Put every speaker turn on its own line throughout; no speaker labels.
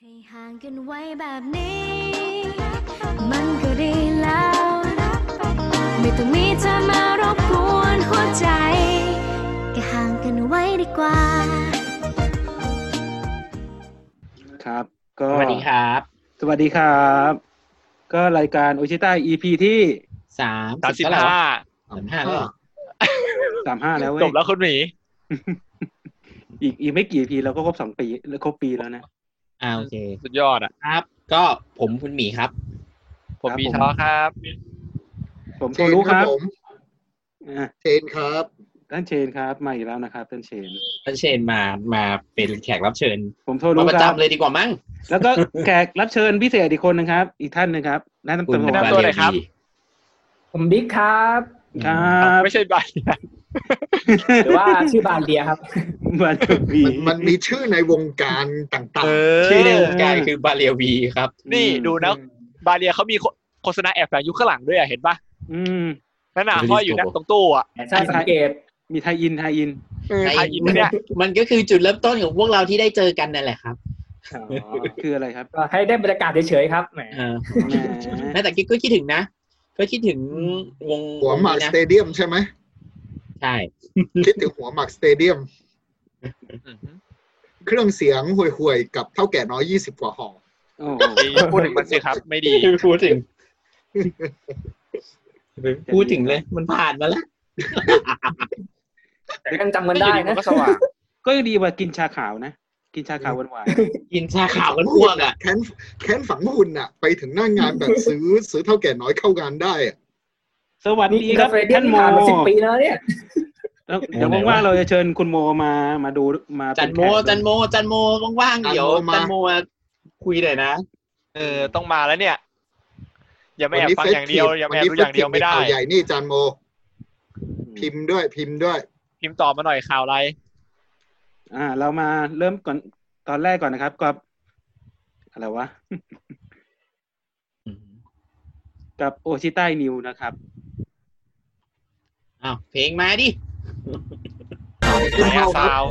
ให้ห่างกันไว้แบบนี้ มันก็ดีแล้ว ไม่ต้องมีเธอมารบกวนหัวใจ ก็ห่างกันไว้ดีกว่า
ครับ ก็
สวัสดีครับ
สวัสดีครับ ก็รายการโอชิต้า EP ที่
สาม
สามสิบห้า
สามห้าแล้วเหรอ
สามห้าแล้วเว้ย
จบแล้วคุณหมี
อีกอีกไม่กี่ EP เราก็ครบสองปีครบปีแล้วนะ
อ่าโอเค
สุดยอดอ่ะ
ครับ ก็ผมคุณหมีครับ
ผม
ครับ
มี
ผม
ท้อครับ
ผม
เช
โก
น
รู้
ค
ค
รั
รั
บบ ผม
อ่ะ
เชนครับ
ท่านเชนครับมาอีกแล้วนะครับท่านเชน
ท่านเชนมามาเป็นแขกรับเชิญ
ผมโทร
มา
รู้
ประ
ครับ
จำเลยดีกว่ามั้ง
แล้วก็ แขกรับเชิญพิเศษอีกคนนึงครับ อีกท่านหนึงครับแนะนำตัว
คุณ
แนะ
ครับ
นำตัวหน่อยครับ
ดี
ผมบิ๊กครับ
ครับ
ไม่ใช่ใบ
หรือว่าชื่อบานเดียครับ
มาถึงปี
มันมันมีชื่อในวงการต่าง
เอ
ๆ
อ
ชื่อในวงการคือบาเลียวีครับ
นี่ดูนะ บาเรียเขามีโฆโฆษณาแอบแฝงอยุคข้างหลังด้วยอ่ะเห็นปะ
อืม
นั่นน่ะ
Release
ห้อยอยู่นั่น
Global
ตรงตู้อ่ะ
ใช่สังเกต
มีไทยอินไทยอิน
เออใครอินนะเนี่ย
มันก็คือจุดเริ่มต้นของพวกเราที่ได้เจอกันนั่นแหละครับ
คืออะไรครับ
ก็ให้ได้บรรยากาศเฉยๆครับแหม
อ่า
แหม
แต่กิ๊กก็คิดถึงนะ ก็คิดถึงวง
หัวหมาก
นี้
ส
นะ
เตเดียมใช่ไหม
ใช่
คิดถึงหัวหมากสเตเดียม เครื่องเสียงห่วยๆ กับเท่าแก่น้อยยี่สิบกว่าห่อ
โอ้โห
อย่าพูดถึงมันสิครับ ไม่ดี
พูดถึงพูดถึงเลย มันผ่านมาแล้ว
แต่กันจำกันได้
มั
นะ
นก็สว่าง
ก็ยังดีกว่ากินชาขาวนะ กินชาขาวหวาน
กินชาขาวกันพวกอ่ะ
แค้นแค้นฝังหุ่นอ่ะ ไปถึงหน้างานแบบซื้อ ซื้อเท่าแก่น้อยเข้างานได้อะ
ๆสวัสดีครับ
เฟรเดีย
ท่าน
ม
โม
ผ่านมาสิบปีแล้วเนี่ย
แล้วเดี๋ยวว่างๆเราจะเชิญคุณโมมามาดูมาเป็
จันโม
แขก
จันโม จันโมว่างๆ เดี๋ยว จันโมมาคุยหน่อยนะ
เออต้องมาแล้วเนี่ย อย่าไม่แอบฟังอย่างเดียว อย่าไม่แอบ
นี้
ดูอย่างเดียวไม่ได้
ข่าวใหญ่นี่จานโม
อื
พิ
ม
มพ์ด้วยพิมพ์ด้วย
พิมพ์ตอบมาหน่อยข่าวอะไร
อ่า เรามาเริ่มก่อนตอนแรกก่อนนะครับกับอะไรวะ กับโอชิต้านิวนะครับ
อ้าวเพลงมาดิ
ไหนอะซาว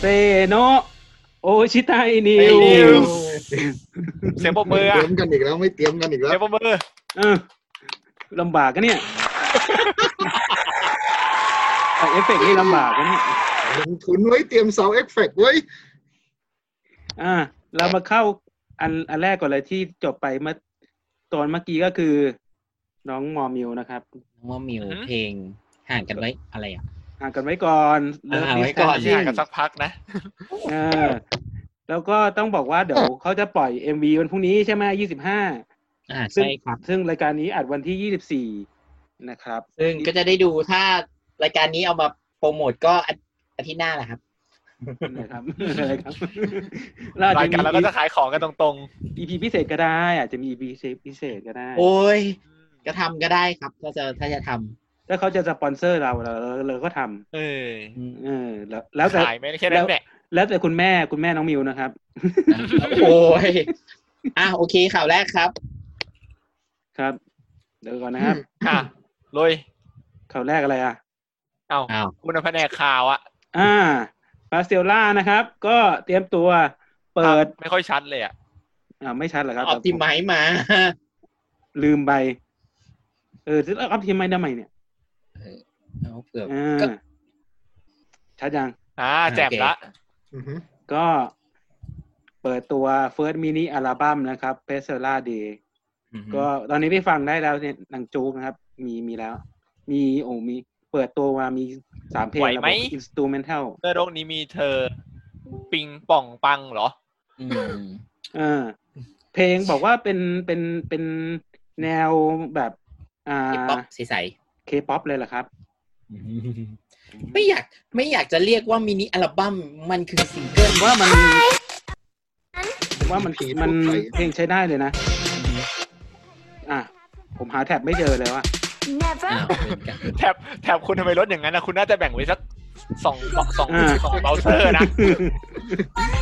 เซโนโอชิต้านิ
ไอ้นิ
ว
ว เสียงปรบมือ
เต
อะ
รียมกันอีกแล้วไม่เตรียมกันอีกแล้
เสียว งปรบมือ
เออลำบากกันเนี่ย ใส่เอฟเฟกต์นี่ลำบากกันเนี่ย
ลงทุนไว้เตรียมเซาเอฟเฟกไว้
อ่าเรามาเข้าอันอันแรกก่อนเลยที่จบไปเมื่อตอนเมื่อกี้ก็คือ น้องมอมิวนะครับ
ว่ามิวเพลงห่างกันไว้อะไรอ่ะ
ห่างกันไว้ก่อน
อ่าไว้ก่อน
เลิ
ห่างกันสักพักนะ
เออ แล้วก็ต้องบอกว่าเดี๋ยวเขาจะปล่อยเอ็มวีวันพรุ่งนี้ใช่ไหมยี่สิบห้า
อ่าใช่ครับ
ซึ่งรายการนี้อัดวันที่ยี่สิบสี่นะครับ
ซึ่งก็จะได้ดูถ้ารายการนี้เอามาโปรโมทก็อาอาทิตย์หน้าแหละครับ
นะครับอะไรครับเราอาจ
ราย
จะ
การเราก็
มี
จะขายของกันตรง
อีพีพิเศษก็ได้ อาจจะมีอีพีพิเศษก็ได้
โอ้ย
ๆ
ก็ทำก็ได้ครับ ถ้าจะถ้าจะทำ
ถ้าเขาจะสปอนเซอร์เราเราเราก็ทำ
เออ
เออ แล้วแล้วแต่
ขายไหมแค่นั้นแหละ
แล้วแต่คุณแม่คุณแม่น้องมิวนะครับ
นะโอ้ย อ่ะโอเคข่าวแรกครับ
ครับ เดี๋ยวก่อนนะครับ
อ่ะลุย
ข่าวแรกอะไรอ่ะ
เอ้า
อ้าว
คุณอภแผนกข่าวอะ
อ่าบาเซลล่านะครับ ก็เตรียมตัวเปิด
อ่ะไม่ค่อยชัดเลยอะ
อ่าไม่ชัดเหรอครับ
ออปติไมซ์มา
ลืมไป เออจะออปติไมทำไมเนี่ย
เอาเกือบ
อ่าชัดยัง
อ่าแจ่มละ
อือหือ
ก็เปิดตัว First Mini Album นะครับ p e s e l l a Day ก็ตอนนี้ได้ฟังได้แล้วเนี่ยหนังจูกนะครับ มีมีแล้ว มีโอ้มี เปิดตัวมามีสามเพลง
ไหว
ระ
ไหม
บบ Instrumental
เมื่อโรคนี้มีเธอ ปิงป่องปังเหรอ
อืม
เออเพลงบอกว่าเป็นเป็นเป็นแนวแบบอ่า
เก็บป๊อปใส
เคป๊อปเลยเหรอครับ
ๆไม่อยากไม่อยากจะเรียกว่ามินิอัลบั้มมันคือซิงเกิลว่ามัน
ว่ามันมันเพลงใช้ได้เลยนะ อ่ะ ผมหาแท็บไม่เจอเลยว่ะ
Never
อ้าวเหมือนกัน
แถบแถบคุณทำไมลดอย่างนั้นนะคุณน่าจะแบ่งไว้สักสองสองสอง
อ่า
สองเบราว์เซอ ร์นะ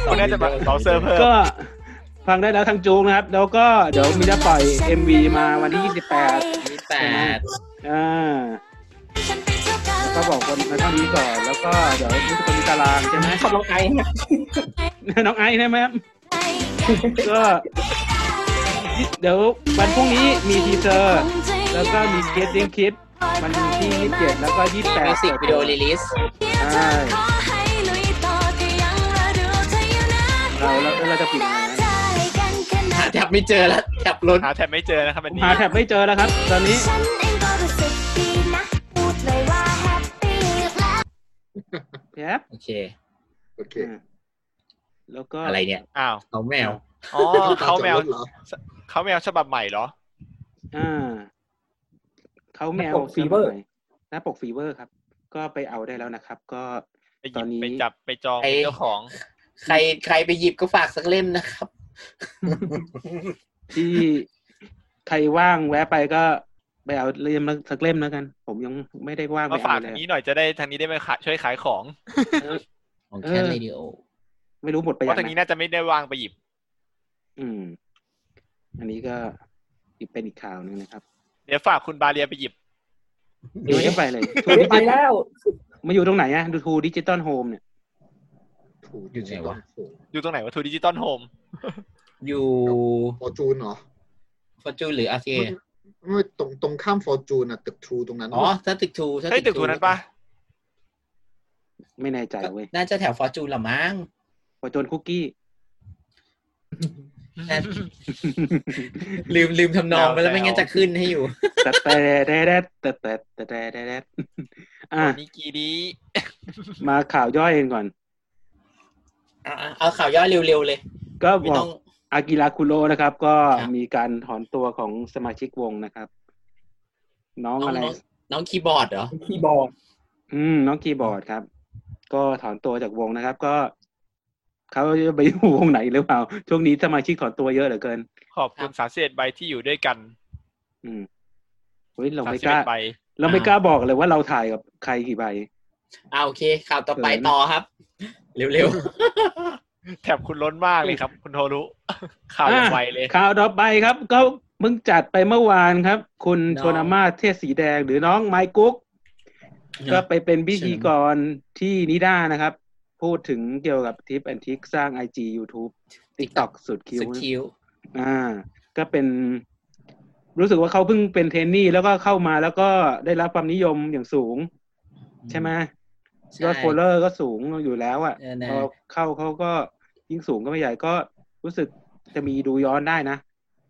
คุณน่าจะแบบเบราว์เซอร์เพิ่ม
ก็ฟังได้แล้วทางจูงนะครับ แล้วก็เดี๋ยวมีจะปล่อย MV มาวันที่ 28
มีแปด
อ่า
ฉันไปเที่ยวกาล
ก็บอกกันเท่านี้ก่อน แล้วก็เดี๋ยวรู้สึกจะมีตารางใช่ไหม
ชอบน้องไอซ์นะ
น้องไอซ์ใช่ไหมครับ ก็เดี๋ยววันพรุ่งนี้มีทีเซอร์ แล้วก็มีสเก็ตติ้งคลิปวันที่ 27 แล้วก็
มิว
28
สิกวิดีโอรีลิส
ใช่เราแล้วเราจะปิดงาน
หาแท็บไม่เจอแล้วแท็บล้น
หาแทบไม่เจอนะครับวันนี้
หาแถบไม่เจอแล้วครับ ตอนนี้
ฉันเองก็รู้สึกดีนะ พูดเลยว่าแฮปปี้แล้ว
แถบ
โอเค
โอเค
อ่ะแล้วก็
อะไรเนี่ย
อ้าว
เอาแมว
อ๋อเขาแมว
ตจดรถเหรอ
เขาแมวฉบับใหม่เหรอ
อ่าเขาแมว
ฟีเวอร์
หน้าปกฟีเวอร์ครับ ก็ไปเอาได้แล้วนะครับ ก็
ไปหยิ
ตอบ นนี้
ไปจับไปจอง
ไอ้
เป็นเจ้าของ
ใครใครไปหยิบก็ฝากสักเล่มนะครับ
ที่ใครว่างแวะไปก็ไปเอาเล่มละสักเล่มแล้วกัน ผมยังไม่ได้ว่างไป
มาฝา
เอา
ก
เล
ทาย งนี้หน่อยจะได้ทางนี้ได้มาขายช่วยขายของ
ของแคน
เออ
เรดิโอ
ไม่รู้หมดไป
เพ
ยัง
ราะทาง
นะ
นี้น่าจะไม่ได้วางไปหยิบ
อืม อันนี้ก็อีกเป็นอีกข่าวหนึ่งนะครับ
เดี๋ยวฝากคุณบาเรียไปหยิบ
เดี๋ยวไปเลยทู
เฮ้ย
ดิ
ไป
จิ
แล้ว
มาอยู่ตรงไหนอะดูทูดิจิตอลโฮมเนี่ย
ถูก
อยู่ไหนวะ
อยู่ตรงไหนวะทูดิจิตอลโฮม
อยู่
ฟอร์จูนเหรอ
ฟอร์จูนหรืออาเค
ไม่ตรงตรงข้ามฟอร์จูนอ่ะ ตึกทรูตรงนั้น
อ๋อถ้าตึกทูถ้า
เฮ้ยตึกทูนั้นปะ
ไม่แน่ใจเว้ย
น่าจะแถวฟอร์จูนละ มั้ง
พอโจนคุกกี้
น่าลืมลืมทำนองไปแล้วไม่งั้นจะขึ้นให้อยู่
แต่แต่แต่แต่แต่แต่แต่แต่แต่อ่ะ
วันนี้กีดี
มาข่าวย่อยกันก่อน
เอาเอาเอาข่าวย่อยเร็วๆเลย
ก็
ไม่
บอก
ต้อง
อากิระคุโรนะครับ ก็
ครับ
มีการถอนตัวของสมาชิกวงนะครับ น้อง
น้อง
อะไร
น้องน้องคีย์บอร์ดเหรอ
คีย์บอร์ด
อืม น้องคีย์บอร์ดครับ ก็ถอนตัวจากวงนะครับ ก็เขาจะไปอยู่วงไหนหรือเปล่า ช่วงนี้สมาชิกถอนตัวเยอะเหลือเกิน
ขอบคุณสามสิบเอ็ดใบที่อยู่ด้วยกัน
อืมเฮ้ยเรา
สาม
ไม่
สิบ
ก
เอ็
ล้า
ดใบ
เราไม่กล้าบอกเลยว่าเราถ่ายกับใครกี่ใบ
เอาโอเค ข่าวต่อไป
เออ
ต่อครับ เร็ว
แถบคุณล้นมากเลยครับ คุณโทรุ ข่าวอย่างไวเลย
ข่าวต่อไปครับ ก็เพิ่งจัดไปเมื่อวานครับ คุณชนอามาศเทศสีแดงหรือน้องไมค์กุ๊ก
ๆ
ก็ไปเป็นพิธี
ใช่
กรที่นิด้านะครับ พูดถึงเกี่ยวกับทิปแอนทิกสร้าง IG YouTube TikTok สุดคิ้ว
สุดคิ้ว
อ่า ก็เป็น รู้สึกว่าเขาเพิ่งเป็นเทรนนี่แล้วก็เข้ามาแล้วก็ได้รับความนิยมอย่างสูง ใช่ไหม
ใช่
ยอดโฟลเลอร์ก็สูงอยู่แล้วอ่ะ
เออนะ
พอเข้าเขาก็ยิ่งสูงก็ไม่ใหญ่ก็รู้สึกจะมีดูย้อนได้นะ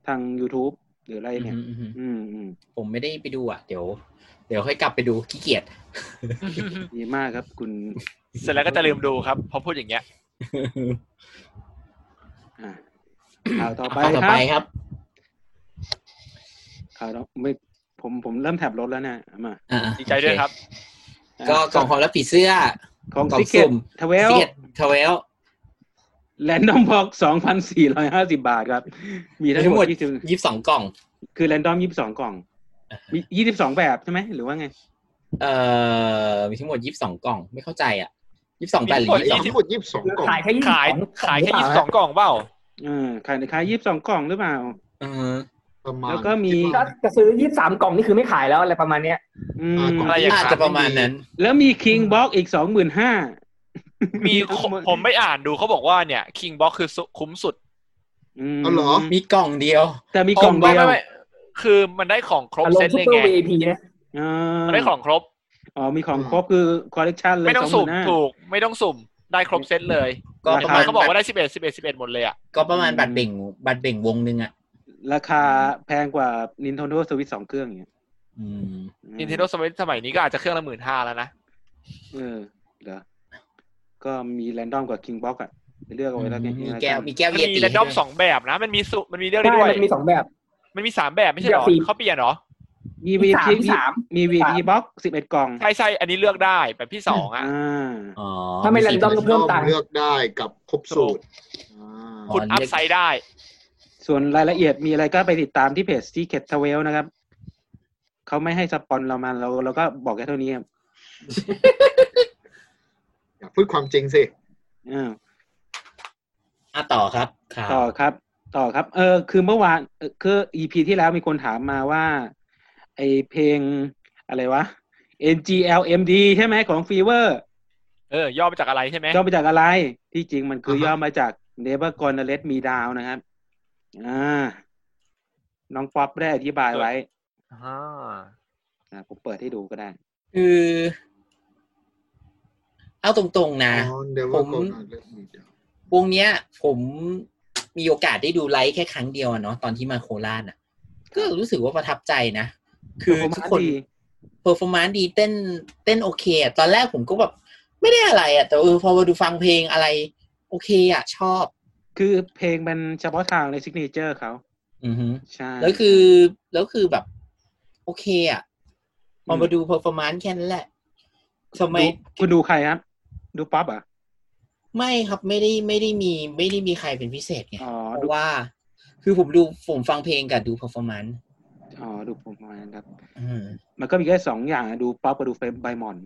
ทาง YouTube หรืออะไรเนี่ย
อืม
อืมอืม
ๆผมไม่ได้ไปดูอ่ะ เดี๋ยว เดี๋ยวค่อยกลับไปดูขี้เกียจ
ดีมากครับคุณ
เสร็จแล้วก็จะลืมดูครับเพอพูดอย่างเงี้ย
อ่าข่าวต่อไป
ข่าวต่อ
ค
ไป
รับ
ครับ
ข่าวแล้วไม่ผมผมเริ่มแถบรถแล้วนะเอามา
อ่า
ดีใจด้วยครับ
ก็กล่องของรับผีเสื้อ
ของ
กล่อง
ซิกเก็
สุ่
ต
ม
ทเวล
เสียดทเวล
แลนดอมบอก สองพันสี่ร้อยห้าสิบาทครับ มีทั้ง
ทั้ง
ห
ห
ม
ม
ด
ด
ยี่สิบ
ยี่สิบสองกล่อง
คือแลนดอมยี่สิบสองกล่อง มียี่สิบสองแบบใช่ไหมหรือว่าไง
เอ่อ มีทั้งหมดยี่สิบสองกล่อง ไม่เข้าใจอ่ะยี่สิบสองแบนหรือ
ไอ้
ยี่สิบสอง
ทั้งหมดยี่สิบสองกล่อง
ขายแค่ยี่สิบ
ขาย
สอง
ขายแค่
หรือ
ยี่
เปล่
สิบสองกล่องเปล่า
เออขายขายยี่สิบสองกล่องหรือเปล่า
เออ
ประมาณ
แล้วก็มี
คิด
ก็
ว่า
จะซื้อยี่สิบสามกล่องนี่คือไม่ขายแล้วอะไรประมาณเนี้ย
อืม
อ่ากล่อง
อะไรอย่าง
อาจ
นั้
จะ
น
ประมาณนั้น
แล้วมีคิงบ็อกอีกสองหมื่นห้า
มี
มี
ผมไม่อ่านดูเขาบอกว่าเนี่ยคิงบ็อกคือสุคุ้มสุด
เอาเหรอ
มีกล่องเดียว
แต่มีกล่องเดียว
ไม่ไม่ไม่คือมันได้ของครบ
อารม
เซต
ณ์ซู
เลย
เปอ
ไง
ร์ VIP นะ
อ่
มันา ได้ของครบ
อ๋อมีของครบคือคอลเลกชันเลย
ไม่ต้อ
สอ
ง
งห
สุ่ม
มื่นห้า
ถูก ไม่ต้องสุ่มได้ครบเซตเลย
ก็
รา
ป
คา
ระมาณ
เขาบอกว่า
บัตร
ได้สิบเอ็ดสิบเอ็ดสิบเอ็ดหมดเลยอ่ะ
ก็ประมาณบัตรเบ่ง บัตรเบ่งวงหนึงอ่ะ
ราคาแพงกว่า Nintendo Switch สองเครื่องอย่างเงี้ย
อืม
อืม
Nintendo Switch สมัยนี้ก็อาจจะเครื่องละหมื่นห้าแล้วนะ
เออเหรอ ก็มีแรนดอมกับคิงบ็อกอะไปเลือกเอาไว้แล้วไง
มีแก้ว มีแก้ว
มัน
เย
มี
ติ
แรนดอม
ให้วย
สองแบบนะ มันมีสุมันมีเรื่องนี้
ใช่
ด้วย
มันมีสองแบบ
มันมีสามแบบไม่ใช่เหรอ
มีสี่
เขาเปลี่ยนเหรอ
มี VIP
สามสาม
มี VIP box สิบเอ็ดกล่อง
ใช่ใช่อันนี้เลือกได้แบบที่สองอ่ะ
อ่า
อ๋อ
ถ้าไม่
สี่
แรนดอมก็เพิ่มตังค์
เลือกได้กับครบสูตร
อ๋
อ่า
อ
คุณ
เลื
อั
อก
พไซด์ได้
ส่วนรายละเอียดมีอะไรก็ไปติดตามที่เพจ Secret Travel นะครับ เขาไม่ให้สปอนเรามาเราเราก็บอกแค่เท่านี้ครับ
อย่าพูดความจริงสิ
อ่า
อ่ะต่อครับข่าว
ต่อครับ ต่อครับ เออ คือเมื่อวานเออคือ EP ที่แล้วมีคนถามมาว่า ไอเพลงอะไรวะ NGLMD ใช่ไหมของฟีเวอร์
เออย่อมาจากอะไรใช่ไหม
ย่อมาจากอะไร ที่จริงมันคือ
อ่าฮะ
ย่อมาจาก Never Gonna Let Me Down นะครับ อ่า น้องป๊อปได้อธิบายไว้
อ่า
อ่าผมเปิดให้ดูก็ได้
คือ เอาตรงๆนะ
อ๋อ Never
ผม
Gonna Let Me Down
วงเนี้ย ผมมีโอกาสได้ดูไลฟ์แค่ครั้งเดียวอะเนาะตอนที่มาโคราชอ่ะ ก็รู้สึกว่าประทับใจนะ คือทุกคน
Performance ดี
เพอร์ฟอร์มนซ์ดีเต้นเต้นโอเคอะตอนแรกผมก็แบบไม่ได้อะไรอะแต่เออพอมาดูฟังเพลงอะไร โอเคอะชอบ
คือเพลงมันเฉพาะทางในซิกเนเจอร์เขา
อือฮึ
ใช่
แล้วคือแล้วคือแบบ โอเคอะพอมาดูเพอร์ฟอร์มนซ์แค่นั้นแหละทำไม
ดูคุณดูใครครับ ดูป๊อปเหรอ่ะ
ไม่ครับไม่ได้ไม่ได้มีไม่ได้มีใครเป็นพิเศษไง
อ๋อ
เพ
ดู
ราะว่า คือผมดูผมฟังเพลงกับดูเพอร์ฟอร์มนซ์
อ๋อ ดูผมมาครับ มันก็มีแค่สองอย่างอะดูป๊อปกับดูเฟบายมอน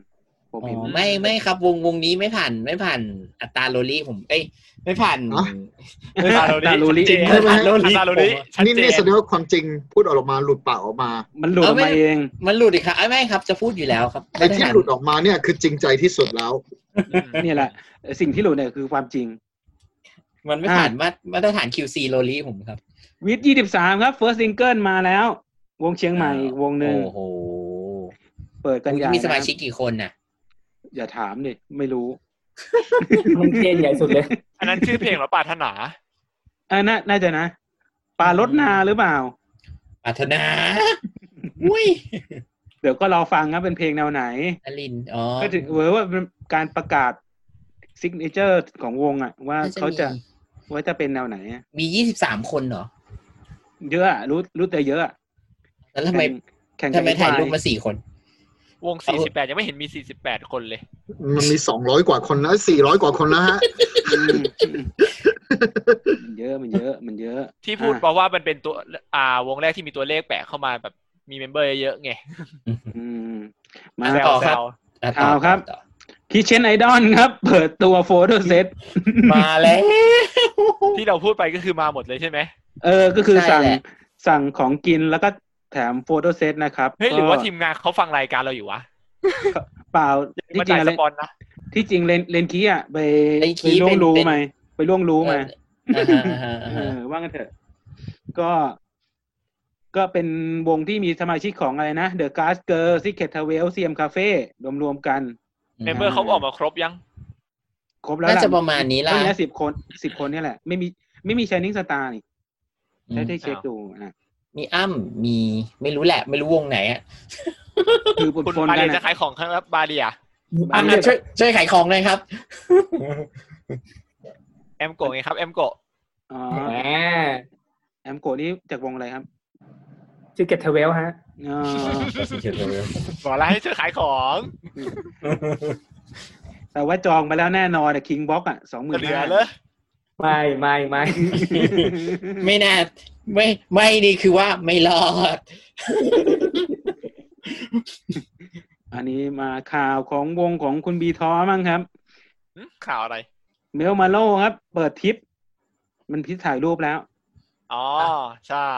ผม
อ๋
เห็น
อไม่ไม่ครับ วงวงนี้ไม่ผ่านไม่ผ่านอัตราโรลี่ผมเอ้ยไม่ผ่าน
ฮะ
ตาโร
ดารู
ลิ
ลิ
ชัดเจน
ใช่ไหม
ตาโรลิตาโรลิชัด
นี่
เจ
นี่แส
น
ดงว่าความจริงพูดออกมาหลุดปากออกมา
มันหลุดออก
เอาไม่
มาเอง
มันหลุดอีกครับเอ้ยไม่ครับจะพูดอยู่แล้วครับ
ไอ้ที่
ผ่าน
หลุดออกมาเนี่ยคือจริงใจที่สุดแล้ว
อืม
เนี่ยแหละ สิ่งที่หลุดเนี่ยคือความจริง
มันไม่ผ่านมามาตรฐาน QC โรลี่ผมครับ
วิทยี่สิบสามครับ first single มาแล้ว วงเชียงใหม่
อ่า
อีกวงหนึ่ง
โอ้โห
เปิดกันยา
มี
มี
สมาชิกกี่คนน่ะ
อย่าถามดิไม่รู้
มึงเจนใหญ่สุดเลย
อันนั้นชื่อเพลงเหรอปรารถนา
อ่าน่าน่าจะนะปลาลดนาหรือเปล่า
อัธนา อุ้ย
เดี๋ยวก็รอฟังครับเป็นเพลงแนวไหน
อลินอ๋อ
ก็ถึงเวอร์ว่าเป็นการประกาศ s ิกเนเจอร์ของวงอ่ะ ว่า
น่
เขาจะ
มี
ว่าจะเป็นแนวไหนอะ
มียี่สิบสามคนเหรอ
เยอะอะรู้รู้แต่เยอะอะ
แล้วทำไม
แข่ง
ทำไม
กั
ถ่าน
ป
ยรูปมาสี่คน
วง 48 ยังไม่เห็นมี 48 คนเลย
มันมีสองร้อยกว่าคนนะสี่ร้อยกว่าคนนะฮะ
อืมมันเยอะมันเยอะมันเยอะ
ที่พูดเพ
อ่ะ
ราะว่ามันเป็นตัวอ่าวงแรกที่มีตัวเลขแปะเข้ามาแบบมีเมมเบอร์เยอะๆไง
อืมมา
แซว
ต่อ
แซ
ครับ
ว
อ่ะต่อ
เอาครับ
ต่อ
คิเชนไอดอลครับ เปิดตัวโฟโต้เซต
มาแล้ว
ที่เราพูดไปก็คือมาหมดเลยใช่ไหม
เออ ก็คือสั่ง
ใช่แหละ
สั่งของกินแล้วก็แถมโฟโต้เซตนะครับ
เฮ้ยหรือว่า
ก็
ทีมงานเขาฟังรายการเราอยู่วะ
เปล่าที่
มา
จริง
จ่าย
อะ
ส
เลน
ปอนนะ
ที่จริงเลนเลนคีอ่ะไป
เลนคี
ไปล่ว
เป็
ง
น
รู้
เป็น
มาไปล่วงรู้มา
อ่าฮะอ่าฮะอ่า
เอ
ฮะ
อว่ากันเถอะ ก็ ก็เป็นวงที่มีสมาชิกของอะไรนะ The g a s g i r l Secret t a w e l CM Cafe รวมๆกัน
เมมเบอร์เขาออกมาครบยัง
ครบแล้ว
น่าจะประมาณนี้
ก็
ล่ะ
เนี่ยสิบคนสิบคนเนี่ยแหละ ไม่มีไม่มี Shining Star นี่
อื
ได้
ม
ได้เช็คดูนะ
มีอ้ำมีไม่รู้แหละ ไม่รู้วงไหนอ่ะ
คือปน
คุณ
ปน
บา
กั
เลี
น
ยจะ
นะ
ขายของข้างละบาเลีย
อ้ำช่วยช่วยขายของหน่อยครับ
แอมโกะไงครับแอมโกะ
อ๋อ
แหม
แอมโกะนี่จากวงอะไรครับ
ชื่อเกตเทเวลฮะ
อ๋อ
บอกแล้วให้ช่วยขายของ
แต่ว่าจองไปแล้วแน่นอนอะ King Box อ่ะสองหมื่น
เหลือเลย
ไม่ไม่ไม่
ไม่น่าไม่ไม่ดีคือว่าไม่รอด
อันนี้มาข่าวของวงของคุณบีทอมั้งครับ
หืมข่าวอะไร
เมลมาโลครับ เปิดทิป มันพิสถ่ายรูปแล้ว
อ๋อ ใช่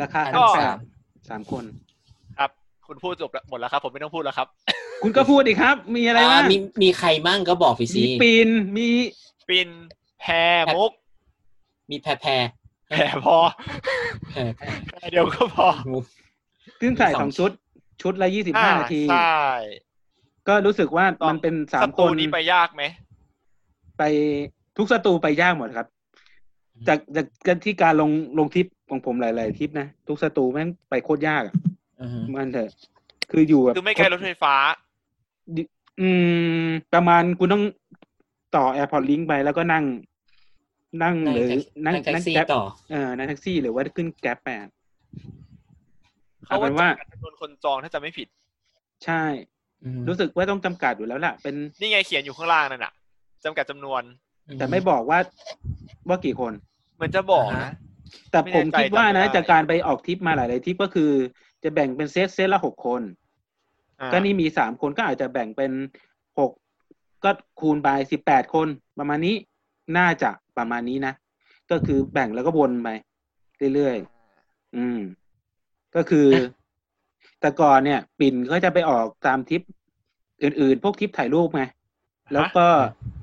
ราคา
ก็
ทั้งสามสามคน
ครับ คุณพูดจบแล้วหมดแล้วครับ ผมไม่ต้องพูดแล้วครับ
คุณก็พูดดิครับ มีอะไร
อ่า
บ้าง
มีมีใครมั่งก็บอกไปสิ
มีปีนมี
ปินแพรมุก
มีแพรแพร
แพรพอ
แพรแพร
แพรเดียวก็พอ
ซึ่งใส่สอง
มีสอง
ชุด ชุดละยี่สิบ
อ่า
ห้านาที
ใช่
ก็รู้สึกว่ามันเป็นสา
ส
มค
ตู
น
นี้ไปยากไหม
ไปทุกสตูไปยากหมดครับ จากจากจากที่การลงลงทิปของผมหลาย ๆทิปนะ ทุกสตูแม่งไปโคตรยากอะ
อือฮึ
มันเถอะ คืออยู่แบบ
คือไม่ไกลรถไฟฟ้า
อืม ประมาณคุณต้องต่อแอร์พอร์ตลิงไปแล้วก็นั่ง นั่งหรือนั่ง
แท็ก
นั่ง
ซี่
แก๊ป
ต่อ
เออนั่งแท็กซี่หรือว่าขึ้นแกร็บแปด
เขา
เอา
ว่า
เป็นว่า
จำกัดจำนวนคนจองถ้าจะไม่ผิด
ใช่ รู้สึกว่าต้องจำกัดอยู่แล้วล่ะ เป็น
นี่ไงเขียนอยู่ข้างล่างนั่นน่ะจำกัดจำนวน
แต่ไม่บอกว่าว่ากี่คน
เหมือนจะบอก
อ่า
นะ
ฮะ
แต่
ไม่
ผ
แน่
ม
ใจ
คิดว่านะ
จำไม่ได้
จากการไปออกทริปมาหลาย ๆทริปก็คือ จะแบ่งเป็นเซตเซตละหกคน
อ่า
ก็นี่มีสามคนก็อาจจะแบ่งเป็นหกก็คูณไปสิบแปดคนประมาณนี้น่าจะประมาณนี้นะ ก็คือแบ่งแล้วก็วนไปเรื่อยๆ อืม ก็คือ แต่ก่อนเนี่ย ปิ่นก็จะไปออกตามทริปอื่นๆ พวกทริปถ่ายรูปไง แล้วก็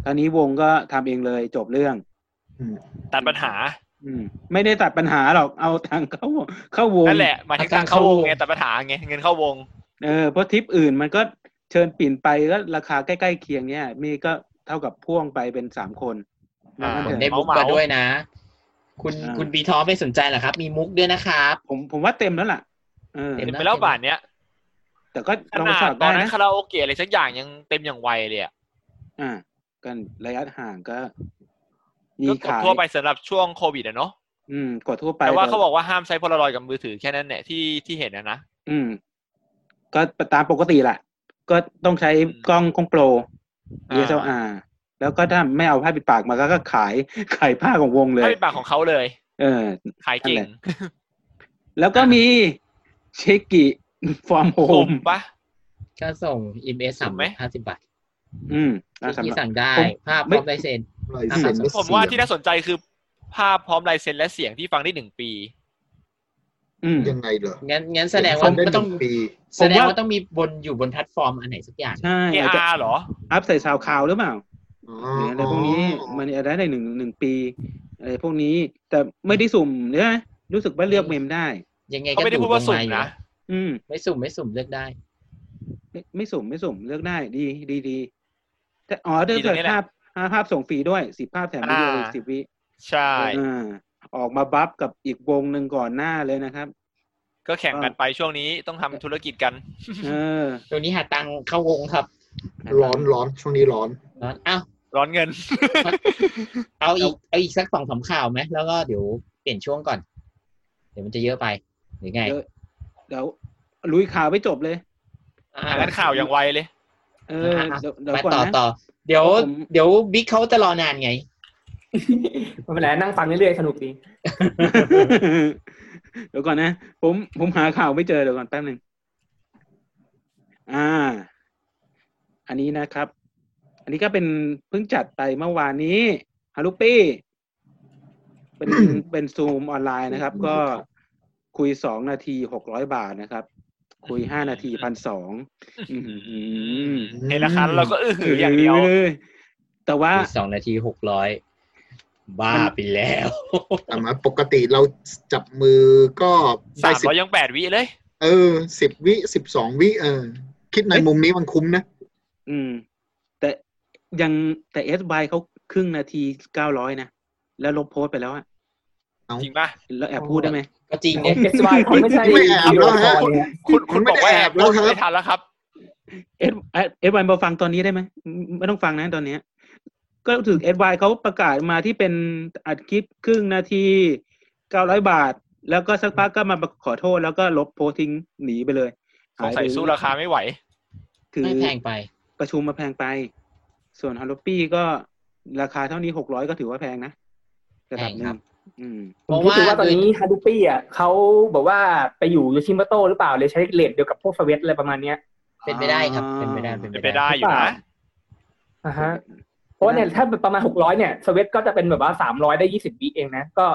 ตอนนี้วงก็ทำเองเลยจบเรื่อง
ตัดปัญหา
อืม ไม่ได้ตัดปัญหาหรอกเอาทางเข้าเข้าวง
นั่นแหละหมายถึงทางเข้าวงไงตัดปัญหาไงเงินเข้าวง
เออเพราะทริปอื่นมันก็เชิญปิ่นไปก็ราคาใกล้ๆเคียงเนี่ยมีก็เท่ากับพ่วงไปเป็นสามคน
อ่า
ว่างั้น
ผ
เถอะ
มได้มุก
เหมา
มา
ๆ
ด้วยนะ คุณ
อ่า
คุณบีทอมไม่สนใจเหรอครับ มีมุกด้วยนะครับ
ผมผมว่าเต็มแล้วล่ะเออ
เต็
เห็นไปแล้วบ่านเนี้ย
แต่ก็
ข
ลอง
นา
ส
ด
อบ
ตอ
ได้
นนั้น
นะ
คาราโอเกะอะไรสักอย่างยังเต็มอย่างไวเลยอะ
อ่ากันระยะห่างก็มี
ก็กด
ขาย
ทั่วไปสำหรับช่วงโควิดอะเนาะ
อืมกดทั่วไป
แต่ว่าเขาบอกว่าห้ามใช้โพลารอยด์กับมือถือแค่นั้นแหละที่ที่เห็นนะนะ
อืม ก็ตามปกติแหละก็ต้องใช้กล้องกล้องโปร
อ่า
DSLR แล้วก็ถ้าไม่เอาผ้าปิดปากมาก็ก็ขาย ขายผ้าของวงเล
ถ้าย เป็นปากของเขาเลย
เออ
ขายจริง
นั่นแหละ แล้วก็มีเชกิฟอร์มโฮ
ผม
ม
ปะ
ก็ส่ง MS
ถู
สาม
กไหม
ห้าสิบบาท
อืม
ที่
อ่ะสำห
ที่
รับ
สั่งได้
ผม
ภาพพ
ไม่
ร้อมลายเซ็น
ลายเซ็นและ
ผม
เสียง
ว่าที่น่าสนใจคือภาพพร้อมลายเซ็นและเสียงที่ฟังได้หนึ่งปี
อืม
ยังไงเหรอ
งั้นงั้นแสดงว่า
เย
ก็
ได้ห
ต้อง
นึ่ปี
ผมว่า
แสดงว่าต้องมีบนอยู่บนแพลตฟอร์มอันไหนสักอย่าง
ใช่อาจจะ
AR เหรอ
อัพใส่ซาวคลาวหรือเปล่า
อ๋อ
หรืออะไรพวกนี้มันจะได้ในหนึ่งหนึ่งปีอะไรพวกนี้แต่ไม่ได้สุ่มเนอะรู้สึกว่าเลือกเมมได้
ยังไง
เขา
ก็
ไม่ได้
ดู
พูดว่าสุ่ม
อยู่
นะ
อืม
ไม่สุ่มไม่สุ่มเลือกได้
ไม่ไม่สุ่มไม่สุ่มเลือกได้ดีดีดีแต่อ๋อเดือ
ดีตร
เกิด
งนี้แหละ
ภาพอ่าภาพส่งฟรีด้วยสิบภาพแถมวิดีโอ
อ่า
อีกสิบวิ
ใช่
อ่าออกมาบัฟกับอีกวงหนึ่งก่อนหน้าเลยนะครับ
ก็แข่งกันไปช่วงนี้ต้องทำธุรกิจกัน
เออ
ตัวนี้หาตังค์เข้าวงครับ
ร้อนร้อนช่วงนี้ร้อน
ร้อนอ้าว
ร้อนเงิน
เอาอีกเอาอีกสักสองสามข่าวไหมแล้วก็เดี๋ยวเปลี่ยนช่วงก่อน เดี๋ยวมันจะเยอะไปหรือไง
เยอะ เดี๋ยวลุยข่าวไปจบเลย
อ่า
อ่างั้นข่าวอย่างไวเลย
เออ
อ่ะ
เดี๋ยวเดี๋ยว
มา
ก่อน
ต่อ
นะ
ต่อ เดี๋ยว
ผม
เดี๋ยวบิ๊กเขาจะรอนานไง
ไม่เป็นไรนั่งฟังเรื่อยๆสนุกดี
เดี๋ยวก่อนนะ ผมผมหาข่าวไม่เจอเดี๋ยวก่อนแป๊บหนึ่งอ่า อันนี้นะครับ อันนี้ก็เป็นเพิ่งจัดไปเมื่อวานนี้ฮารุปี้ เป็น เป็นซูมออนไลน์ นะครับ ก็คุยสองนาทีหกร้อยบาทนะครับ คุยห้านาทีพันสอง
เห็นแล้วครับเราก็อื้อหืออย่างเดียว
แต่ว่า
อีกสองนาทีหกร้อยบ้าไปแล้ว
แต่มาปกติเราจับมือก็
สา
ได้
ม
สิบ
ร้อยยังแปดวิเลย
เออสิบวิสิบสองวิเออ คิดในมุมนี้มันคุ้มนะ
อืม แต่ยังแต่เอสบเขาครึ่งนาทีเก้าร้อยนะ แล้วลบโพสต์ไปแล้วอะ
จริงปะ
แล้วแอบพูดได้ไหม
ก็จริง
เอ
เนี่ย
สวายเขาไม่ใช่
ไม่แอบแล้วฮะ
วิดีโอคอลเนี่ย
คุณคุณ
ไม่
บอก
ได้
ว่าแอ
แอบบ แล้
แล้ว ว
ครับ
ไม่ทันแล้วครับ
เอสเอสบมาฟังตอนนี้ได้ไหมไม่ไม่ต้องฟังนะตอนเนี้ย ก็ถึงเอสบเขาประกาศมาที่เป็นอัดคลิปครึ่งนาทีเก้าร้อยบาท แล้วก็สักพักก็มาขอโทษแล้วก็ลบโพสต์ทิ้งหนีไปเลย
สงสัยสู้ราคาไม่ไหว
คือ
ไม่แพงไป
ประชุมมาแพงไป ส่วนฮารุปี้ก็ราคาเท่านี้หกร้อยก็ถือว่าแพงนะระดับหนึ่
แพงครั
ง
บ
อืม
เพราะ
ผม
ว่า
คิดว่าตอน
โดย
นี้ฮารุปี้อ่ะเขาบอกว่าไปอยู่ยูชิมโตหรือเปล่าเลยใช้เลทเดียวกับพวกสวีทอะไรประมาณเนี้ย
เป็นไปได้ครับ เป็นไปได้
อ่า
เป็นไปได้อยู่นะ
อ่าฮะ เพราะว่าเนี่ยถ้าประมาณหกร้อยเนี่ยสวีทก็จะเป็นแบบว่าสามร้อยได้ยี่สิบวิเองนะ ก็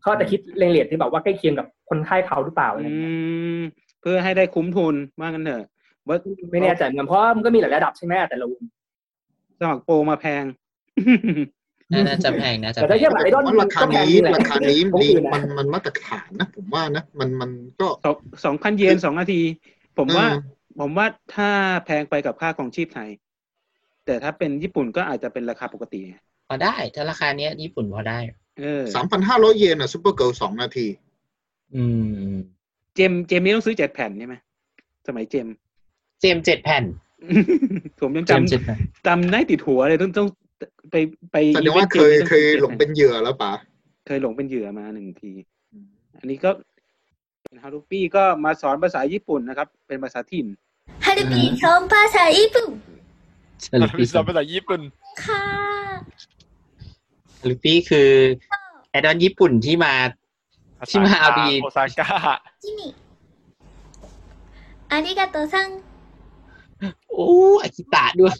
เขาอาจจะคิดเลงเลทที่แบบว่าใกล้เคียงกับคนไข้เขาหรือเปล่าอะไร
อื
เงี้ย
ม เพื่อให้ได้คุ้มทุนว่ากันเถอะว่า
ไม่แน่ใจเหมือนกันเพราะมันก็มีหลายระดับใช่ไหมแต่ละวง
สมัครโปรมาแพง
น่าจะแพงนะจะ
แต่
แพ
ถ้าง เทียบกับไอดอล
ว่าราคา
ก็แพง
นี้
อยู่แหละ
ราคานี้
ผม
ดี
อื่น
มั
นะ
นมันมาตรฐานนะ ผมว่านะ มันมันก็
สองสองพันเยนสองนาที ผมว่า
เออ
ผมว่าถ้าแพงไปกับค่าของชีพไทย แต่ถ้าเป็นญี่ปุ่นก็อาจจะเป็นราคาปกติ
พอได้ ถ้าราคาเนี้ยญี่ปุ่นพอได้
เออ
สามพันห้าร้อยเยนอ่ะซูเปอร์เกิลสองนาที
อืม
เจมเจมนี่ต้องซื้อเจ็ดแผ่นใช่ไหมสมัยเจม
เจมเจ็ดแผ่น
ผมยัง
เจม
จำ
เจ็ดแผ่น
จำได้ติดหัวเลยต้องต้องไปไป
แสดงว่าเคยเคยหลงเป็นเหยื่อแล้วป่ะ
เคยหลงเป็นเหยื่อมาหนึ่งที
อืม
อันนี้ก็ฮารุปี้ก็มาสอนภาษาญี่ปุ่นนะครับ เป็นภาษาถิ่น
ฮารุปีชมภาษาญี่ปุ่น
สรุป
มี
ปี้
สำหรับภาษาญี่ปุ่น
ค่ะ
สรุปปี้คือไอดอลญี่ปุ่นที่มา ชิมฮาบี
โอซาก้า
ที่นี่อาริกาโตซัง
โอ้อากิตะด้วย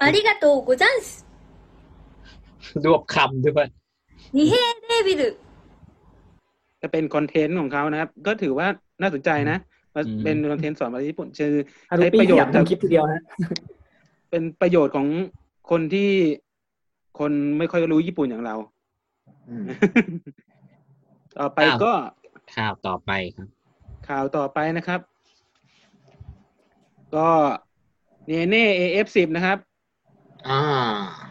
อาริกาโตโกจันส์
รวบคำด้วย
นิเฮเดวิล
จะเป็นคอนเทนต์ของเขานะครับ ก็ถือว่า น่าสนใจนะมัน
อืม
เป็นคอนเทนต์สอนภาษาญี่ปุ่นคือ
ฮารุ
ใช้
ปี้
ประโยชน์
อยาก
จาก
ทำคลิปทีเดียวนะ
เป็นประโยชน์ของคนที่คนไม่ค่อยรู้ญี่ปุ่นอย่างเรา
อืม
ต่อไป
อ้าว
ก็
ข่าวต่อไปครับ
ข่าวต่อไปนะครับ ก็เนเน่เอฟสิบนะครับ
อ่า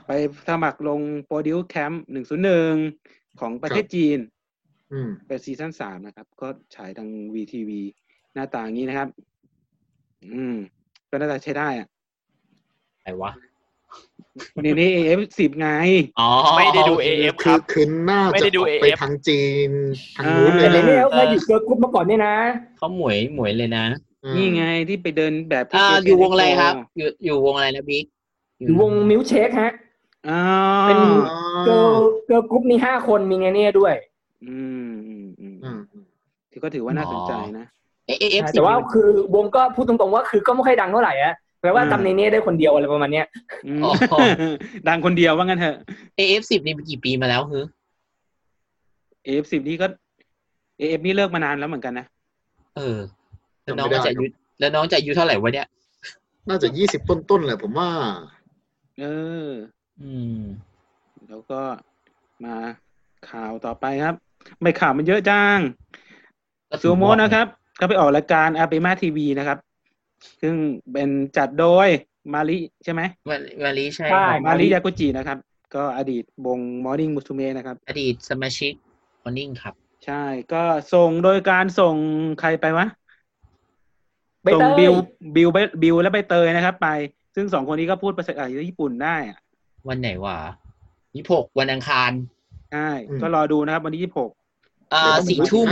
ไปสมัครลงโปรดิวแคมป์หนึ่งศูนย์หนึ่งของประเทศจีน
อืม
เป็นซีซั่นสามนะครับ ก็ฉายทางวีทีวีหน้าตาอย่างนี้นะครับ อืม ก็หน่าจะใช้ได้อะ
อะไรวะ
เนเน่เอฟสิบไง
อ๋อ
ไม่ได้ดู AF ค
คื
รั
อบ คือน่า
ไม่
จะ
ได้ดู
ออก
AF
ไปทางจีนทางนู้นเล
แต่
ย
เล
นะ
เน่เขา
เอ
เคย
อ
อยู่เจอกรุ๊ปมาก่อนเนี่ยนะ
เขาหมวยหมวยเลยนะ
อืม
นี่ไงที่ไปเดินแบบที่
อ่า
เจ
อยู่วงอะไร
เนโก
ครับ อยู่อยู่วงอะไรนะบิ๊ก
อยู่วงมิวเชคฮะ
อ๋อ
เป็น
อ๋อ
เจอเจอกรุ๊ปมีห้าคนมีเนเน่ด้วย
อืมอืมอืม
อืม
ที่ก็ถือว่าน่าสนใจนะ
เอเอฟ
แต่ว่าคือวงก็พูดตรงๆว่าคือก็ไม่ค่อยดังเท่าไหร่อะแปลว่าจำเนเน่ได้คนเดียวอะไรประมาณเนี้ย
อืมดังคนเดียวว่างั้นเถอะ
เอฟสิบนี่เป็นกี่ปีมาแล้วฮึ
เอฟสิบนี่ก็เอฟนี่เลิกมานานแล้วเหมือนกันนะ
เออแล้
จำ
วน้อง
ไม่ได้
จะอายุแล้วน้องจะอายุเท่าไหร่วะเนี่ย
น่าจะยี่สิบต้นๆแหละผมว่า
เออ
อืม
แล้วก็มาข่าวต่อไปครับ ไม่ข่าวมันเยอะจัง
ก็ถึ
ซู
ง
โม
บอกไง
นะครับก็ไปออกรายการอาเปมาทีวีนะครับ ซึ่งเป็นจัดโดยมาริใช่ไหม
วันวันนี้ใช่
ใช่
ครับ
มาริยากุจินะครับ ก็อดีตวงมอร์นิ่งมุสุเมนะครับ
อดีตสมาชิกมอร์นิ่งครับ
ใช่ก็ส่งโดยการส่งใครไปวะ
ใบ
ส่ง
เตย
บิวบิวไปบิวและใบเตยนะครับ ไป ซึ่งสองคนนี้ก็พูดภาษาญี่ปุ่นได้อะ
วันไหนวะยี่หกวันอังคาร
ใช่
อืม
ก็รอดูนะครับ วันที่ยี่สิบหก
อ่าสี่ทุ่ม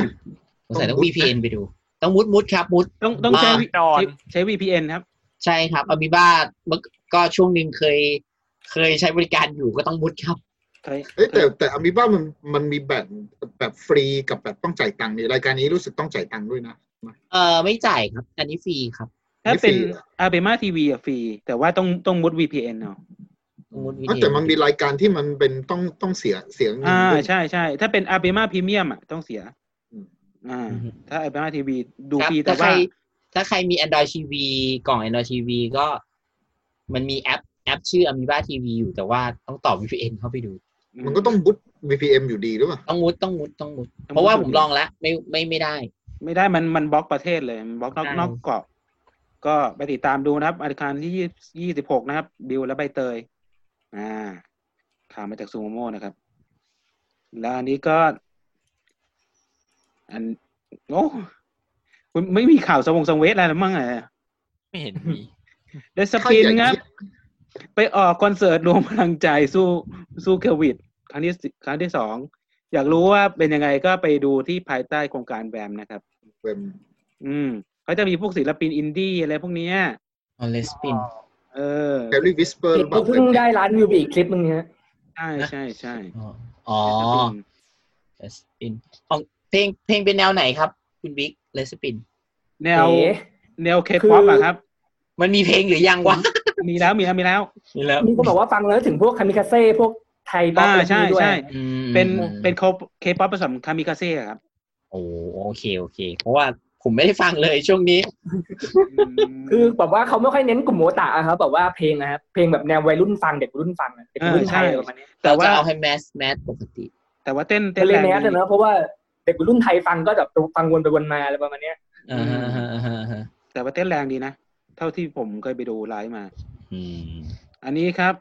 สงสัยต้อง VPN ไปดู ต้องมุดมุดครับมุด
ต้องต้องใช้
มา
วิ
นอน
ใช้ VPN ครับ
ใช่ครับอ m ิบ้าเมื่อก็ช่วงหนึ่งเคย เคยใช้บริการอยู่ก็ต้องมุดครับ
ใช้
เอ้ยแต่แต่อามิบ้ามันมันมีแบบแบบฟรีกับแบบต้องจ่ายตังค์นี่รายการนี้รู้สึกต้องจ่ายตังค์ด้วยนะ
เออไม่จ่ายครับ อันนี้ฟรีครับ
ถ้าเป็น
ไม่ฟรีเหรอ
อาเบมาทีวีอะฟรี แต่ว่าต้องต้องมุด VPN เนาะ
ต้องมุด
อ้าว
VPN
แต่มันมีรายการที่มันเป็นต้องต้องเสียเสียเงิน
อ่า
ด้วย
ใช่ใช่ถ้าเป็นอาเบมาพรีเมียมอะต้องเสีย
อืม
อ่า
อือฮึ
ถ้าอาเบมาทีวีดู
ครับ
ฟรีแต่
ถ้าใคร
ว่า
ถ้าใครมี Android TV กล่อง Android TV ก็ มันมีแอปแอปชื่อ Amoeba TV อยู่แต่ว่าต้องต่อ VPN เข้าไปดู
มันก็ต้องบุ๊ท VPN อยู่ดีหรือเปล่า
ต้องมุดต้องมุดต้องมุด
ต้องมุด
เพราะว่า
อยู่
ผม
ดี
ลองแล้วไม่ไม่ไม่ได้
ไม่ได้มันมันบล็อกประเทศเลยมันบล็อกนอก
ใช่
นอกกรอบก็ไปติดตามดูนะครับอาคารที่ยี่สิบหกนะครับ บิวและใบเตย อ่าข่าวมาจากซูโมโม่นะครับ แล้วอันนี้ก็ อันโอ้คุณไม่มีข่าวสวงสงเวทอะไรหรือมั้งอ่ะ
ไม่เห็นมี
เดสปินครับ ไปออกคอนเสิร์ตรวมพลังใจสู้สู้โควิด ครั้งที่สิครั้งที่สอง อยากรู้ว่าเป็นยังไงก็ไปดูที่ภายใต้โครงการแบมนะครับ
เป็น
อืมเขาจะมีพวกศิลปินอินดี้อะไรพวกเนี้ย
ออเลสปิน
เออ
แคลรี่วิสเปอร์หรือเปล่า
เพิ่งได้ร้านวิวไปอีกคลิปนึงเนี่ย
ใช่ใช่ใช่
อ๋อเลสปินของเพลงเพลงเป็นแนวไหนครับ คุณบิ๊กเลสปิน
แนวแนวเคป๊อป
คือ
อะ
อ
ครับ
มันมีเพลงหรือยังวะ
มีแล้วมีแล้ว มีแล้ว
นี่แล้ว
มีคนบอกว่าฟังแล้วถึงพวกคามิคาเซ่พวกไทยบ๊อบ
อ่า
อะไรพวก
ใช่
นี้ด้วย
ใช่
อืม
เป็นเป็นเคป๊อปผสมคามิคาเซ่ครับ
โอ้โอเคโอเค เพราะว่าผมไม่ได้ฟังเลย ช่วงนี้
คือแบบว่าเขาไม่ค่อยเน้นกลุ่มโมตะอะครับแบบว่าเพลงนะครับเพลงแบบแนววัยรุ่นฟังเด็กวัยรุ่นฟังอะเด็กวัยรุ่นไทยอะไรประมาณเนี้ย
แต่ว่า
เรจะเอาให้แมสแมสปกติ
แต่ว่าเต้นเต้
เป็น นเลย
แรง
แม
ดี
สอะเนอะเพราะว่าเด็กวัยรุ่นไทยฟังก็แบบฟังวนไปวนมาอะไรประมาณเนี้ย
อ่าฮะอ่าฮะอ่าฮะ
แต่ว่าเต้นแรงดีนะ เท่าที่ผมเคยไปดูไลฟ์มา
อืม
อันนี้ครับ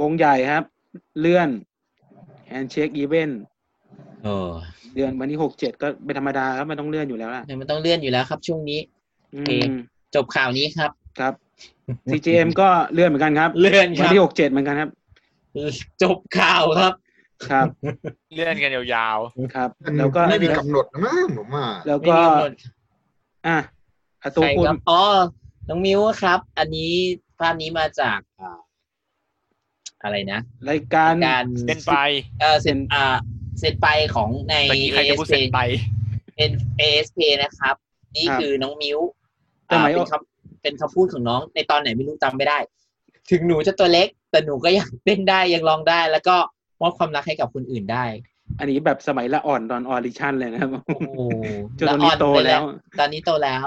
วงใหญ่ครับ เลื่อนแอนเช็คอีเวน
เออ
เดือนวันที่หกเจ็ดก็เป็นธรรมดาครับมันต้องเลื่อนอยู่แล้วล่ะ
เนี่ยมันต้องเลื่อนอยู่แล้วครับช่วงนี้
อื
โอเค
ม
จบข่าวนี้ครับ
ครับ CGM ก็เลื่อนเหมือนกันครับ
เลื่อนค
วัน
รับ
ที่หกเจ็ดเหมือนกันครับ
จบข่าวครับ
ครับ
เลื่อนกันยาว
ครับ
มัน
แล้วก็
ไม่มี
แล้ว
กำหนดนะมั้งผมว่า
แล้ว
ไม่
ก็
มีกำหนด
อ่ะอาตู
ใคร
คุณ
ครับอ๋อ น้องมิวครับ อันนี้ภาพนี้มาจากอ่าอะไรนะ
รายการ
การ
ๆเล่นไป
เออเซ็นอ่าเซ็นไปของใน
ตะกี้ใครจะพูด
ASP
เสร็จไป
เป็น ASP นะครับ นี่
ครับ
คือน้องมิว
แต่หมาย
อ่าเป็นคำเป็นคำพูดของน้องในตอนไหนไม่รู้จำไม่ได้ ถึงหนูจะตัวเล็ก แต่หนูก็ยังเต้นได้ยังร้องได้ แล้วก็มอบความรักให้กับคนอื่นได้
อันนี้แบบสมัยละอ่อนตอนออริชั่นเลยนะครับ
โอ้โห
จนตอนนี้โตแล้ว
ตอนนี้โตแล้ว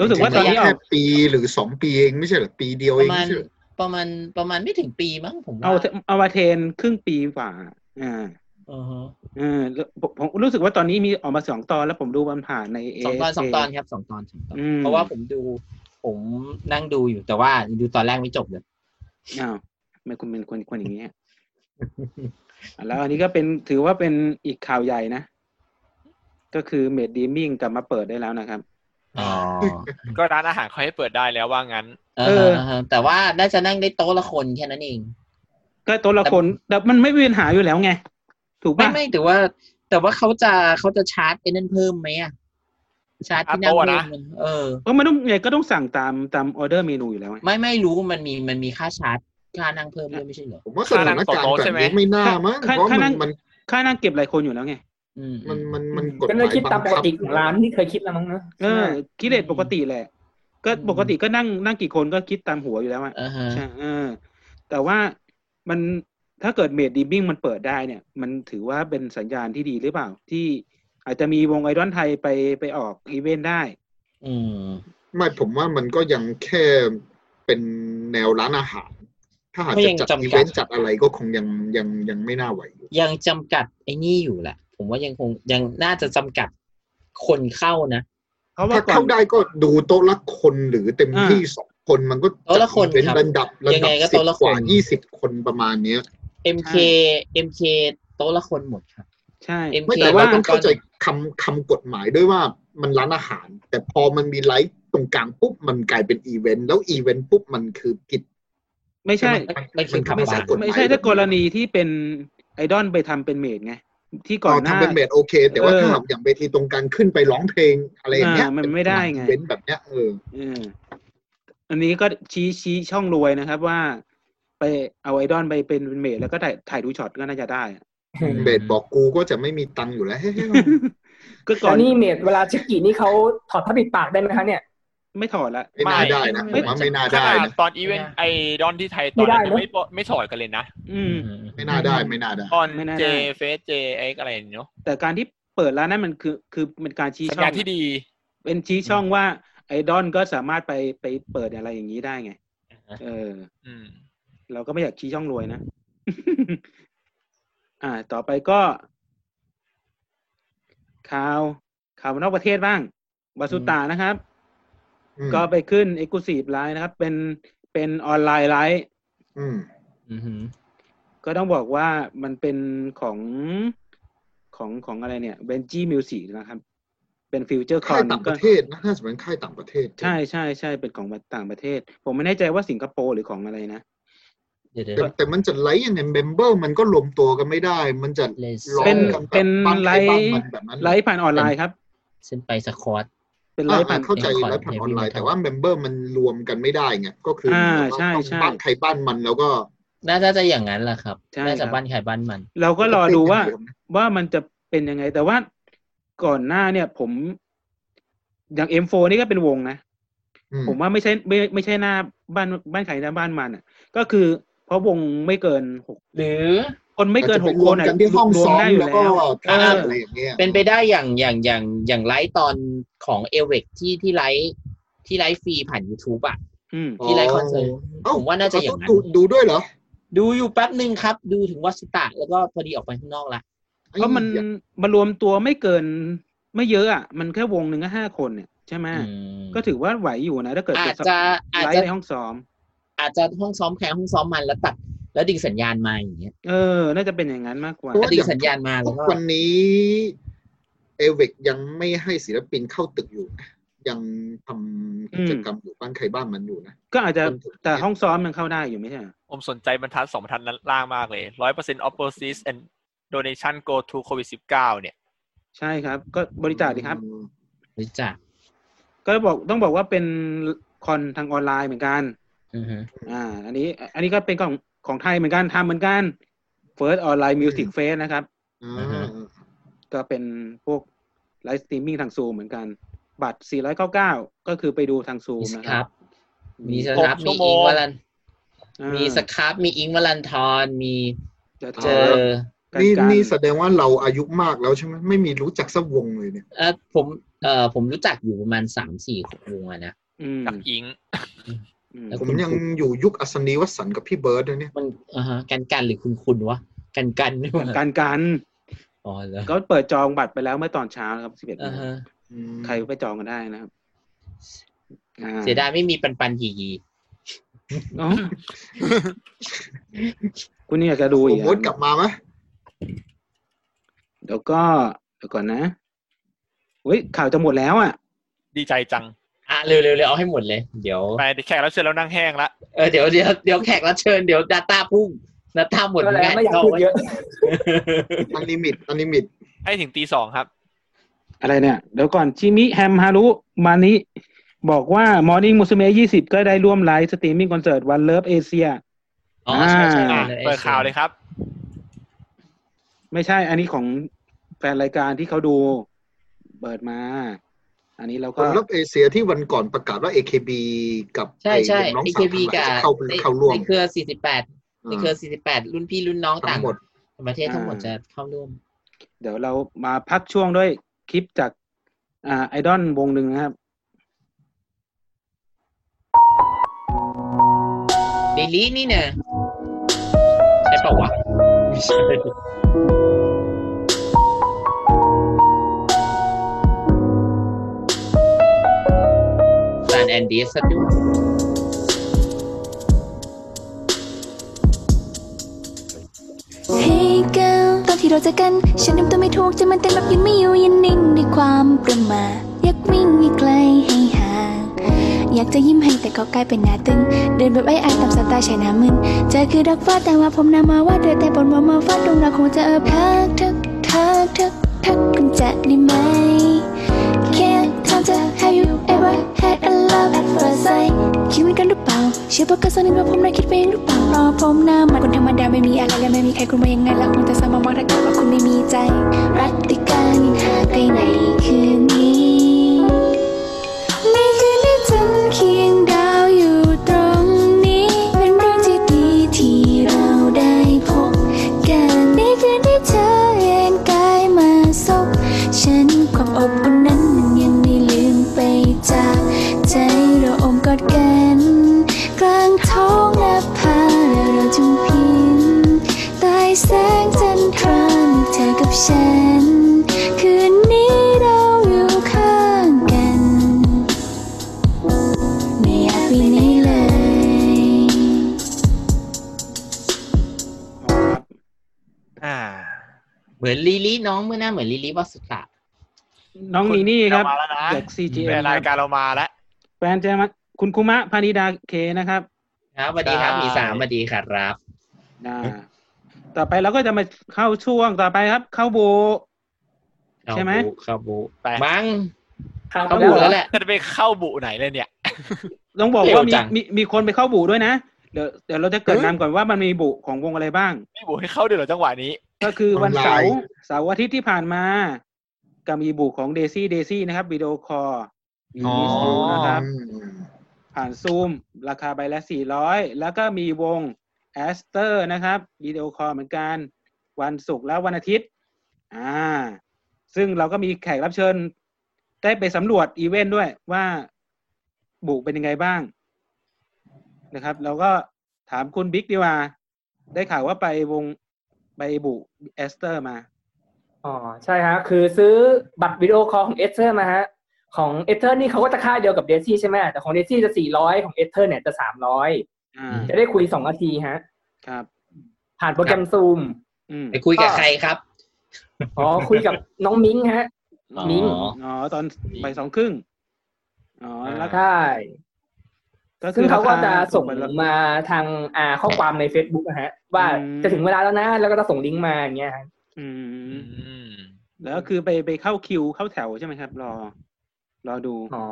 รู้สึกว่าตอนนี้ออ
แค่
ก
ปีหรือสองปีเองไม่ใช่เหรอปีเดียว
ป
เอ
ระ
ง
มาณ
ไม่ใช่เหรอ
ประมาณประมาณไม่ถึงปีมั้งผมว่า
เอาเอามาเทรนครึ่งปีกว่า อ่า
อือฮะ
เออผมผมรู้สึกว่าตอนนี้มีออกมาสองตอนแล้วผมดูมันผ่านใน
สองตอน
AFK
สองตอนครับสองตอนสองตอน
อืม
เพราะว่าผมดูผมนั่งดูอยู่แต่ว่าดูตอนแรกไม่จบเลย
อ้าวทำไม่คุณเป็นคนคนอย่างเงี้ยอ่ะแล้วอันนี้ก็เป็นถือว่าเป็นอีกข่าวใหญ่นะ ก็คือเมดดีมิงกลับมาเปิดได้แล้วนะครับ
อ๋อ
ก็ร้านอาหารเขาให้เปิดได้แล้วว่างั้น
เอออ่าฮะแต่ว่าน่าจะนั่งได้โต๊ะละคนแค่นั้นเอง
ก็ตัวละคนแต่มันไม่มีปัญหาอยู่แล้วไง ถูก
ไม่
ป่ะ
ไม่แต่ว่า แต่ว่าเขาจะเขาจะชาร์จไอ้นั่นเพิ่มไหมอะชาร์จที่นั่ง
อ่ะโต๊ะ
เพิ่ม
นะ
มันเออ
ก็มันต้องไงก็ต้องสั่งตามตามออเดอร์เมนูอยู่แล้วไง
ไม่ไม่รู้มันมีมันมีค่าชาร์จค่านั่งเพิ่มด้วยไม่ใช่เหรอ
ผมว่าสถานการณ์แบบนี้ไม่น่ามั้ง
ขั้น
เพราะ
ขั้น
มั
นั้น น
มัน
ค่านั่งเก็บหลายคนอยู่แล้วไง
อืม
มันมันมันกฎ
ก็
ห
เลย
มาย
คิดตามป
บัง
ก
คับ
ติของร้านที่เคยคิดแล้วมั้งเนอะ
เออกิเลสปกติแหละ ก็ปกติก็นั่งนั่งกี่คนก็คิดตามหัวอยู่แล้วอะ
อ่าฮะ
ใช่เออแต่ว่ามันถ้าเกิดเมดดิมบิ้งมันเปิดได้เนี่ย มันถือว่าเป็นสัญญาณที่ดีหรือเปล่า ที่อาจจะมีวงไอดอลไทยไปไปออกอีเวนต์ได้
อืม
ไม่ผมว่ามันก็ยังแค่เป็นแนวร้านอาหาร ถ้าหาก
ก็ยั
จะ
ง
จัด
จำกัด
อีเวนต์จัดอะไรก็คงยังยังยังไม่น่าไหวอยู่
ยังจำกัดไอ้นี่อยู่แหละ ผมว่ายังคงยังน่าจะจำกัดคนเข้านะ
เพราะว่า
ถ้า
ก่อ
เข้าน ได้ก็ดูโต๊ะละคนหรือเต็มที่สองคนมันก็
โต๊ะละคน
จัดอีเป็น
ครับ
ระดับระ
ยัง
ดั
ไง
บ
ก็
สิบ
โต๊ะละคน
กว่ายี่สิบคนประมาณเนี้ย
MK
ใช่
MK โต๊ะละคนหมดครับ
ใช่
MK
ไม่แต่ว่าต้องเข้าใจคำคำกฎหมายด้วยว่ามันร้านอาหาร แต่พอมันมีไลฟ์ตรงกลางปุ๊บมันกลายเป็นอีเวนต์แล้วอีเวนต์ปุ๊บมันคือกิจ
ไม่ใช่
น
ไม่ใช่
นทำ
ไม่ใช่
ตามกฎหมาย
ไม่ใช่ถ้ากรณีที่เป็นไอดอลไปทำเป็นเมดไง ที่ก่อนหน้า
ทำเป็นเมดโอเค แต่ว่า
เออ
ถ้าหากอย่างเวทีตรงกลางขึ้นไปร้องเพลงอะไรอย่างเงี้ย
อ่ามันไม่ได้ไง
เป็นแบบเนี้ยเออ
เอออันนี้ก็ชี้ชี้ช่องรวยนะครับว่า ไปเอาไอดอลไปเป็นเมดแล้วก็ถ่ายถ่ายดูช็อตก็น่าจะได้อะ
เบดบอกกูก็จะไม่มีตังค์อยู่แล้ว
ก็ก่
ต
อ
อน นนี้เมดเวลาชิกกี้นี่เขาถอดผ้าปิดปากได้ไหมคะเนี่ย
ไม่ถอดละ
ไม่น่าได้นะผ
ไม่
มว่าไม่น่า
ข
ได้
นาด
นะ
ตอนอีเวนต์ไอดอนที่ไทยต
ไม่
อน
ได้
นั้น
เน
ยัง
อะ
ไม่ไม่ถอดกันเลยนะ
อืม
ไม่น่าได้ไม่น่าได้
ตอน
ไม่น่า
เจ
ได้
เฟสเจเอ็กอะไรอย่างเงี้ยเนอะ
แต่การที่เปิดร้านนั้นมันคือคือเป็นการชี้
สัญ
ช่อ
ญาง ณที่ดี
เป็นชี้ช่องว่าไอดอลก็สามารถไปไปเปิดอะไรอย่างนี้ได้ไง เออ
อืม
เราก็ไม่อยากชี้ช่องรวยนะ อ่า ต่อไปก็ ข่าว ข่าวนอกประเทศบ้างบาสุตานะครับ
อืม
ก็ไปขึ้นเอกลูซีฟไลน์นะครับ เป็นเป็นออนไลน์ไลฟ์
อืม
อือหือ
ก็ต้องบอกว่ามันเป็นของของของอะไรเนี่ยเบนจี้มิวสิกนะครับ เป็นฟิวเจอร์คอ
ค่าย
น
ต่างประเทศนะน่าจะเป็นค่ายต่างประเทศ
ใช่ใช่ใช่เป็นของต่างประเทศ ผมไม่แน่ใจว่าสิงคโปร์หรือของอะไรนะ
เดี๋ยวเดี๋ยว
แต่แต่มันจะไลฟ์ยังไงเมมเบอร์มันก็รวมตัวกันไม่ได้ มันจะ
เลส
ร้อง
เป็น
กันแบบ
เป็น
บ้านใคร
ไลฟ์
บ้านมันแบบนั้น
ไลฟ์ผ่านออนไลน์ครับ
เส้นไปสควอต
เป็นไล
อ่า
ฟ์ผ่าน
เข้าใจ
เอ็มคอร์ด
ไลฟ์ผ่านออนไลน์
เอ็มคอร์ด
แต่ว่าเมมเบอร์มันรวมกันไม่ได้ไงก็คือ
อ่า
แบบว่า
ใช่
ต้อง
ใช่
บ้านใครบ้านมันแล้วก็
น่าน่าจะอย่างนั้นแหละครับ
ใช่
น่า
ค
จะ
รับ
บ้านใครบ้านมัน
เราก็รอดูว่า
เต้นกันอยู่นะ
ว่ามันจะเป็นยังไง แต่ว่าก่อนหน้าเนี่ย ผม อย่าง M4 นี่ก็เป็นวงนะ
อื
ผมว่าไม่ใช่ไม่ไม่ใช่หน้าบ้านบ้านใครหน้าบ้านมันอ่ะ ก็คือเพราะวงไม่เกินหก
หรือ
คนไม่เกินห
อาจ
กควน
จะไปรม
อ่ะ
กันที่ห้อง
รวม
ซ้อม
ได้อยู่
แล้ว
แล้
ก็
ว
ทา
เอออ
อะไรอย่างเงี้ย
เป็นไปได้อย่างอย่างอย่างอย่างไลฟ์ตอนของเอเวกที่ที่ไลฟ์ที่ไลฟ์ฟรีผ่าน YouTube อ่ะ
อืม
ที่ไลฟ์คอนเสิร์ต
เอ้
ผมว่าน่าจะอย่างนั้น
เดูดูด้วยเหรอ
ดูอยู่แป๊บหนึ่งครับ ดูถึงวัดสตะแล้วก็พอดีออกไปข้างนอกละ
เพราะมัน
ไอ้เหี้ย
มันรวมตัวไม่เกิน ไม่เยอะอ่ะ มันแค่วงหนึ่งก็ห้าคนเนี่ยใช่ไหม
อืม
ก็ถือว่าไหวอยู่นะ ถ้าเกิด
อาจจะอาจ
ไล
จะ
ฟ์ในห้องซ้อม
อาจจะห้องซ้อมแพ้ห้องซ้อมมันแล้วตัด แล้วดิ่งสัญญาณมาอย่างเงี้ย
เออ น่าจะเป็นอย่างนั้นมากกว่า
เพระ
แล้ว
ว่
ดิ่
อง ง
สัญญาณมา
ทุ
แล้ว
ก
ก็
วันนี้เอเวกยังไม่ให้ศิลปินเข้าตึกอยู่นะยังทำกิจกรรมอยู่บ้านใครบ้านมันอยู่นะ
ก็อาจจะแต่ห้องซ้อมมันเข้าได้อยู่ไม่ใช่เหรอ
ผมสนใจบรรทัดสองบรรทัดนั้นล่างมากเลยร้อยเปอร์เซ็นต์ opposites and donation go to covid สิบเก้าเนี่ย
ใช่ครับ ก็บริจาคดีครับ
หรือจัก
ก็บอกต้องบอกว่าเป็นคอนทางออนไลน์เหมือนกัน
อือฮึ
อ่า อันนี้ อันนี้ก็เป็นของของไทยเหมือนกันทำเหมือนกัน First Online Music Fest นะครับ
อ่า
ก็เป็นพวกไลฟ์สตรีมมิ่งทางซูมเหมือนกัน บัตร 499 ก็คือไปดูทางซู
มี
ม
ส
นะ
ค
ค
รั
รั
บบ มีส
ห
ครั
ก
บมี
ชั่วโม
อิ
ง
งวัลัน
อ่า
มีสครับมีอิงวัลันทรมี
จะ
เจ
เจอ
อ
กัน
นี่
กัน
นี่แสดงว่าเราอายุมากแล้วใช่ไหมไม่มีรู้จักสักวงเลยเนี่ย
เออผมเออผมรู้จักอยู่ประมาณสามสี่วงอะนะ
อืม
จากอิง
อืม
แล้ว
ผมยังอยู่ยุคอัศนีวสันต์กับพี่เบิร์ดเลยเนี่ย
มันอ่าฮะกันกันหรือคุณคุณวะกันกันนี่วะ
การกัน
อ๋อเหรอ
ก็เปิดจองบัตรไปแล้วเมื่อตอนเช้านะครับสิบเอ็ด
อ่าฮะ
อืม
ใครไปจองกันได้นะครับอ่า
เสียดายไม่มีปันปันยียี
อ๋อ คุณนี่อยากจะดูอีก
โมด
อ่ะ
กลับมาไหม
เดี๋ยวก็เดี๋ยวก่อนนะเฮ้ยข่าวจะหมดแล้วอ่ะ
ดีใจจัง
อ่ะเร็วๆเร็วเอาให้หมดเลย เดี๋ยว
ไปแขกรับเชิญแล้วนั่งแห้งละ
เออเดี๋ยวเดี๋ยวเดี๋ยวแขกรับเชิญเดี๋ยว Data พุ่ง Data หมด
ก็แล้ว
น
ไม่อยากพูดเยอะ
อันลิมิตอันลิมิต
ให้ถึงตีสองครับ
อะไรเนี่ย เดี๋ยวก่อนชิมิแฮมฮารุมานิบอกว่า Morning Musume 20 ก็ได้ร่วมไลฟ์สตรีมมิ่งคอนเสิร์ตวันเลิฟเอเชีย
อ๋อใช่ใช่
อ่ะ
ใช่
เปิดข่าวเลยครับ
ไม่ใช่อันนี้ของแฟนรายการที่เขาดูเปิดมา อันนี้เรา
ค
ก็
นรับเอเชียที่วันก่อนประกาศว่า AKB กับ
ใช่ใช่
ไอ้น้อง
ไอ
สา
เคว บี
ทั้งหลา
กับ
ยจะเข้า
ใน
เข้าร่วม
ในเครือสี่สิบแปดในเครือ
อ
สี่สิบแปดรุ่นพี่รุ่นน้อง่
า
ต่าง
ทั้งหมด
ประเทศทั้งหมดจะเข้าร่วม
เดี๋ยวเรามาพักช่วงด้วยคลิปจากอ่าไอดอลวงหนึ่งนะครับ
เดลี่นี่เนี่ยใช่เปล่าวะไม่ใช่ซานแอนดีสซะด้วย
เฮ้ยเกิลตอนที่เราเจอกัน ฉันทำตัวไม่ถูกจะมันเต้นแบบยืนไม่อยู่ยืนนิ่งด้วยความประมาทอยากวิ่งให้ไกลให้ห่าง อยากจะยิ้มให้แต่ก็กลายเป็นหน้าตึง เดินแบบไอ้อายตามสไตล์ชายหน้ามึนเจอคือดอกฟ้าแต่ว่าผมหน้ามาว่าดเดินแต่บนว่ามาฟาดดวงเราคงจะเอิบทักทักทักทักทักคุณจะได้ไหม Can't tell to have you ever had a love at first sight คิดเหมือนกันหรือเปล่า เชื่อว่ากันสักนิดว่าผมน่าคิดไปเองหรือเปล่าเพรอผมหน้ามันคนธรรมดาไม่มีอะไรและไม่มีใครคุณมายังไงแล้วคงจะสามารถมองได้แค่ว่าคุณไม่มีใจ รักที่การยินหาไกลในคืนนี้ ในคืนที่ฉันเคียงดาวอยู่ตรงนี้ เป็นเรื่องที่ดีที่เราได้พบกันในคืนที่เธอเอ็นกายมาซบฉันความอบอุ่นนั้นมันยังไม่ลืมไปจาก ใจเราอมกอดกัน กลางท้องและพาแล้วเราจุงพิมพ์ใต้แสงจันทรามีเธอกับฉัน คืนนี้เราอยู่ข้างกัน ไม่อยากไปไหนเลย
อ่า
เหมือนลิลี่น้องเมื่อหน้าเหมือนลิลี่วาสุตะ
น้องนีนี่ครับ
เามาแล้วนะ
จาก
แฟ
CGM
นรายกา
คั
ร
บ
รเรามาแล้ว
แฟนจะมาคุณคุมะพานิดาเคนะครับ
ครับสวัสดีครับ
ได้
มีสามสวัสดีครับรับ
อ่าต่อไปเราก็จะมาเข้าช่วงต่อไปครับ เข้าโบ
เข้า
ใช่ไหม
บุเข้าบุ
ไป
มั้ง
ครับ
เข้าบุแล้วแหละ
จะไปเข้าบุไหนเลยเนี่ย
ต้องบอกว่า
เร็ว
มี
จัง
มีมีคนไปเข้าบุด้วยนะ เดี๋ยวเดี๋ยวเราจะเกริดนำก่อนว่ามันมีบุของวงอะไรบ้าง
ไม่บุให้เข้าเดี๋ยวเหรอจังหวะนี้
ก็คือวันเสา
ออน
ร์
ไลน์
เสาร์อาทิตย์ที่ผ่านมาก็มีบุของเดซี่เดซี่นะครับวิดีโอคอลมี
อ๋อ
มิสซูนะครับ
อืม
ผ่านซูม ราคาใบละสี่ร้อยแล้วก็มีวงแอสเตอร์นะครับวิดีโอคอลเหมือนกัน วันศุกร์และวันอาทิตย์ อ่า ซึ่งเราก็มีแขกรับเชิญ ได้ไปสำรวจอีเวนต์ด้วยว่าบุเป็นยังไงบ้าง นะครับ เราก็ถามคุณบิ๊กดีกว่า ได้ข่าวว่าไปวงไปบุแอสเตอร์มา
อ๋อใช่ฮะคือซื้อบัตรวิดีโอคอลของเอสเ r อร์มาฮะของเอสเ r อร์นี่เขาก็จะค่าเดียวกับเดซี่ใช่ไหมแต่ของเดซี่จะสี่ร้อยของเอสเ r อร์เนี่ยจะสามร้อย
อ่า
จะได้คุยสองนาทีฮะ
ครับ
ผ่านโปรแกรมซูม
อืม
ไปคุยกับใครครับ
อ๋อ คุยกับน้องมิ้งฮะ
อ๋อ
มิ้ง
อ๋อตอนบ่ายสองครึ่งอ๋อแล้ว
ใช่
ก็คื
ซึ่ง
อ
เขาก็จะส่ง
รคถูกกว่า
มาทางอ่าข้อความใน Facebook นะฮะ ว่า
อืม
จะถึงเวลาแล้วนะ แล้วก็จะส่งลิงก์มาอย่างเงี้ยฮะ
อื
อื
ม
ม
แล้วคือไปไปเข้าคิวเข้าแถวใช่ไหมครับ รอ รอดู
อ๋อ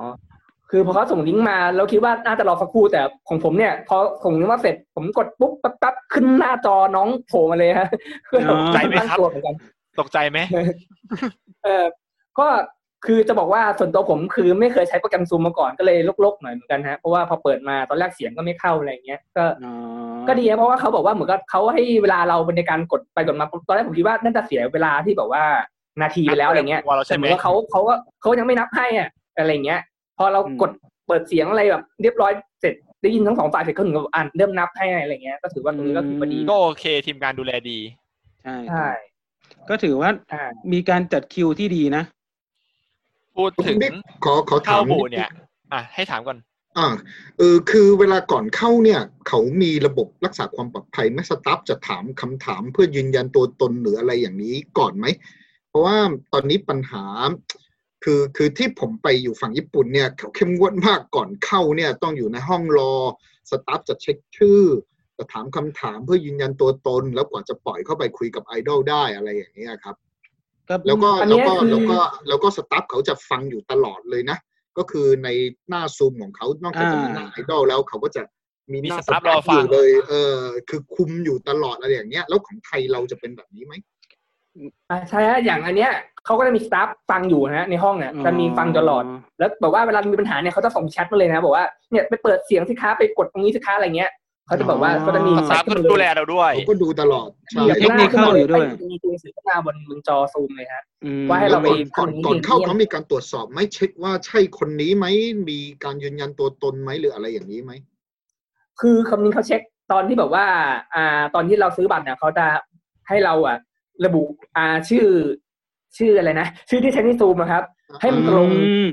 คือพอเขาส่งลิงก์มาเราคิดว่าน่าจะรอสักครู่แต่ของผมเนี่ย พอส่งลิงก์มาเสร็จผมกดปุ๊บปั๊บปั๊บขึ้นหน้าจอน้องโผล่มาเลยฮะก็ตกใจตั้งตัวเหมือนกัน
ตกใจไหม
เออก็ คือจะบอกว่าส่วนตัวผมคือไม่เคยใช้โปรแกรมซูมมาก่อนก็เลยลกๆหน่อยเหมือนกันฮะเพราะว่าพอเปิดมาตอนแรกเสียงก็ไม่เข้าอะไรเงี้ยก็
อ๋อ
ก็ดีนะเพราะว่าเขาบอกว่าเหมือนกับเขาให้เวลาเราในการกดไปกดมาตอนแรกผมคิดว่าน่าจะเสียเวลาที่แบบว่านาทีไปแล้วอะไรเงี้ย
ว่าเรา
แต่
ใช่
เห
ไหม
มือนว่าเขาเขาก็เขายังไม่นับให้อะอะไรเงี้ย พอเรากดเปิดเสียงอะไรแบบ เรียบร้อยเสร็จได้ยินทั้งสองฝ่ายเสร็จก็ถึงกับอ่านเริ่มนับให้อะไรเงี้ยก็ถือว่าตรงนี้ก็ถือว่าดี
ก็โอเคทีมงานดูแลดี
ใช่
ใช่
ก็ถือว่า
ใช่
มีการจัดคิวที่ดีนะ
พูดถึง
นิดขอขอถา
เข้าม บูเนี่ย อ่ะให้ถามก่อน
อ่าเออคือเวลาก่อนเข้าเนี่ย เขามีระบบรักษาความปลอดภัยไหมสตาฟจะถามคำถามเพื่อยืนยันตัวตนหรืออะไรอย่างนี้ก่อนไหม เพราะว่าตอนนี้ปัญหา คือคือที่ผมไปอยู่ฝั่งญี่ปุ่นเนี่ยเขาเข้มงวดมากก่อนเข้าเนี่ยต้องอยู่ในห้องรอสตาฟจะเช็คชื่อจะถามคำถามเพื่อยืนยันตัวตน แล้วกว่าจะปล่อยเข้าไปคุยกับไอดอลได้อะไรอย่างเงี้ยครับ
ก็
แล้วก็
อันเนี้
แล้ว
ย
ก็
คือ
แล้วก็แล้วก็สตาฟเขาจะฟังอยู่ตลอดเลยนะ ก็คือในหน้าซูมของเขานอกจากจะมีหน้าไอดอลแล้วเขาก็จะมีหน้า
มีสตาฟรอฟั
อง ยู่เลยเออคือคุมอยู่ตลอดอะไรอย่างเงี้ยแล้วของไทยเราจะเป็นแบบนี้ไหม
อ่าใช่ฮะอย่างอันเนี้ยเขาก็จะมีสตาฟฟังอยู่นะฮะในห้องเนี่ยจะมีฟังตลอด แล้วแบบว่าเวลามีปัญหาเนี่ยเขาจะส่งแชทมาเลยนะบอกว่าเนี่ยไปเปิดเสียงสิคะไปกดตรงนี้สิคะอะไรเงี้ยเขาจะแบบว่าก็จะมี
อ๋อ
สตาฟก็ดูแลเราด้วย
เขาก็ดูตลอดใช่
มีแบบ
เทคนิคเข้าอยู่ด้วย
มีตัวหนังสือหน้าบนบนจอซูมเลยฮะ
อืม
ว่าให้
แล้
เรา
ว
ไป
ก่อนก่อนเข้าเขามีการตรวจสอบไหมเช็คว่าใช่คนนี้ไหมมีการยืนยันตัวตนไหมหรืออะไรอย่างนี้ไหม
คือคำนี้เขาเช็คตอนที่แบบว่า อ่า ตอนที่เราซื้อบัตรเนี่ยเขาจะให้เราอ่ะ ระบุอ่าชื่อ ชื่ออะไรนะชื่อที่ใช้ในซูมนะครับ ให้มันตรง
อืม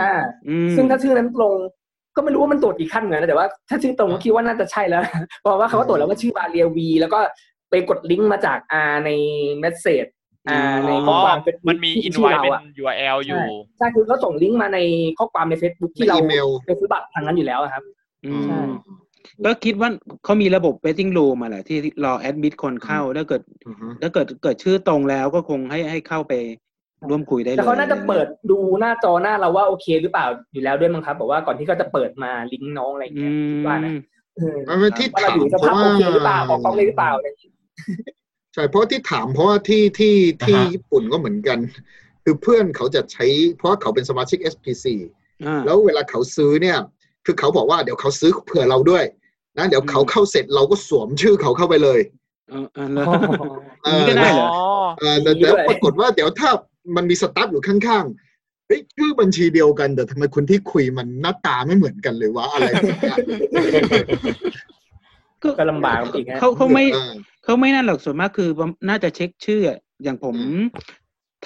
อ่า
อืม
ซึ่งถ้าชื่อนั้นตรงก็ไม่รู้ว่ามันตรวจกี่ขั้นเหมือนกันนะแต่ว่าถ้าชื่อตรงก็คิดว่าน่าจะใช่แล้ว เพราะว่าเขาก็ตรวจแล้วว่าชื่อบาเรียวี แล้วก็ไปกดลิงก์มาจากอาในเมสเซจอาใน
อ๋อ
เพ
ข้อ
ราะ
ความ Facebook
มันมีอิ
ที่
น
ชื่
ไว
เรา
เป็น
อะ
URL อยู่
ใช่คือเขาส่งลิงก์มาในข้อความใน Facebook ที่เรา
อีเมล
ไปซื้อบัตรทางนั้นอยู่แล้วอะครับ
อืม
ใช่
ก็คิดว่าเขามีระบบ waiting room มาแหละที่รอแอดมิดคนเข้าถ้าเกิด
อือฮึ
ถ้าเกิดเกิดชื่อตรงแล้วก็คงให้ให้เข้าไปร่วมคุยได้เลย
แต่เขาน่าจะเปิดดูหน้าจอหน้าเราว่าโอเคหรือเปล่าอยู่แล้วด้วยมั้งครับบอกว่าก่อนที่เขาจะเปิดมาลิงก์น้องอะไรอย่าง
อื
เง
ม
ี้ยคิดว่านะเออ
ไมันที่
ว่าเรา
ถา
อ
ม
ยู่ในส
เพ
ภาพ
ราะว่า
โอเคหรือเปล่าออกกล้องได้หรือเปล่าอะไรอย่างเงี้ย
ใช่เพราะที่ถามเพราะว่าที่ที่ที่
อ่าฮะ
ญี่ปุ่นก็เหมือนกัน คือเพื่อนเขาจะใช้ เพราะเขาเป็นสมาชิก SPC
อ่า
แล้วเวลาเขาซื้อเนี่ย คือเขาบอกว่าเดี๋ยวเขาซื้อเผื่อเราด้วยนะเดี๋ยวเขา
อืม
เข้าเสร็จเราก็สวมชื่อเขาเข้าไปเลย
เออเออเลย
เอ
นี่
อ
ก็ได้เหร
อ๋อ
เออแต่
ดีด้
แล้ว วย ปรากฏว่าเดี๋ยวถ้ามันมีสตาฟอยู่ข้างๆเฮ้ยชื่อบัญชีเดียวกัน แต่ทำไมคนที่คุยมันหน้าตาไม่เหมือนกันเลยวะอะไรแบบเนี้ย
ก็ลำบากอีกฮะ
เขาเขาไม่
ออ
เขาไม่นั่นหรอกส่วนมากคือน่าจะเช็คชื่อ อย่างผม
อื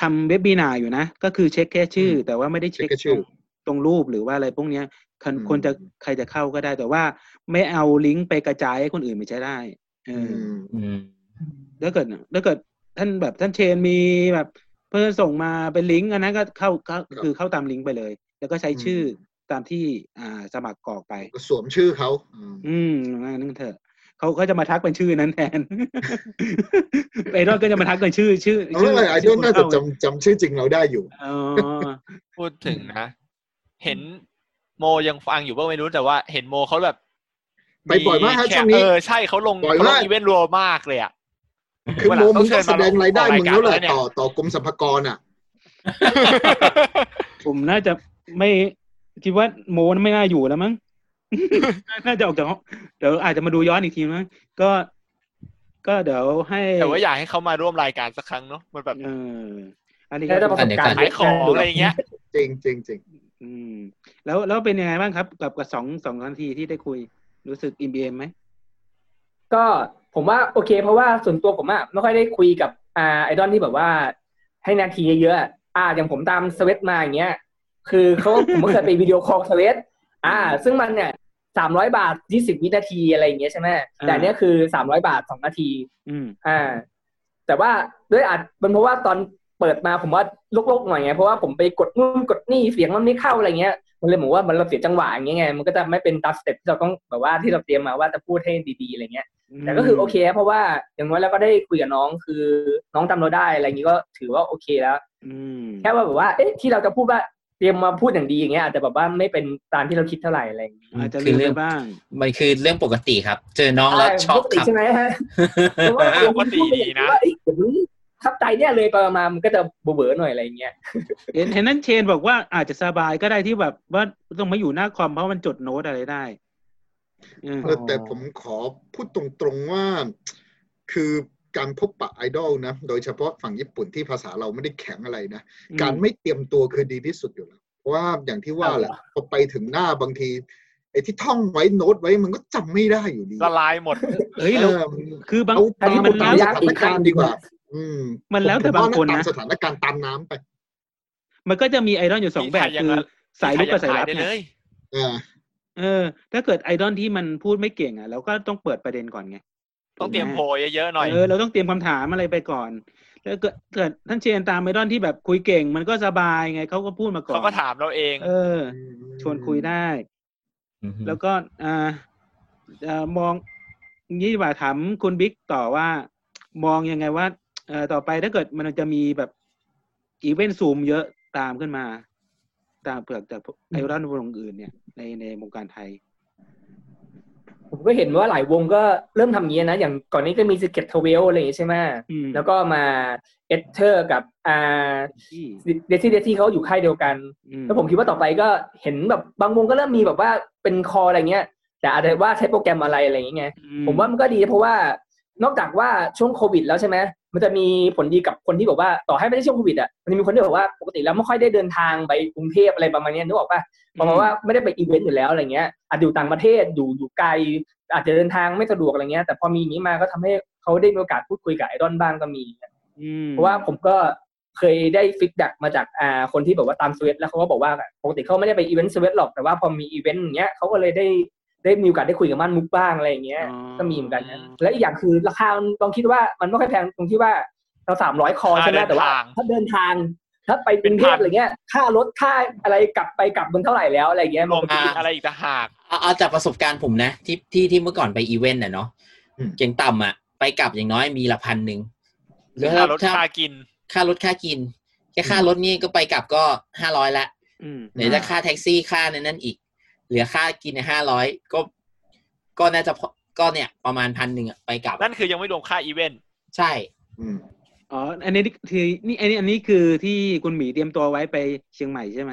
ทำเว็บบีนาอยู่นะ ก็คือเช็คแค่ชื่อ แต่ว่าไม่ได้เช็ค
เช็คแค่ชื่
ต
อ
รงตรงรูปหรือว่าอะไรพวกเนี้ยคน
อืม
คนจะใครจะเข้าก็ได้ แต่ว่าไม่เอาลิงก์ไปกระจายให้คนอื่นไม่ใช้ได้เออ
อื
อ
ม
อืม
ถ้าเกิดถ้าเกิดท่านแบบท่านเชนมีแบบ เพื่อนส่งมาเป็นลิงก์อันนั้นก็เข้าเข้า
ครับ
คือเข้าตามลิงก์ไปเลย แล้วก็ใช้
อืม
ชื่อตามที่อ่าสมัครกรอกไป
ก็สวมชื่อเขาอืม
อืมนั่นนึงเถอะเขาก็จะมาทักเป็นชื่อนั้นแทน ไอรอนก็จะมาทักเป็นชื่อชื่อ
เอา
ชื่
ไม่เป็นไรไอดอลน่าจะจำจำชื่อจริงเราได้อยู่
อ๋อ
พูดถึงนะ เห็นโมยังฟังอยู่เปล่าไม่รู้แต่ว่าเห็นโมเขาแบบ
ไปบ่อยมากฮะ
แข
ช่วงนี้
เออใช่เขาลง
บ่อยมาก
เขาลงอีเวนต์รัวมากเลยอ่ะ
คือ
วันห
โม
ลังต้
มึ
อง
ง
เชิญ
ต้องแสดง
มาลง
รายได้
ออก
มึงแล้วแห
รา
ละ
ยการ
ต่อต่อกรมสรรพากรอ่ะ
ผมน่าจะไม่คิดว่าโมนไม่น่าอยู่แล้วมั้ง น่าจะออกจากห้องเดี๋ยวอาจจะมาดูย้อนอีกทีมั้งก็ ก็เดี๋ยวให้
แต่ว่าอยากให้เขามาร่วมรายการสักครั้งเนาะมันแบบ
เอออันนี้
ได้
ก็
ประสบการณ์
ขายของอะไรอย่างเงี้ย
จริงจริงจริง
อืม แล้วแล้วเป็นยังไงบ้างครับกับกับสองสองนาทีที่ได้คุย รู้สึกอิมเมไหม
ก็ผมว่าโอเค เพราะว่าส่วนตัวผมอะไม่ค่อยได้คุยกับอ่าไอดอลที่แบบว่าให้นาทีเยอะๆอะอ่าอย่างผมตามสเวตมาอย่างเงี้ย คือเขา ผมก็เคยไปวิดีโอคอลสเวตอ่า ซึ่งมันเนี่ยสามร้อยบาทยี่สิบวินาทีอะไรอย่างเงี้ยใช่ไหมแต่อันเนี้ยคือสามร้อยบาทสองนาที
อืม
อ่า แต่ว่าด้วยอาจมันเพราะว่าตอนเปิดมาผมว่าลกๆหน่อยไงเพราะว่าผมไปกดนู่นกดนี่เสียงมันไม่เข้าอะไรเงี้ยมันเลยเหมือนว่ามันเราเสียจังหวะอย่างเงี้ยไงมันก็จะไม่เป็นตามสเต็ปที่เราต้องแบบว่าที่เราเตรียมมาว่าจะพูดให้ดีๆอะไรเงี้ย แต่ก็คือโอเค เพราะว่าอย่างน้อยเราก็ได้คุยกับน้องคือน้องจำเราได้อะไรอย่างนี้ก็ถือว่าโอเคแล้ว
อืม
แค่ว่าแบบว่าเอ๊ะที่เราจะพูดว่าเตรียมมาพูดอย่างดีอย่างเงี้ยอาจจะแบบว่าไม่เป็นตามที่เราคิดเท่าไหร่อะไรอย่างงี้
อาจจะ
คื
ลื
อ
ม
เรื่
ไป
อง
บ้าง
มันคือเรื่องปกติครับ เจอน้องแล้ว
ใช่
ช็อก
ปติ
ครับ
ใช่ไหมฮะ
ปกติดีนะ
เดี๋ยวมึงท ทับใจเนี่ยเลยไปมามันก็จะเบื่อๆหน่อยอะไรอย่างเงี้ย
เห็นเห็นนั่นเชนบอกว่าอาจจะสบายก็ได้ที่แบบว่าต้องมาอยู่หน้าคอมเพราะมันจดโน้ตอะไรได้อืม
เออแต่ผมขอพูดตรงๆว่าคือการพบปะไอดอลนะ โดยเฉพาะฝั่งญี่ปุ่นที่ภาษาเราไม่ได้แข็งอะไรนะ การไม่เตรียมตัวคือดีที่สุดอยู่แล้ว เพราะว่าอย่างที่ว่าแหละพอไปถึงหน้าบางทีไอ้ที่ท่องไว้โน้ตไว้มันก็จำไม่ได้อยู่ดี
ละลายหมด
เฮ้ยเรา
ออ
คือบาง
เอา
อัน
ตาม
นี้มัน
ตา
แล้
ม
ว
สถานการณ์ดีกว่า อืม
มันแล้วแต่
ผมว่
บางคนนะ
ตมสถานการณ์ตามน้ำไป
มันก็จะมีไอดอลอยู่สองแบบ
มีใครอย่าง
คือ
นั้น
สายลุกกับสาย
ถ่
รับ
ได้
เนี่
เลย ย
เออ
เออ ถ้าเกิดไอดอลที่มันพูดไม่เก่งอ่ะเราก็ต้องเปิดประเด็นก่อนไง
ต้องเตรียมโพยเยอะๆหน่อย
เออเราต้องเตรียมคำถามอะไรไปก่อน แล้วเกิดเกิดท่านเชนตามไอดอลที่แบบคุยเก่ง มันก็สบายไงเขาก็พูดมาก่อน
เขาก็ถามเราเอง
เออ ชวนคุยได้
อือฮึ
แล้วก็อ่าเอ่อมองงี้ดีกว่าถามคุณบิ๊กต่อว่า มองยังไงว่าเอ่อต่อไปถ้าเกิดมันจะมีแบบอีเวนต์ซูมเยอะตามขึ้นมา ตามเปลือกจากไอรอนวงอื่นเนี่ย ในในวงการไทย
ผมก็เห็นว่าหลายวงก็เริ่มทำอย่างนี้นะ อย่างก่อนนี้ก็มีสเก็ตทเวลอะไรอย่างนี้ใช่ไหม
อืม
แล้วก็มาเอเทอร์กับอ่า
ที่
เดซี่เดซี่เขาอยู่ค่ายเดียวกัน
อื
แล้วผมคิดว่าต่อไปก็เห็นแบบบางวงก็เริ่มมีแบบว่าเป็นคออะไรเงี้ย แต่อาจจะว่าใช้โปรแกรมอะไรอะไรอย่างเงี้ย
อื
ผมว่ามันก็ดีเพราะว่านอกจากว่าช่วงโควิด แล้วใช่ไหมมันจะมีผลดีกับคนที่แบบว่าต่อให้ไม่ได้ช่วงโควิดอ่ะมันจะมีคนที่แบบว่าปกติแล้วไม่ค่อยได้เดินทางไปกรุงเทพอะไรประมาณเนี้ยนึกออกปะประมาณว่าไม่ได้ไปอีเวนต์อยู่แล้วอะไรเงี้ยอาจจะอยู่ต่างประเทศอยู่อยู่ไกล อาจจะเดินทางไม่สะดวกอะไรเงี้ย แต่พอมีอย่างนี้มาก็ทำให้เขาได้มีโอกาสพูดคุยกับไอดอลบ้างก็มี
อืม
เพราะว่าผมก็เคยได้ฟีดแบ็กมาจากอ่าคนที่แบบว่าตามสวีทแล้วเขาก็บอกว่าปกติเขาไม่ได้ไปอีเวนต์สวีทหรอกแต่ว่าพอมีอีเวนต์อย่างเงี้ยเขาก็เลยได้ได้มีโอกาสได้คุยกับม่านมุกบ้างอะไรอย่างเงี้ย
อ๋อ
ก็มีเหมือนกันนะและอีกอย่างคือราคาลองคิดว่ามันไม่ค่อยแพงตรงที่ว่าเราสามร้อยคอใช่ไหม
ค่าเดิน
แต่ว่า
ทาง
ถ้าเดินทางถ้าไปกรุง
เป็น
เท
พั
พ
น
อะไรเงี้ยค่ารถค่าอะไรกลับไปกลับมันเท่าไหร่แล้วอะไรเงี้ย
ร
มั
วม
นก็
กิ
คิ
น
ด
อะไรอีกต่างหาก
เอาเอาจากประสบการณ์ผมนะที่ที่ที่เมื่อก่อนไปอีเวนต์น่ะเนาะ
อืม
เก่งต่ำอ่ะ ไปกลับอย่างน้อยมีละพันหนึ่งแล้ว
ค่ารถค่ากิน
ค่ารถค่ากิน แค่ค่ารถนี่ก็ไปกลับก็ห้าร้อยละ
อืม
ไหนจะค่าแท็กซี่ค่าในนั้นอีก เหลือค่ากินในห้าร้อยก็ก็น่าจะพอก็เนี่ยประมาณพันหนึ่งอะไปกลับ
นั่นคือยังไม่รวมค่าอีเวนต์
ใช่
อืม
อ๋อ อันนี้คือนี่อันนี้อันนี้คือที่คุณหมีเตรียมตัวไว้ไปเชียงใหม่ใช่ไหม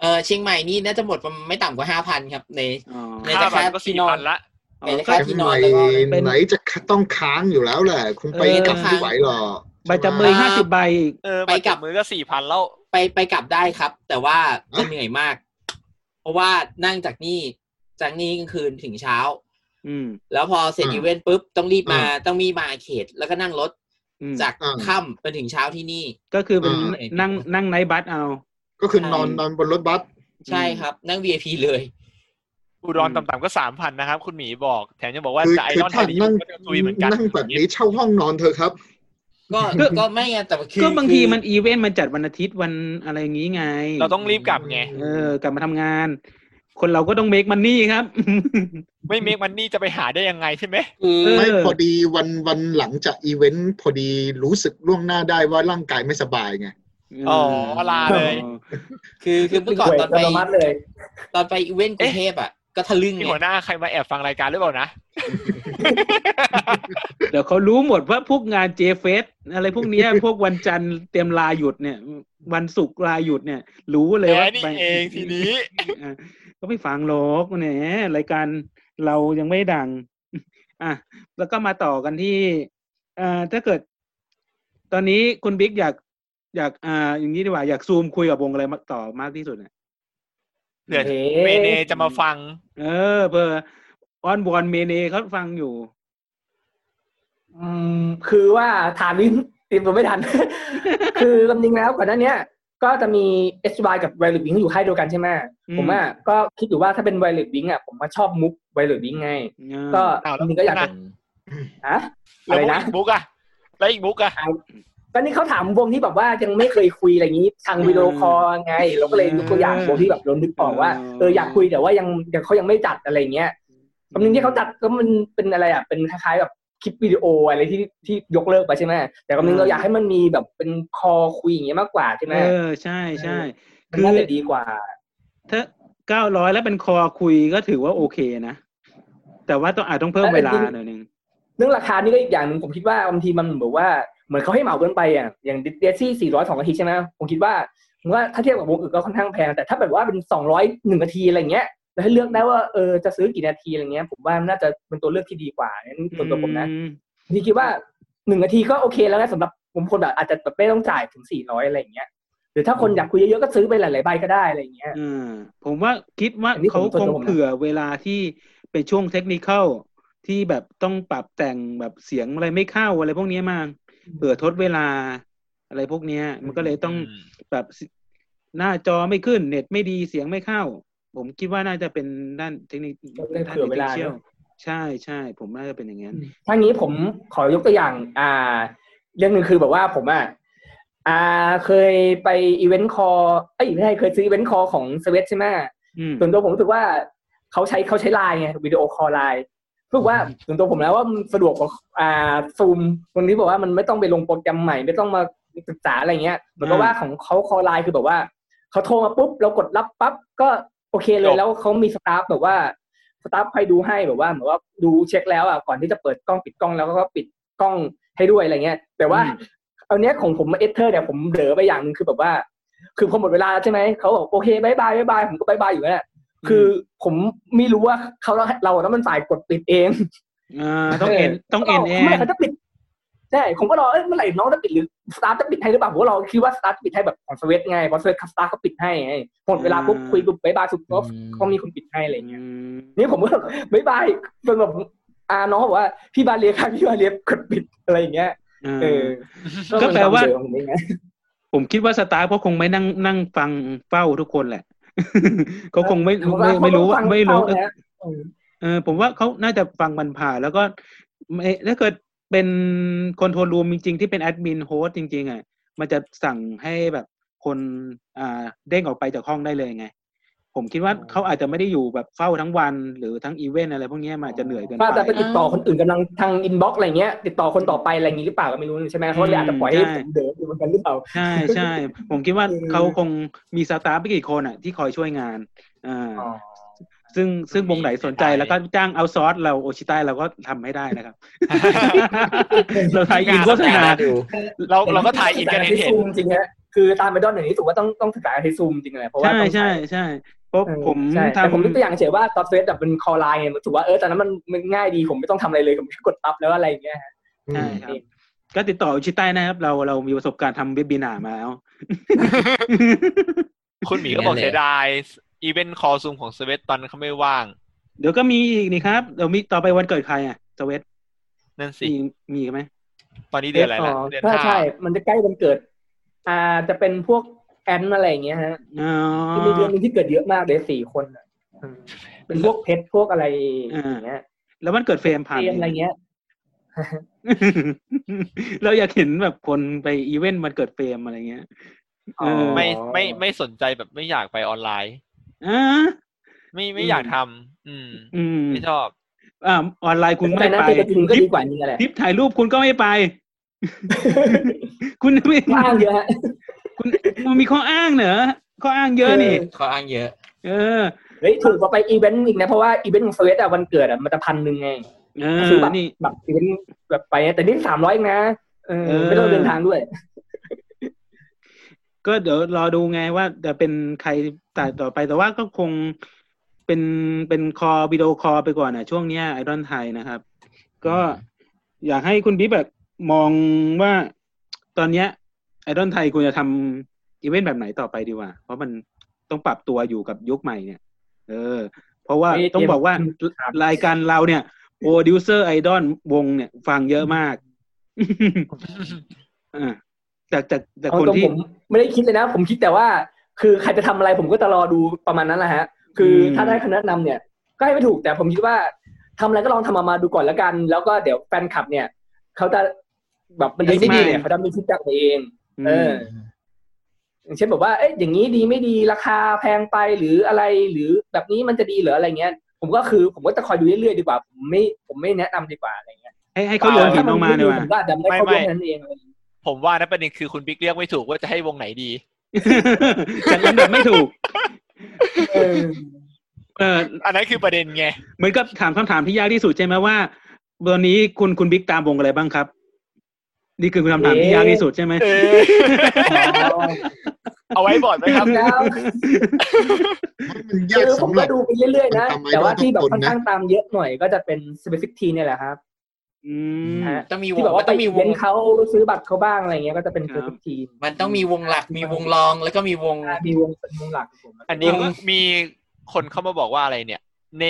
เออเชียงใหม่นี่น่าจะหมดประมาณไม่ต่ำกว่าห้าพันครับ ใน
อ๋อ
ใน
ค่าบัตรก็
ที่
สี่
นอ
พั
น
นละ
อ๋
ใน
อ
รา
ก็
คา
แต่
ที่
ไห
น
น
อนแล้วก็
เป็น
ไหนจะต้องค้างอยู่แล้วแหละคงไปกลับไม่ไหวหรอก
ใบจับ
ใช่ไหม
มือห้าสิบใบอีก
เออ
ไป
บัตร
กลั
จั
บ
บมือก็สี่พันแล้ว
ไปไปกลับได้ครับ แต่ว่าจะ
ฮะ
เหนื่อยมาก เพราะว่านั่งจากนี่จากนี่กลางคืนถึงเช้า
อืม
แล้วพอเสร็จ
อ่า
อีเวนต์ปุ๊บต้องรีบมา
อ่า
ต้องมีมาเขต แล้วก็นั่งรถ
อืม
จาก
อ่า
ค่ำไปถึงเช้าที่นี่
ก็คือเป็น
อ่า
นั่งนั่งไนท์บัสเอา
ก็คือนอนนอนบนรถบัส
ใช่ครับ นั่ง VIP เลย
อุดรต่ำๆก็สามพันนะครับ คุณหมีบอก แถมยังบอกว่า
คือ
จะไอ
คือ
รอนไท
ถ้ายนั่ง
ก็จะตุยเหมือนกัน
นั่งแบบนี้เช่าห้องนอนเธอะครับ
ก็
ก็
ก็ไม่ไงแต่คือ
ก็บางที
คือ
มันอีเวนต์มันจัดวันอาทิตย์วันอะไรอย่างนี้ไง
เราต้องรีบกลับไง
เออกลับมาทำงาน คนเราก็ต้องเม k มันนี่ครับ
ไม่เมกมันนี่จะไปหาได้ยังไงใช่ไหม
คือ
เอ
ไม่พอดีวันวันหลังจากอีเวนต์พอดีรู้สึกล่วงหน้าได้ว่าร่างกายไม่สบายไง
อ๋อลาเลย
คือคือเมื่อก่อนตอน
อั
ไป
ตโนมัติเลย
ตอนไปอีเวนต์กรุงเทพอ่ะก็ทะลึ่ง
มี
ไง
หัวหน้าใครมาแอบฟังรายการหรือเปล่านะ
เดี๋ยวเขารู้หมดว่าพวกงานเจเฟสอะไรพวก เนี้ย พวกวันจันทร์เตรียมลาหยุดเนี่ย วันศุกร์ลาหยุดเนี่ย รู้เลย
แก
ว่า
นี่
ไป
เองทีนี้
อ่ะ ก็ไม่ฟังหรอกแหนรายการเรายังไม่ดัง อ่ะแล้วก็มาต่อกันที่อ่าถ้าเกิด ตอนนี้คุณบิ๊กอยากอยากอ่าอย่างนี้ดีกว่าอยากซูมคุยกับวงอะไรมาต่อมากที่สุดเนี่ย
เผื่อเมเนจะมาฟัง
เออเพออ้อนวอนเมเนเขาฟังอยู่
อืมคือว่า ถามนี้เตรียมตัวไม่ทัน คือลำจริงแล้วก่อนหน้าเนี้ย ก็จะมี S Y กับ Violet Wing อยู่ค่ายเดียวกันใช่ไหม
อืม
ผมอ่ะก็คิดอยู่ว่าถ้าเป็น Violet Wing อ่ะผมก็ชอบมุก Violet Wing ไง
อ่า
ก็
อ้าว
จริงๆก็อยาก
แล้
จะ
ว
ฮะ
แล้
อะ
ว
ไร
พวก
นะ
อีกมุกอะแล้วอีกมุกอะ
ก็นี่เขาถามวงที่แบบว่ายังไม่เคยคุยอะไรอย่างนี้ทางวิดีโอคอลไง เราก็เลยยกตัวอย่างวงที่แบบเรานึกออกว่าเอออยากคุยแต่ว่ายังยังเขายังไม่จัดอะไรอย่างเงี้ย คำนึงที่เขาจัดก็มันเป็นอะไรอ่ะ เป็นคล้ายๆแบบคลิปวิดีโออะไรที่ที่ยกเลิกไปใช่ไหมแต่คำนึงเราอยากให้มันมีแบบเป็นคอคุยอย่างเงี้ยมากกว่าใช่ไหม
เออใช่ใช่
มัน
คือ
น่าจะดีกว่า
ถ้าเก้าร้อยแล้วเป็นคอคุยก็ถือว่าโอเคนะ แต่ว่าต้องอาจต้องเพิ่มเวลาหน่อยนึง
เรื่องราคานี่ก็อีกอย่างหนึ่งผมคิดว่าบางทีมันแบบว่าเหมือนเขาให้เหมาเกินไปอ่ะอย่างเดซี่สี่ร้อยสองนาทีใช่ไหมผมคิดว่าผมว่าถ้าเทียบกับวงอื่นก็ค่อนข้างแพง แต่ถ้าแบบว่าเป็นสองร้อยหนึ่งนาทีอะไรเงี้ยแล้วให้เลือกได้ว่าเออจะซื้อกี่นาทีอะไรเงี้ย ผมว่าน่าจะเป็นตัวเลือกที่ดีกว่านั่นส่วนตัวผมนะ
อืม
พี่คิดว่าหนึ่งนาทีก็โอเคแล้วนะสำหรับผมคนแบบอาจจะแบบไม่ต้องจ่ายถึงสี่ร้อยอะไรเงี้ยหรือถ้าคนอยากคุยเยอะๆก็ซื้อไปหลายๆใบก็ได้อะไรเงี้ย
อ่าผมว่าคิดว่า
อันนี้ผม
เขาค
ส่วนตั
ง
วผมนะ
เผื่อเวลาที่เป็นช่วงเทคนิคที่แบบต้องปรับแต่งแบบเสียงอะไรไม่เข้าอะไรพวกเนี้ยมากเผื่อทดเวลา อะไรพวกเนี้ย มันก็เลยต้อง
ม
แบบสิหน้าจอไม่ขึ้นเน็ตไม่ดีเสียงไม่เข้า ผมคิดว่าน่าจะเป็นด้านเทคนิค
ก็เลย
ด้น
เผื่อเวลา
technical ใช่ใช่ผมน่าจะเป็นอย่างนั้น
ถ้างี้ผมขอยกตัวอย่าง อ่า เรื่องหนึ่งคือแบบว่าผมอ่ะอ่าเคยไปอีเวนต์คอเอ้ยไม่ใช่เคยซื้ออีเวนต์คอของสวีทใช่ไหม
อืม
ส่วนตัวผมรู้สึกว่าเขาใช้เขาใช้ไลน์ไงวิดีโอคอลไลน์รู้สึกว่าส่วนตัวผมแล้วว่ามันสะดวกกว่าอ่าซูมตรงนี้บอกว่ามันไม่ต้องไปลงโปรแกรมใหม่ ไม่ต้องมาศึกษาอะไรเงี้ยเหมือนกับว่าของเขาคอไลน์คือแบบว่าเขาโทรมาปุ๊บเรากดรับปั๊บก็โอเคเล
จ
ย
บ
แล้วเขามีสตาฟแบบว่า สตาฟคอยดูให้แบบว่าเหมือนว่าดูเช็คแล้วอ่ะก่อนที่จะเปิดกล้องปิดกล้องแล้วก็ปิดกล้องให้ด้วยอะไรเงี้ย แต่ว่าเอาเนี้ยของผมเอเธอร์เนี่ยผมเหลือไปอย่างหนึงคือแบบว่า คือพอหมดเวลาแล้วใช่ไหมเขาบอกโอเคบายบายบายบายผมก็บายบายอยู่นั่นแหละคือผมไม่รู้ว่าเขาเราต้องเป็นฝ่ายกดปิดเอง
อ่าต้องเอ็นต้องเอ็นเอ
เมื่อไหร่
ง
เขาจะปิดใช่ผมก็รอเอ้ยเมื่อไหร่น้องจะปิดหรือสตาร์ทจะปิดให้หรือเปล่าผมก็รอคิดว่าสตาร์ทจะปิดให้แบบของสวีทไงเพราะสวีทคับสตาร์ทเขาปิดให้ไงหมดเวลาปุ๊บคุยปุ๊บบายบายสุดก็ก็มีคนปิดให้อะไรอย่างเงี้ย
อืม
นี่ผมก็แบบบายบายเป็นแบบอาน้องบอกว่าพี่บาเลียครับพี่บาเลียกดปิดอะไรอย่างเงี้ย
อ่า
เออ
ก็แปลว่า
เออผมเองนะ
ผมคิดว่าสตาร์เขาคงไม่นั่งนั่งฟังเฝ้าทุกคนแหละ เขาคงไม่
ผม
ไม่ไม่รู้
เข
ว่า
ก็ฟัง
ไม่รู้
เข้านะเออ
เออผมว่าเขาน่าจะฟังมันผ่านแล้วก็ไม่ถ้าเกิดเป็นคนโทรรูมจริง ๆ ที่เป็นแอดมินโฮสจริง ๆอ่ะมันจะสั่งให้แบบคนอ่าเด้งออกไปจากห้องได้เลยไง ผมคิดว่าเขาอาจจะไม่ได้อยู่แบบเฝ้าทั้งวันหรือทั้งอีเวนต์อะไรพวกเนี้ยมันอาจจะเหนื่อยเกิน
ว่าแต่ไป
ไป
ติดต่อคนอื่นกำลังทางอินบ็อกซ์อะไรเงี้ย ติดต่อคนต่อไปอะไรอย่างงี้หรือเปล่าก็ไม่รู้ใช่ไหมเขาเลยอาจจะปล่อยให้
ใช่
ผมเดินอยู่เหมือนกันหรือเปล่า
ใช่ใช่ ผมคิดว่า
อืม
เขาคงมีสตาฟไม่กี่คนอ่ะ ที่คอยช่วยงานอ่า
อ๋อ
ซึ่งซึ่งวงไหนสนใจ
ได้
แล้วก็จ้างเอาซอสเราโอชิต้าเราก็ทำให้ได้นะครับ เราทายอินโฆษณา
ดู
เราเราก็ถ่ายอินกันเห็นเห็น
ซูมจริงๆฮะคือตามไปดอนหนึ่งที่สุดว่าต้องต้องศึกษาการใช้ซูมจริงๆเลยเพราะว่า
ใช่
ต้อง
ใช่ใช่เพราะผม
ใช่แต่
ทำ
ผมยกตัวอย่างเฉยว่าตอนเฟสแบบเป็นคอไลน์ไงผมถือว่าเออตอนนั้นมันมันง่ายดีผมไม่ต้องทำอะไรเลยผมแค่กดอัพแล้วอะไรอย่างเงี้ยฮะ
ใช่ครับ
อืม
ก็ติดต่อชิใต้นะครับ เราเรามีประสบการณ์ทำเว็บบินามา แล้ว
คุณหมีก็บอก
นั่นแหละ
เสียดายอีเวนต์คอซูมของสเวตตอนนนเขาไม่ว่าง
เดี๋ยวก็มีอีกนี่ครับเดี๋ยวมีต่อไปวันเกิดใครอ่ะสเวต
นั่นสิ
มีมีไหม
ตอนนี้เดือนอะไรละเดือน
ใช่
ห้า
ใช่ มันจะใกล้วันเกิด อ่าจะเป็นพวกแอนอะไรอย่างเงี้ยฮะ
อ๋อ
ที่มีเดือนหนึงที่เกิดเยอะมากเลยสี่คนอะอืมเป็นพวกเพชรพวกอะไรอย่างเงี้ย
แล้ววันเกิดเฟรมผ่าน
เกมอะไรเงี้ย
เราอยากเห็นแบบคนไปอีเวนต์วันเกิดเฟรมอะไรเงี้ย
อ๋
เอ
อ
อ
ไม่ไม่ไม่สนใจแบบไม่อยากไปออนไลน์
อ่า
ไม่ไม่อยากทำอืม
อืม
ไม่ชอบ
อ่าออนไลน์คุณ
แต่
ไม่
นะ
ไป
เจอกระทิงก็
คลิป
ดีกว่านี้แหละ
คลิปถ่ายรูปคุณก็ไม่ไป คุณไม่
ว่างเยอะฮะ
คุณมันมีข้ออ้างเหรอข้ออ้างเยอะนี่
เออ
ขออ้างเยอะ
เออ
เฮ้ยถูกกว่าไปอีเวนต์อีกนะเพราะว่าอีเวนต์ของสวีทอะวันเกิดอะมันจะพันหนึ่งไง
เอ
คือ
อ
แบบ
นี่
แบบอีเวนต์แบบไปนะแต่นี่สามร้อยเองนะเออ
เออ
ไม่ต้องเดินทางด้วย
ก็เดี๋ยวรอดูไงว่าจะเป็นใครต่อต่อไปแต่ว่าก็คงเป็นเป็นคอวิดีโอคอไปก่อนนะช่วงเนี้ยไอดอนไทยนะครับ ก็อยากให้คุณบิ๊กแบบมองว่าตอนเนี้ยไอดอนไทยควรจะทำอีเวนต์แบบไหนต่อไปดีว่า เพราะมันต้องปรับตัวอยู่กับยุคใหม่เนี่ย เออ เพราะว่า
เอ้ย
ต้องบอกว่า
เดี๋ยว
รายการเราเนี่ยโปรดิวเซอร์ไอดอลวงเนี่ย ฟังเยอะมาก อ่าจากจากจาก
เอา
คน
ตรง
ที่
ผมไม่ได้คิดเลยนะ ผมคิดแต่ว่าคือใครจะทำอะไรผมก็จะรอดูประมาณนั้นแหละฮะ คืออ
ม
ถ้าได้คำแนะนำเนี่ย ก็ให้ไปถูกแต่ผมคิดว่าทำอะไรก็ลองทำออกมาดูก่อนแล้วกัน แล้วก็เดี๋ยวแฟนคลับเนี่ยเขาจะแบบมันดีไม่ดีเนี่ยเขาจะมีคิดจากตัวเอง เออ อย่างเช่นแบบว่า เอ๊ะ อย่างนี้ดีไม่ดี ราคาแพงไปหรืออะไร หรือแบบนี้มันจะดีเหรืออะไรเงี้ย ผมก็คือผมก็จะคอยดูเรื่อยๆดีกว่า ผมไม่ ผมไม่แนะนำดีกว่าอะไรเงี้ย
ให้ให้เขาโยนหินออกมาดีกว่า
ผมก็อาจจะไม่เข้าร่วมนั่นเองอะไรเงี้ย
ผมว่านะประเด็นคือคุณบิ๊กเรียกไม่ถูกว่าจะให้วงไหนดี
จัดลำดับไม่ถูก
เออ
เออ
อันนั้นคือประเด็นไง
เหมือนกับถามคำถามที่ยากที่สุดใช่ไหมว่า วันนี้คุณคุณบิ๊กตามวงอะไรบ้างครับ นี่คือคำถามที่ยากที่สุดใช่ไหม
เออเอาไว้บอร์ดไหมครับ
แล้ว
มันยาก
คือผม
สำห
ก็
รับ
ดูไปเรื่อยๆนะ
ทำไม
แต่ว่า
ต้อง
ที่แบบ
ทนนะ
ค่อนข้างตามเยอะหน่อยก็จะเป็น specific t เนี่ยแหละครับ
อืม
ฮะ
ต้องมีว
ที่
ง
แบบ
มั
ว่า
น
ไป
ต้องมีว
เว้
ง
นเขาซื้อบัตรเขาบ้างอะไรเงี้ยก็จะเป็น
ครับ
specific t
มันต้องมีวงหลักมีวงรองแล้วก็มีวง
มีวงเป็นวงหลักของผม
อันนี้
ผม
มีคนเข้ามาบอกว่าอะไรเนี่ย เน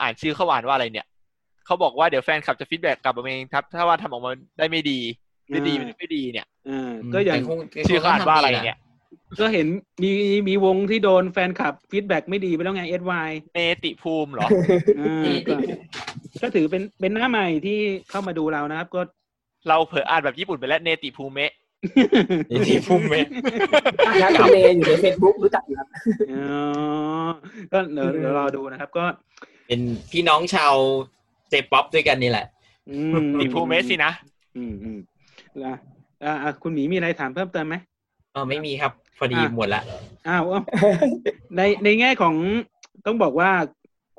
อ่านชื่อเขาอ่านว่าอะไรเนี่ย เขาบอกว่าเดี๋ยวแฟนคลับจะฟีดแบ็กกลับมาเองครับ ถ้าว่าทำออกมาได้ไม่ดีหรือดี
อ่า
ไม่ดีเนี่ย
อ่าก็อย่าง
แต่คง
ชื่อเขาอ่านว่าอะไรเนี่ย
ก็เห็นมีมีวงที่โดนแฟนคลับฟีดแบ็กไม่ดีไปแล้วไงเอสวาย
เนติภูมิเหรอ
ก็ถือเป็นเป็นหน้าใหม่ที่เข้ามาดูเรานะครับ ก็
เราเผลออ่านแบบญี่ปุ่นไปแล้วเนติภูมิเมะ
ที่พุ่มเมะ
นักทำเลอยู่ในเฟซบุ๊กรู้จักอยู่ครับ
อ๋อก็เดี๋ยวเดี๋ยวรอดูนะครับ ก็
เป็นพี่น้องชาวเจป๊อปด้วยกันนี่แหละ
อื
เนติภูมิเมะสินะ
อืมอืมอ่ะอ่ะอ่ะคุณหมีมีอะไรถามเพิ่มเติมไหม
เออไม่มีครับ พอดี
อ่ะ
หมดละ
อ้าว เอ้า ในในแง่ของต้องบอกว่า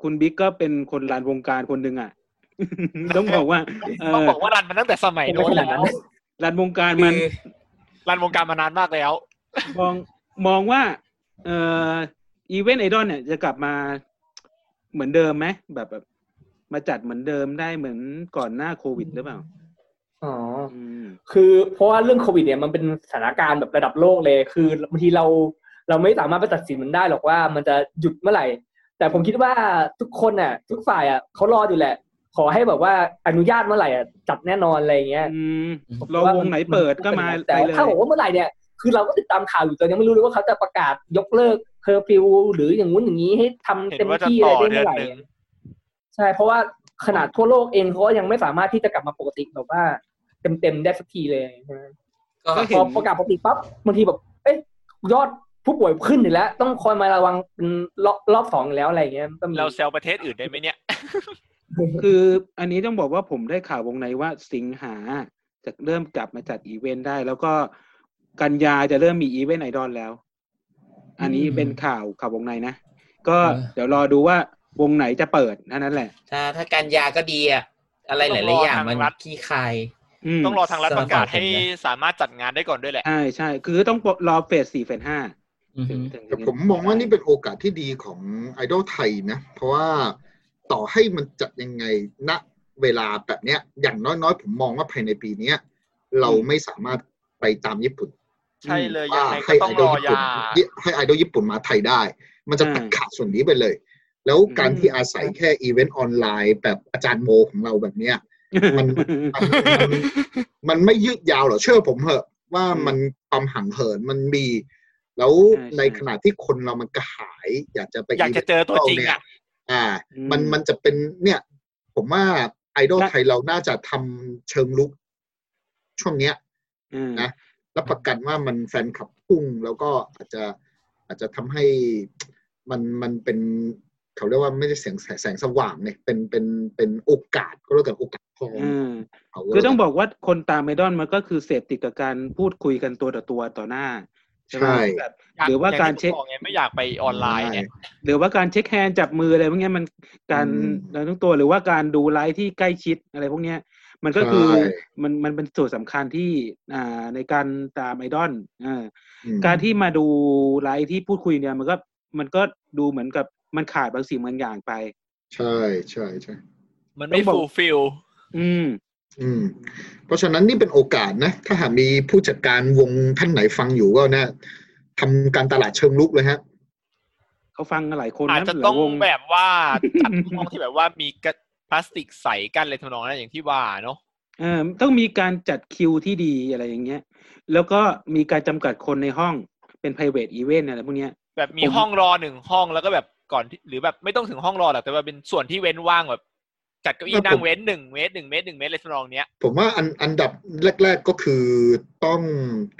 คุณบิ๊กก็เป็นคนรันวงการคนหนึ่งอ่ะ ต้องบอกว่าเอ
ต้อง
อ
บอกว่ารันมาตั้งแต่สมัยโน้น
ไม่ขนาดนั้
แล้ว
น
รันวงการ
คื
มัน
อ
รันวงการมานานมากแล้ว
มองมองว่า เอ่ออีเวนต์ไอดอลเนี่ยจะกลับมาเหมือนเดิมไหมแบบแบบ มาจัดเหมือนเดิมได้เหมือนก่อนหน้าโควิดหรือเปล่า
อ๋อ
อืม
คือเพราะว่าเรื่องโควิดเนี่ยมันเป็นสถานการณ์แบบระดับโลกเลย คือบางทีเราเราไม่สามารถไปตัดสินมันได้หรอกว่ามันจะหยุดเมื่อไหร่ แต่ผมคิดว่าทุกคนน่ะ ทุกฝ่ายอ่ะเขารออยู่แหละ ขอให้แบบว่าอนุญาตเมื่อไหร่อ่ะจัดแน่นอนอะไรอย่างเงี้ย
อืม
ผม
เรา
ว่
วงไหนเปิดก็มา
แต่
ไป
ว่า
เลย
ถ้าบอกว่าเมื่อไหร่เนี่ยคือเราก็ติดตามข่าวอยู่ตอนยังไม่รู้เลยว่าเขาจะประกาศยกเลิกเคอร์ฟิวหรืออย่างงู้นอย่างนี้ให้ทำ
เห็น
เต็ม
ว่าจะ
ที่
ต่
อะ
อ
ไรได้
เดือ
เมื่
น
อไหร่
หนึ่ง
ใช่ เพราะว่าขนาดทั่วโลกเองเขาก็ยังไม่สามารถที่จะกลับมาปกติแบบว่าเต็มๆได้สักทีเลยใช่ไหม
ก็
ก็ เห็
พ
น
อประกาศปกติปั๊บบางทีแบบเอ๊ะยอดผู้ป่วยขึ้นอีกแล้ว ต้องคอยมาระวังเป็นรอบรอบสองอีกแล้วอะไรอย่างเงี้ยก็มี
เราแซวประเทศอื่นได้ไหมเนี่ย
คืออันนี้ต้องบอกว่าผมได้ข่าววงในว่าสิงหาจะเริ่มกลับมาจัดอีเวนต์ได้ แล้วก็กันยาจะเริ่มมีอีเวนต์ไอดอลแล้ว อันนี้เป็นข่าวข่าววงในนะ ก็เดี๋ยวรอดูว่าวงไหนจะเปิดเท่านั้นแหละ
ถ้าถ้าการยาก็ดีอะอะไรหลายๆอย่างมัน
ต้องรอทางรัฐ
ขี้คาย
อืม
ต้องรอทางรัฐประกาศ
เสนอ
ให้
เสนอ
สามารถจัดงานได้ก่อนด้วยแหละ
ใช่ใช่คือต้องรอเฟสสี่เฟสห้า
อือ
ถึ
ฮึ
งถึง
แต่ผมมองว่านี่เป็นโอกาสที่ดีของไอดอลไทยนะ เพราะว่าต่อให้มันจัดยังไงณเวลาแบบเนี้ย อย่างน้อยๆ ผมมองว่าภายในปีเนี้ย เราไม่สามารถไปตามญี่ปุ่น
ใช่เลยยั
ว่าง
ไงก็
ให้
ต้อ
ไอ
ง
ด
ร
อล
อ
ญี่ปุ่น
ยา
ให้ไอดอลญี่ปุ่นมาไทยได้ มันจะตัดขาดส่วนนี้ไปเลย แล้วการที่อาศัยแค่อีเวนต์ออนไลน์แบบอาจารย์โมของเราแบบเนี้ย มัน มันมันไม่ยืดยาวหรอกเชื่อผมเหอะ ว่ามันความห่างเหินมันมี แล้ว
ใช่
ในขณะที่คนเรามันกระหาย อยากจะไป
อยากจะเจอตัวจริงอ่ะ
อ่า
อืม
มันมันจะเป็นเนี่ย ผมว่าไอดอล
และ
ไทยเราน่าจะทำเชิงลุก ช่วงเนี้ย
อืม
รับประกันว่ามันแฟนคลับพุ่งแล้วก็อาจจะอาจจะทำให้มันมันเป็นเขาเรียกว่าไม่ได้เสียงแสงแสงสว่างเนี่ยเป็นเป็นเป็นโอกาสก็แล้วกันโอกาสทอง
อืม
เาก็
คือ
แล้วน
ต้องบอกว่าคนตามไอดอลมันก็คือเสพติดกับการพูดคุยกันตัวต่อตัวต่อหน้าใช่ไหม
ใช่
แบบ
ยก
หรือว่าการเช็ค
อย่งที่ผมบอกไงไม่อยากไปออนไลน์เนี่ย
หรือว่าการเช็คแฮนด์จับมืออะไรพวกเนี้ยมันการ
อืม
เราทุกตัวหรือว่าการดูไลฟ์ที่ใกล้ชิดอะไรพวกเนี้ย มันก็คือ
ใช่
มันมันเป็นส่วนสำคัญที่อ่าในการตามไอดอลอ่า
อืม
การที่มาดูไลฟ์ที่พูดคุยเนี่ยมันก็มันก็ดูเหมือนกับมันขาดบางสิ่งบางอย่างไป
ใช่ใช่ใช่
มันไม่
ต้องบอก
ฟูลฟิล
อืม
อืม เพราะฉะนั้นนี่เป็นโอกาสนะ ถ้าหากมีผู้จัดการวงท่านไหนฟังอยู่ก็นะทำการตลาดเชิงลุกเลยฮะ
เขาฟังกันหลายคนน
อาจจะ
เหลื
ต้อง
วง
แบบว่าจัดห้องที่แบบว่ามีกระพลาสติกใสกันเลยทำนองนั้นอย่างที่ว่าเนาะ
เอ่อต้องมีการจัดคิวที่ดีอะไรอย่างเงี้ย แล้วก็มีการจำกัดคนในห้องเป็น private event อะไรพวกเนี้ย
แบบมี
ผม
ห้องรอหนึ่งห้องแล้วก็แบบก่อนที่หรือแบบไม่ต้องถึงห้องรอหรอกแต่ว่าเป็นส่วนที่เว้นว่างแบบ จัดเก้าอี้นั่งเว้นหนึ่งเมตรหนึ่งเมตรหนึ่งเมตรเลยทำนองเนี้ย
ผมว่าอันอันดับแรก ๆก็คือต้อง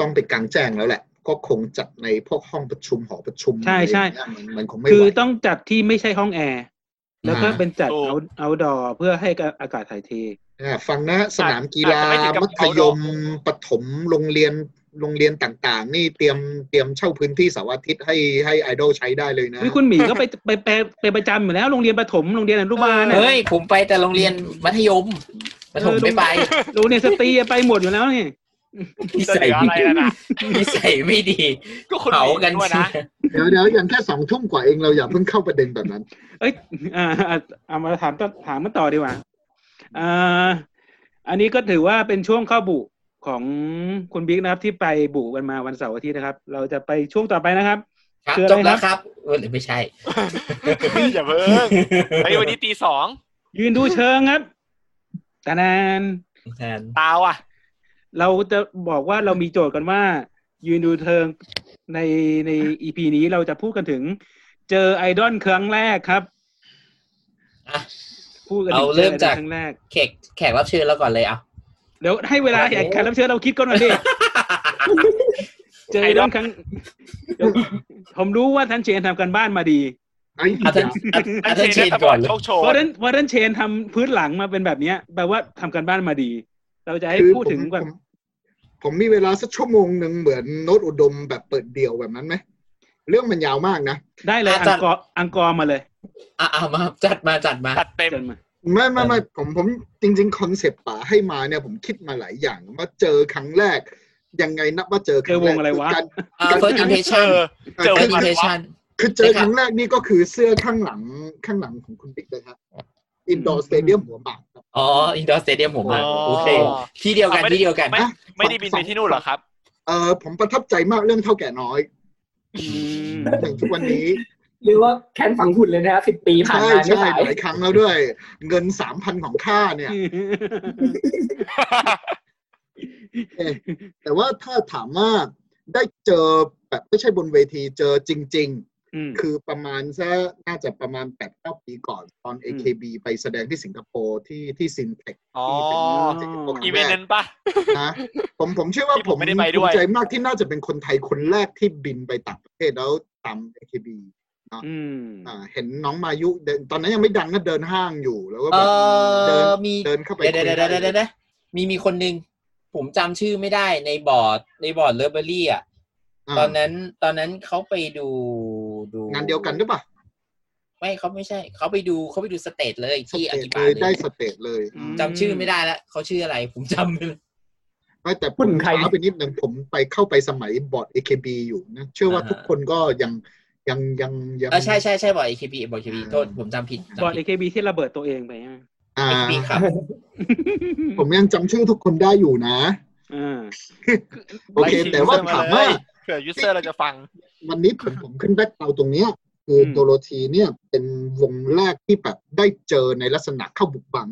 ต้องไปกลางแจ้งแล้วแหละ ก็คงจัดในพวกห้องประชุมหอประชุม
ใช่ใช่
อะไรอย่างเงี้ยมันมันคงไม่ไหว
คือต้องจัดที่ไม่ใช่ห้องแอร์ แล้วก็
อ่า
เป็นจัด
ถูก
เอาเอาดอเพื่อให้อากาศถ่ายเท
อ่าฟังนะสนามกีฬา
อาจจะไม่ถึงกับ
มัธยมปฐมโรงเรียน โรงเรียนต่าง ๆ นี่เตรียมเตรียมเช่าพื้นที่เสาร์อาทิตย์ให้ให้ไอดอลใช้ได้เลยนะ
เฮ้ยคุณหมีก็ไปไปไปไปประจำอยู่แล้วโรงเรียนประถมโรงเรียนอนุบาลน่ะ
เฮ้ย ผมไปแต่โรงเรียนมัธยมประถมไม่ไป
โรงเรียนสตรีอะไปหมดอยู่แล้วนี่
นิ
จะ
สั
เห
ย
ลืออะ
ไม่ดี
ไรแล้วนะ
นิสัยไม่ดี
ก็คน
เผา
อื่
กัน
ด้วย
เชีย
นะ
เดี๋ยวเดี๋ยวอย่างแค่สองทุ่มกว่าเองเราอย่าเพิ่งเข้าประเด็นแบบนั้น
เอ้ยอ่าเอาเอามาถามต่อถามมาต่อดีกว่าอ่าอันนี้ก็ถือว่าเป็นช่วงเข้าบุของคุณบิ๊กนะครับ ที่ไปบุกันมาวันเสาร์อาทิตย์นะครับ เราจะไปช่วงต่อไปนะครับ
ครับ
คืออะไร
จบแล้วครับเออหรือไม่ใช่
อย่าเพิ่ งไอ้ยวันนี้ตีสอง
ยืนดูเชิงครับตานาน
แทน
ตาวอ่ะ
เราจะบอกว่าเรามีโจทย์กันว่า ยืนดูเชิงในในอีพีนี้เราจะพูดกันถึง เจอไอดอลครั้งแรกครับ
อ่ะ
พูดกันถึง
เอาเริ่ม
จอไอดอล
จาก
ครั้งแรก
แขกแขกรับเชิญเราก่อนเลยเอา
เดี๋ยวให้เวลา
ครับ
แขกรับเชิญเราคิดก่อนหน่อยดิ เจอไอดอลครั้งเดี๋ยวผมรู้ว่าท่านเชนทำกันบ้านมาดี
ไอ้
เอาท่านเอาเอาท่านเชนก่อนเลย
โชคโช
เพ
น
ราะท่านเพราะท่านเชนทำพื้นหลังมาเป็นแบบเนี้ยแปลว่าทำกันบ้านมาดี เราจะให้
คือ
พูดถึง
ผม
ก่อน
ผมผมมีเวลาสักชั่วโมงหนึ่งเหมือนโน้ตอุดมแบบเปิดเดี่ยวแบบนั้นไหมเรื่องมันยาวมากนะ
ได้เลยอังกอร์อังกอร์มาเลย
อ่ะเอามาจัดมาจัดมา
ตัดเต็ม
เชิญมา
ไม่ไม่ไม่ผมผมจริง ๆ คอนเซปต์ป๋าให้มาเนี่ยผมคิดมาหลายอย่างว่าเจอครั้งแรก ยังไงนับว่าเจอครั้งแร
เจ
ก
อวงอะไรวะ
การ
อ่า first impression
เจอ
first impression
คือเจอครั้งแรกนี่ก็คือเสื้อข้างหลังข้างหลังของคุณบิ๊กเลยครับอินดอร์สเตเดียมหัวหมากครับ
อ๋อ indoor stadium ผมอ่ะ
อ๋อ
โอเค ที่เดียวกัน
อ่ะไม่ได้
ที่เดียวกัน
ไม่
นะ
ไม่ได้บินไปที่นู่นเหรอครับ
เออผมประทับใจมากเรื่องเท่าแก่น้อย
อืม
อย่างทุกวันนี้
หรือว่าแค้นฝังหุ่นเลยนะครับสิบปีผ่าน
ใช่
มาไม่
ใช่
หาย
หลายครั้งแล้วด้วย เงินสามพันของข้าเนี่ย แต่ว่าถ้าถามว่าได้เจอแบบไม่ใช่บนเวทีเจอจริง
อืม
ๆ คือประมาณสักน่าจะประมาณแปดเก้าปีก่อนตอน AKB ไปแสดงที่สิงคโปร์ที่ที่ซินเทค
อ๋อ
ที่เป็นเจคโปร์ค
อี
รั้ง
เวนต์
แรก
นั้นปะ
นะผมผมเชื่อว่า
ที่
ผ
ผม
ม
ไม่ได้ไปด้วย
ภูใจมากที่น่าจะเป็นคนไทยคนแรกที่บินไปต่างประเทศแล้วตาม AKB
อืม
อ่า เห็นน้องมายุเดินตอนนั้นยังไม่ดังนะเดินห้างอยู่แล้วก็
เอ
แบบเดิ
อน มี
เดินเข้าไป
เดี๋ยว
คุ
เดี๋ย
ยว
เดี๋ยว
ได้
เดี๋ยวเดี๋ยวเดี๋ยวมีมีคนนึง ผมจำชื่อไม่ได้ในบอร์ดในบอร์ดเลเบอรี่อ่ะ
อ่า
ตอนนั้นตอนนั้นเขาไปดูดู
งานเดียวกันหรือเปล่า
ไม่เขาไม่ใช่ เขาไปดูเขาไปดูสเตจเลย
ส
ที่
เต
อา
จ
กิ
เล
บาย เล
ได้
ย
สเตจเลย
จำชื่อไม่ได้แล้วเขาชื่ออะไร ผมจำไม่ได้
ไม่แต่ผ
คุ
ม
ณใคร
ช้าไปนิดนึงผมไปเข้าไปสมัยบอร์ด AKB อยู่นะเชื่อว่า
อ่า
ทุกคนก็ยังยังยังยัง
เออใช่ใช่ใช่บอร์ดเอคบีบอร์ดเอคบีโทษผมจำผิด
บอร์ด
จำ
เอ
ผิด
เคบีที่ระเบิดตัวเองไปใช่ไหม
อ่า
เอคบีครับ
ผมยังจำชื่อทุกคนได้อยู่นะ
อ่า
โอเค แต่ว่าถามว่า
เผื่อยูเซอร์เราจะฟัง
วันนี้ผมผมขึ้นแบ็คเราตรงเนี้ยคือโดโรธีเนี่ยเป็นวงแรกที่แบบได้เจอในลักษณะเข้าบุกบัง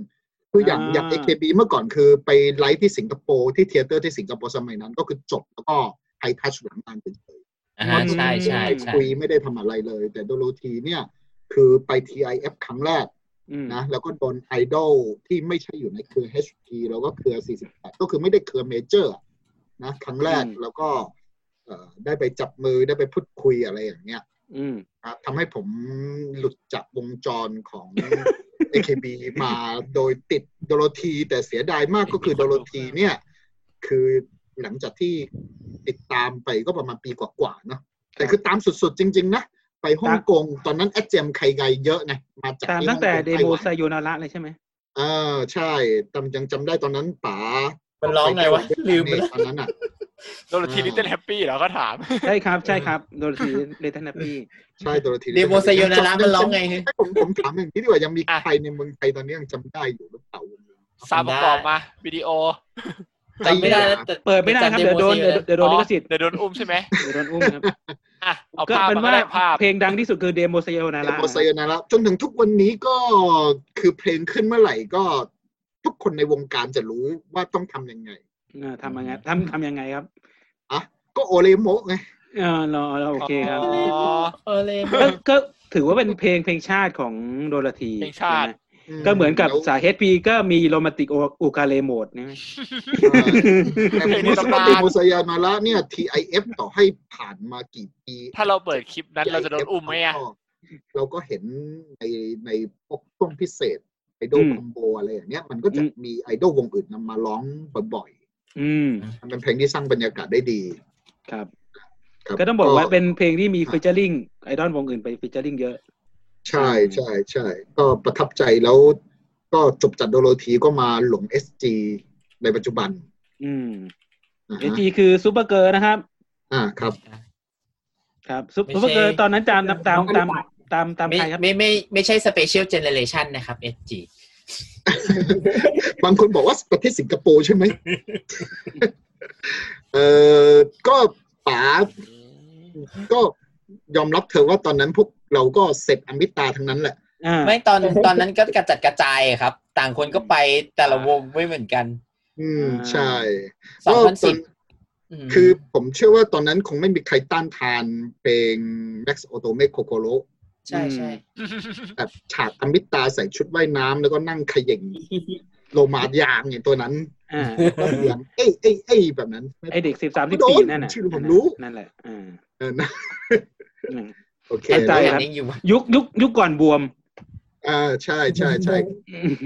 คืออย่าง
อ่า
อย่าง AKB เมื่อก่อนคือไปไลฟ์ที่สิงคโปร์ที่เทเตอร์ที่สิงคโปร์สมัยนั้น ก็คือจบแล้วก็ไฮทัชหลังงานเฉย
อ่าฮะใช่ใช่ใช่
คุยไม่ได้ทำอะไรเลย แต่โดโรธีเนี่ยคือไป TIF ครั้งแรก
อืม
นะแล้วก็โดนไอดอลที่ไม่ใช่อยู่ในเครือ HT แล้วก็เครือ 48 ก็คือไม่ได้เครือเมเจอร์นะครั้งแรกแล้วก็เอ่อได้ไปจับมือได้ไปพูดคุยอะไรอย่างเงี้ย
อืม
ครับทำให้ผมหลุดจากวงจรของ AKB มาโดยติดโดโรธีแต่เสียดายมากก็คือโดโรธีเนี่ย คือหลังจากที่ติดตามไปก็ประมาณปีกว่าๆเนาะแต่คือตามสุดๆจริง ๆ นะ ไปฮ่องกงตอนนั้นแอดเจมไคไกเยอะนะมาจาก
ตาม
ที่
ตั้งแต่
ฮ่อ
เด
ไต้
โม
หวัน
ไซโยนาระเลยใช่ไหม
เออใช่จำยังจำได้ตอนนั้นป๋า
มันร้องไงวะลืมไปแล้ว
ตอนนั้นอ่ะ
โดนทีลิตเติ้ลแฮปปี้เหรอก็ถาม
ใช่ครับใช่ครับโดนทีเลตันปี
ใช่โดโรธี
เดโมไซโยนาระมันร้องไงฮะ
ผมผมถามอย่างนี้ดีกว่ายังมี
อ่ะ
ใครในเมืองไทยตอนนี้ยังจำได้อยู่หรือเปล่า
ซาวประกอบมาวิดีโอ
จำไม่ได้แล้วแต่
เปิดไม่ได้ครับ
แต่
เดี๋ยวโดน
จำ
เดี๋ยวเดี๋
demo
ยวโดนลิขสิทธิ์
เดี๋ยวโดนอุ้มใช่ไหม
เดี๋ยวโดนอุ้มครับ
อ่ะเอา
ก็
ภาพ
เป็น
มาก็
ว่า
ได้ภาพ
เพลงดังที่สุดคือเดโมไซโยนา
เด
ระ
โมไซโยนาระจนถึงทุกวันนี้ก็คือเพลงขึ้นเมื่อไหร่ก็ ทุกคนในวงการจะรู้ว่าต้องทำยังไง
อ่าทำยังไงทำทำยังไงครับ
อ่ะก็โอเลโมะไง
เออเราเราโอเคครับ
อ๋อ
เออเลย
ก็ก็ถือว่าเป็นเพลงเพลงชาติของโดราที
เพลงชาติ
นะก็เหมือนกับสายเฮดพีก็มีโรแมนติกโอคาเลโหมดนี่ไหม
แต่ผมรู้สึกว่าเดโมไซโยนาระเนี่ย TIF ต่อให้ผ่านมากี่ปี
ถ้าเราเปิดคลิปนั้นเราจะโดนอุ้มไหมอ่ะ
เราก็เห็นในในพวกช่วงพิเศษไอดอลคอมโบอะไรอย่างเนี้ยมันก็จะมีไอดอลวงอื่นนำมาร้องบ่อย
อืม
มันเป็นเพลงที่สร้างบรรยากาศได้ดี
ครับ
ครับ
ก็ต้องบอกว่าเป็นเพลงที่มีฟิชเจอริงไอดอลวงอื่นไปฟิชเจอริงเยอะ
ใช่ใช่ใช่ก็ประทับใจแล้ว ก็จบจัดโดโรธีก็มาหลง SG ในปัจจุบัน
อืม
นะ
เอ
ฮะ
จีคือซูเปอร์เกิร์ลนะครับ
อ่าครับ
ครับซุป
ไม่
ซูเป
ใช่
อร์เกิร์ลตอนนั้นตามตามตามตามตาม
ไม่
ใครครับ
ไม่ไม่ไม่ใช่สเปเชียลเจเนเรชันนะครับ SG
บางคนบอกว่าประเทศสิงคโปร์ใช่ไหม เออก็ป๋าก็ยอมรับเธอะว่าตอนนั้นพวกเราก็เสร็จอมิตาทั้งนั้นแหละ
อ่า
ไม่ตอนตอนนั้นก็กระจัดกระจายครับ ต่างคนก็ไปแต่ละวงไม่เหมือนกัน
อืม
อ่า
ใช่
สอง
ก็
พัน
ต
สิ
อบ นคือผมเชื่อว่าตอนนั้นคงไม่มีใครต้านทานเพลง Max o t o m e k o k o r o
ใช่ใช่
แบบฉากอมิตาใส่ชุดว่ายน้ำแล้วก็นั่งเขย่งโลมายางอย่างตัวนั้น
อ่า
ก็เรียงเอ้ยเอ้ยเอ้ยแบบนั้น
ไอเด็กสิบสามสิบ
โด
สี่
น
นั่นน่ะ
ชื่อผมรู้
นั่นแหละอ่า
เออนะ
อืม
โอเค
เข้าใจ
ตัว
แล้ว
อย่างนี้อยู่ว่า
ยุคยุคยุคก่อนบวม
อ่าใช่ใช่ใช่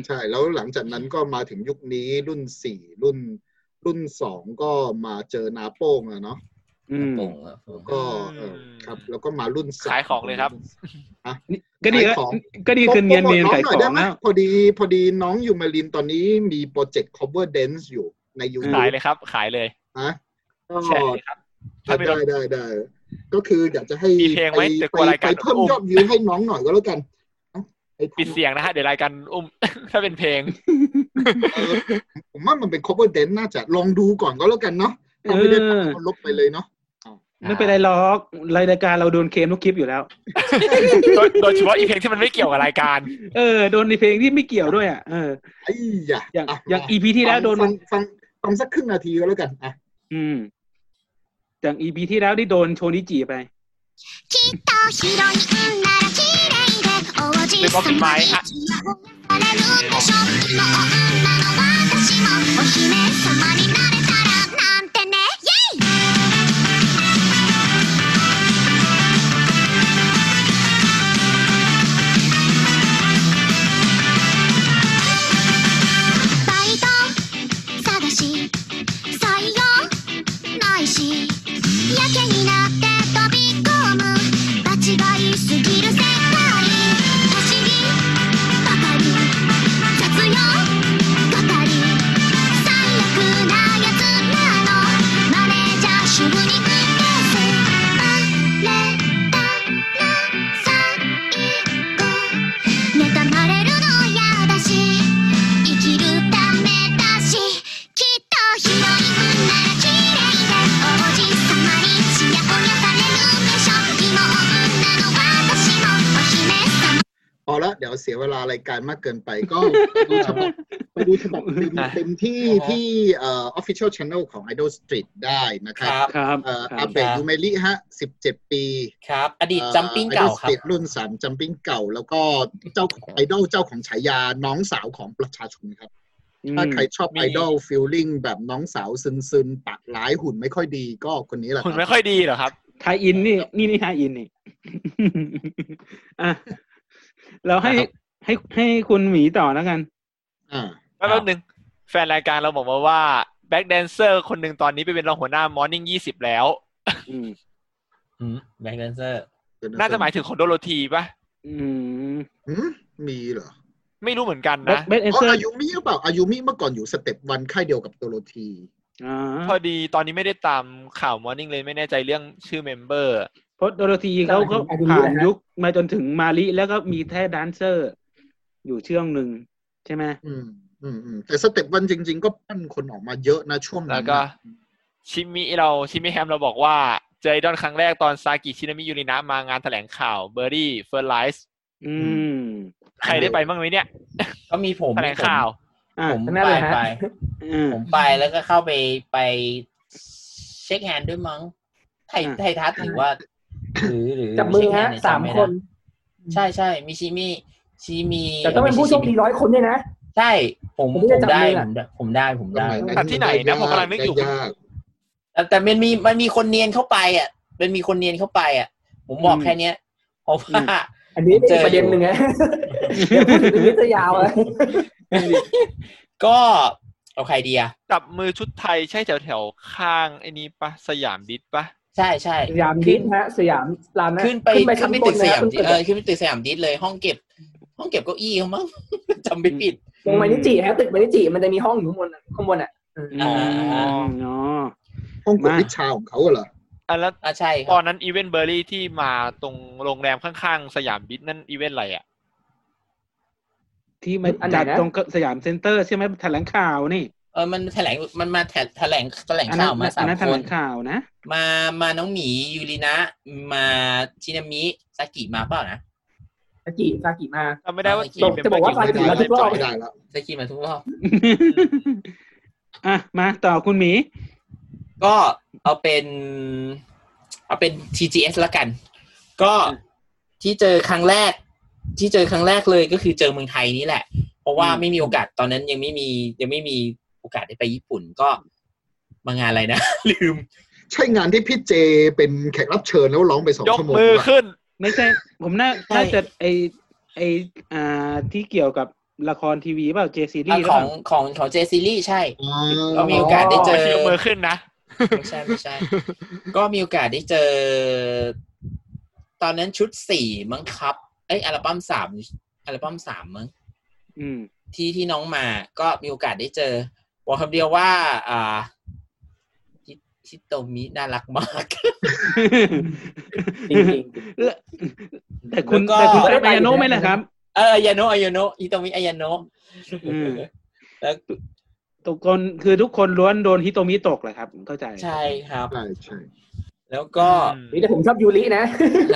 ใช่ แล้วหลังจากนั้นก็มาถึงยุคนี้รุ่นสี่รุ่น รุ่นสองก็มาเจอนาโป้งอะเนาะ
อืม
โป่งอะโป่ง
ก็เออครับ แล้วก็มารุ่นสม
ขายของเลยครับ
ก็ดี
ขายของ
ก็ดีขึ้นเงินเนียน
โปรโมท
ขาย
ห
ข
น่
อ
ได้
ง
ไหม
แล้ว
พอดีพอดีน้องอยู่มารินตอนนี้มีโปรเจกต์ cover dance อยู่ในยูทู
ขาย
บ
เลยครับ ขายเลย
นะก็
แชร์เลยครับ ถ้าไม่ล
ได้
ด
ได้ได้ ก็คืออยากจะให้
มีเพลงไว้
ป
แต่กลัวราย
ไป
การ
เพิ่ม
อุ้ม
ยอดวิวให้น้องหน่อยก็แล้วกันเอาไอ้
ปิดเสียงนะฮะเดี๋ยวรายการอุ้ม ถ้าเป็นเพลง
เออผมว่ามันเป็น cover dance น่าจะลองดูก่อนก็แล้วกันเนาะถ้าไม่ได้
เออ
ก็ลบไปเลยเนาะ
ไม่เป็นไรหรอกรายการเราโดนเคมทุกคลิปอยู่แล้ว
โดยโดยเฉพาะอีเพลงที่มันไม่เกี่ยวกับรายการ
เออโดนในเพลงที่ไม่เกี่ยวด้วยอ่ะเออ
ไอ้ยะ
อย่าง
ะ
อย่าง
มา
อีพีที่แล้วโดน
ฟังฟังฟังสักครึ่งนาทีก็แล้วกันอ่ะ
อืมอย่างอีพีที่แล้วที่โดนโชนิจิไป
きっとヒロインなら綺麗でおじさん
ไม่
に
ต้องปิด
されるでしょもう女の私もお姫様になれたらなんてねイェイバイト探し採用ないしやけになって飛び込む場違いすぎる世界走りばかり雑用語り最悪なやつなのマネージャー主婦に向けてバレたら最後妬まれるの嫌だし生きるためだしきっとヒロインなら綺麗で王子様にちやほやされるでしょ今女の私もお姫様
พอละเดี๋ยวเสียเวลารายการมากเกินไปก็ ไปดูฉบับไปดูฉ บับเต็ม
อ่ะ
เต็มที่ที่เอ่อ official channel ของ Idol Street ได้นะ
ค
ค
รับ รับ
ครับ
เอ่อ
ครั
อา
บ
เปะยูเมริฮะ 17 ปี
ครับ อดีต
เอ่อ
จัมปิ้ง
Idol
เก่าครับ
Street รุ่น 3 จัมปิ้งเก่า แล้วก็เจ้าของไอดอลเจ้าของฉายาน้องสาวของประชาชนครับ
อืม
ถ้าใครชอบ
มี
ไอดอลฟิลลิ่งแบบน้องสาวซึนๆปากร้ายหุ่นไม่ค่อยดีก็คนนี้แหละ
คุณ
รับ
ไม่ค่อยดีเหรอครับ
ไทยอินนี่ นี่นี่ไทยอินนี่ อ่ะเราให้
ครับ
ให้ให้คุณหมีต่อแล้วกัน
อ่า
แล้วแป๊บนึงแฟนรายการเราบอกมาว่าแบ็กแดนเซอร์คนหนึ่งตอนนี้ไปเป็นรองหัวหน้ามอร์นิ่งยี่สิบแล้ว
อืม
อืมแบ็กแดนเซอร์
น่าจะหมายถึงของโดโรธีปะ
อืม
หืมมีเหรอ
ไม่รู้เหมือนกัน
แบ็ค
นะ
แบ็คเอ
อ๋
นเซอ
อ
ร์
อายุมิหรือเปล่าอายุมิเมื่อก่อนอยู่สเต็ปวันค่ายเดียวกับโดโรธี
อ่า
พอดีตอนนี้ไม่ได้ตามข่าวมอร์นิ่งเลยไม่แน่ใจเรื่องชื่อเมมเบอร์
เพราะโดโรธีเขาเขา
อายุเยอะ
ผ่าน
นะ
ยุคมาจนถึงมาลิแล้วก็มีแท้แดนเซอร์ อยู่เชื่องหนึ่งใช่ไหม
อืมอืมอืมแต่สเต็ปวันจริง ๆ ก็ปั้นคนออกมาเยอะนะช่วง
แล้ว
นั้น
ก็
นะ
ชิมิเราชิมิแฮมเราบอกว่า เจอไอดอนครั้งแรกตอนซากิชินามิยูรินะมางานแถลงข่าวเบอร์รี่เฟอร์ไลส์
อืม
ใครได้ไปบ้างไหมเนี่ย
ก็มีผม
แถลงข่าว
อ่า
ผม
ข้างห
ไป
น้าเลยฮะ
ไป
อืม
ผมไปแล้วก็เข้าไปไปเช็คแฮนด์ด้วยมั้งไทย
อ่ะ
ไทยทัศน์หรือว่า หรือหรือ
จับมือ
เช็คแฮ
ฮะ
นด์เนี่ย
สาม
จำไได้
คน
ใช่ใช่มีชิมีชิมี
แต่ต้องเป็นผู้โชคดีร้อยคนด้วยนะ
ใช่ ผม
ผมไม่
ผ
ได้
ม
จับ
ได้
มือ
ผ
อ่ะ
มได้ผมได้ผมได้
สมัย
จัดที่ไหนนะผมกำลังนึกอยู่
ได้ยาก
แต่แต่มันมีมันมีคนเนียนเข้าไปอ่ะ มันมีคนเนียนเข้าไปอ่ะ ผมบอก
อืม
แค่เนี้ยเพราะว่า
อันนี้
ผมเจอ
เป็นประเด็นหนึ่งนะ เดี๋ยวพูดถึงนิตยาวอะ
ก็ เอาใครดีอะ
จับมือชุดไทยใช่แถวแถวๆข้างไอ้นี้ปะสยามดิสปะ
ใช่ใช่
สยามดิ
ขึ้
ส
น
ฮะสยามรามนะ
ขึ้นไปขึ้นไปตึกสยามดิสเอ
เอ
อขึ้นไปตึกสยามดิสเลย ห้องเก็บ ห้องเก็บเก้าอี้เขามั้ง จำไม่ผิด
ตรงมานิจิฮะตึกมานิจิมันจะมีห้องอยู่ข้างบนอะข้างบนอ่ะ
อ่า
เนาะ
ห้องกวด
มา
วิชาของเขาเหรอ
อันแล้ว
อ่ะใช่ค
ต
รั
อบ นนั้นอีเวนต์เบอร์รี่ที่มาตรงโรงแรมข้างๆ สยามบิทนั่นอีเวนต์อะไรอ่ะ
ที่มัน
อันไหน
จัด
นะ
ตรงสยามเซ็นเตอร์ใช่ไหมแถลงข่าวนี่
เออมันแถลงมันมาแถแถลงแถลง
อันนั้
ข่าน วมาสา
อัน
ม
นั้นแถ
ค
ล
น
งข่าวนะ
มามาน้องหมียูรินะ มาชินามิซากิมาเปล่านะ
ซากิซากิมา
จำไม่ได้ว่า
จะ
เป็น
จะบอกว่า
ไป
ไม่
กี่
ได้
ค
แล้
น
ว
ทุกรอบ
ไม่ได้แล้ว
ซากิมาทุกรอบ
อ่ะมาต่อคุณหมี
ก็เอาเป็นเอาเป็น TGS ละกัน ก็ที่เจอครั้งแรก ที่เจอครั้งแรกเลยก็คือเจอเมืองไทยนี่แหละ เพราะว่า
อืม
ไม่มีโอกาสตอนนั้นยังไม่มียังไม่มีโอกาสได้ไปญี่ปุ่นก็มางานอะไรนะ ลืม
ใช่งานที่พี่เจเป็นแขกรับเชิญแล้วร้องไปสอง
ยก
ชั่วโมง
มือ
ป่ะ
ขึ้น
ไม่ใช่ ผมน่า
ใช่
น่าจะไอไออ่าที่เกี่ยวกับละครทีวีเปล่าเจซีรี
อ่ะ
ส์หรือ
ข
เป
อ
ล่าง
ของของเจซีรีใช่
อ๋อ
ก็มีโอกาสได้เจอ
ไม่ใช่ยกมือขึ้นนะ
ไม่ใช่ไม่ใช่ ก็มีโอกาสได้เจอ ตอนนั้นชุดสี่มั้งครับ เอ้ยอัลบั้มสามอัลบั้มสามมั้ง
อืม
ที่ที่น้องมาก็มีโอกาสได้เจอบอกคำเดียวว่า อ่าฮิฮิโตมิน่ารักมาก
จริง
แต่คุณ
แล้วก็
แต่คุณชอบ
ไม่ได้
ไอายาโนะ
ไป
ไหมล่ะครับ
เอออายาโนะอายาโนะฮิโตมิอายาโนะ
อืม
แล้ว
ทุกคนคือทุกคนล้วนโดนฮิโตมิตกแหละครับผมเข้าใจ
ใช่ครับ
ใช่ใช่
แล้วก็
ๆนี่แต่ผมชอบยูรินะ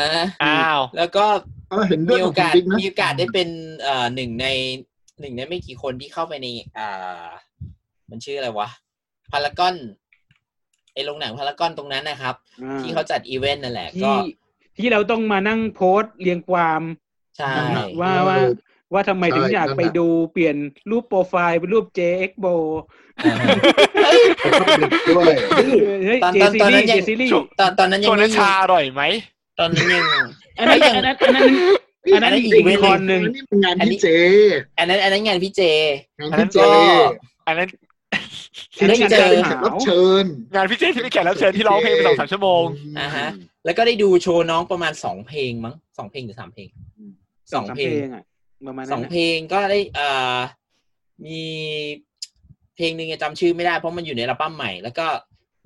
นะ
อ้าว
แล้วก็
เออเห็นด้วย
มี
กั
โอบ
คุณ
กาส
บิ๊กนะ
มีโอกาสได้เป็นเอ่อหนึ่งในหนึ่งในไม่กี่คนที่เข้าไปใน อ่า มันชื่ออะไรวะพารากอนไอโรงหนังพารากอนตรงนั้นนะครับ
อ่า
ที่เขาจัดอีเวนต์นั่นแหละ ก็
ที่ที่เราต้องมานั่งโพสต์เรียงความ
ใช่
ว่าว่า ว่าทำไมถึงอยากไปดูเปลี่ยนรูปโปรไฟล์เป็นรูป JXBO
ผมก็เห็นด้วย
เฮ้ย
ตอนต
J-Series
อนตอนนั้นยัง
J-Series
ฉุก
ตอนตอนนั้นยั
โช
ง
น
ไม่
ชาอร่อยไหม
ตอนนั้นยัง
อันนั้นอันนั้นอันนั้นอันนั้นอีกคอนหนึ่ง
อันนี้มันงานพี่เจ
อันนั้นอันนั้นงานพี่เจ
งานพี่เจ
อันนั้นก็ อันนั้น
ที่ได้เจอแขกรับเชิญ
งานพิเศษที่มีแขกรับเชิญที่ร้องเพลงไปสองสามชั่วโมง
อ่าฮะ แล้วก็ได้ดูโชว์น้องประมาณสองเพลงมั้งสองเพลงหรือสามเพลงสองเพลง
อ่ะประมาณ
ส
นั้
อนง
น่ะ
เพลงก็ได้เอ่อมีเพลงหนึ่งยังจำชื่อไม่ได้เพราะมันอยู่ในอัลบั้มใหม่ แล้วก็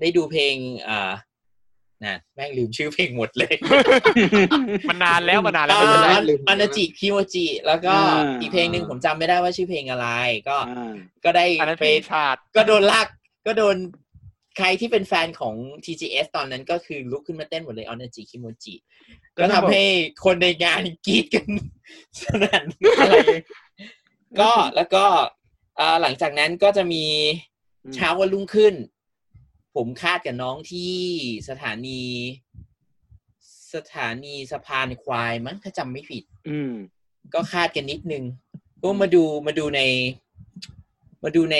ได้ดูเพลงเอ่อน่ะแม่งลืมชื่อเพลงหมดเลย
มันนานแล้วมันนานแล้ว
อ่า
ไม่เป็นไร
อานาจิคิโมจิแล้วก็อีกเพลงหนึ่งผมจำไม่ได้ว่าชื่อเพลงอะไร ก็
อ่า
ก็ได้
อันนั้น
ไป
เพลงชาติ
ก็โดนลากก็โดนใครที่เป็นแฟนของ TGS ตอนนั้นก็คือลุกขึ้นมาเต้นหมดเลยออนจิคิโมจิ ก็ทำให้คนในงานกรีดกัน สนั่นอะไร ก็แล้วก็เอ่อหลังจากนั้นก็จะมีเช้าวันรุ่งขึ้น ผมคาดกับน้องที่สถานี สถานีสะพานควายมั้งถ้าจำไม่ผิด
อืม
ก็คาดกันนิดนึงก็มาดูมาดูใน มาดูใน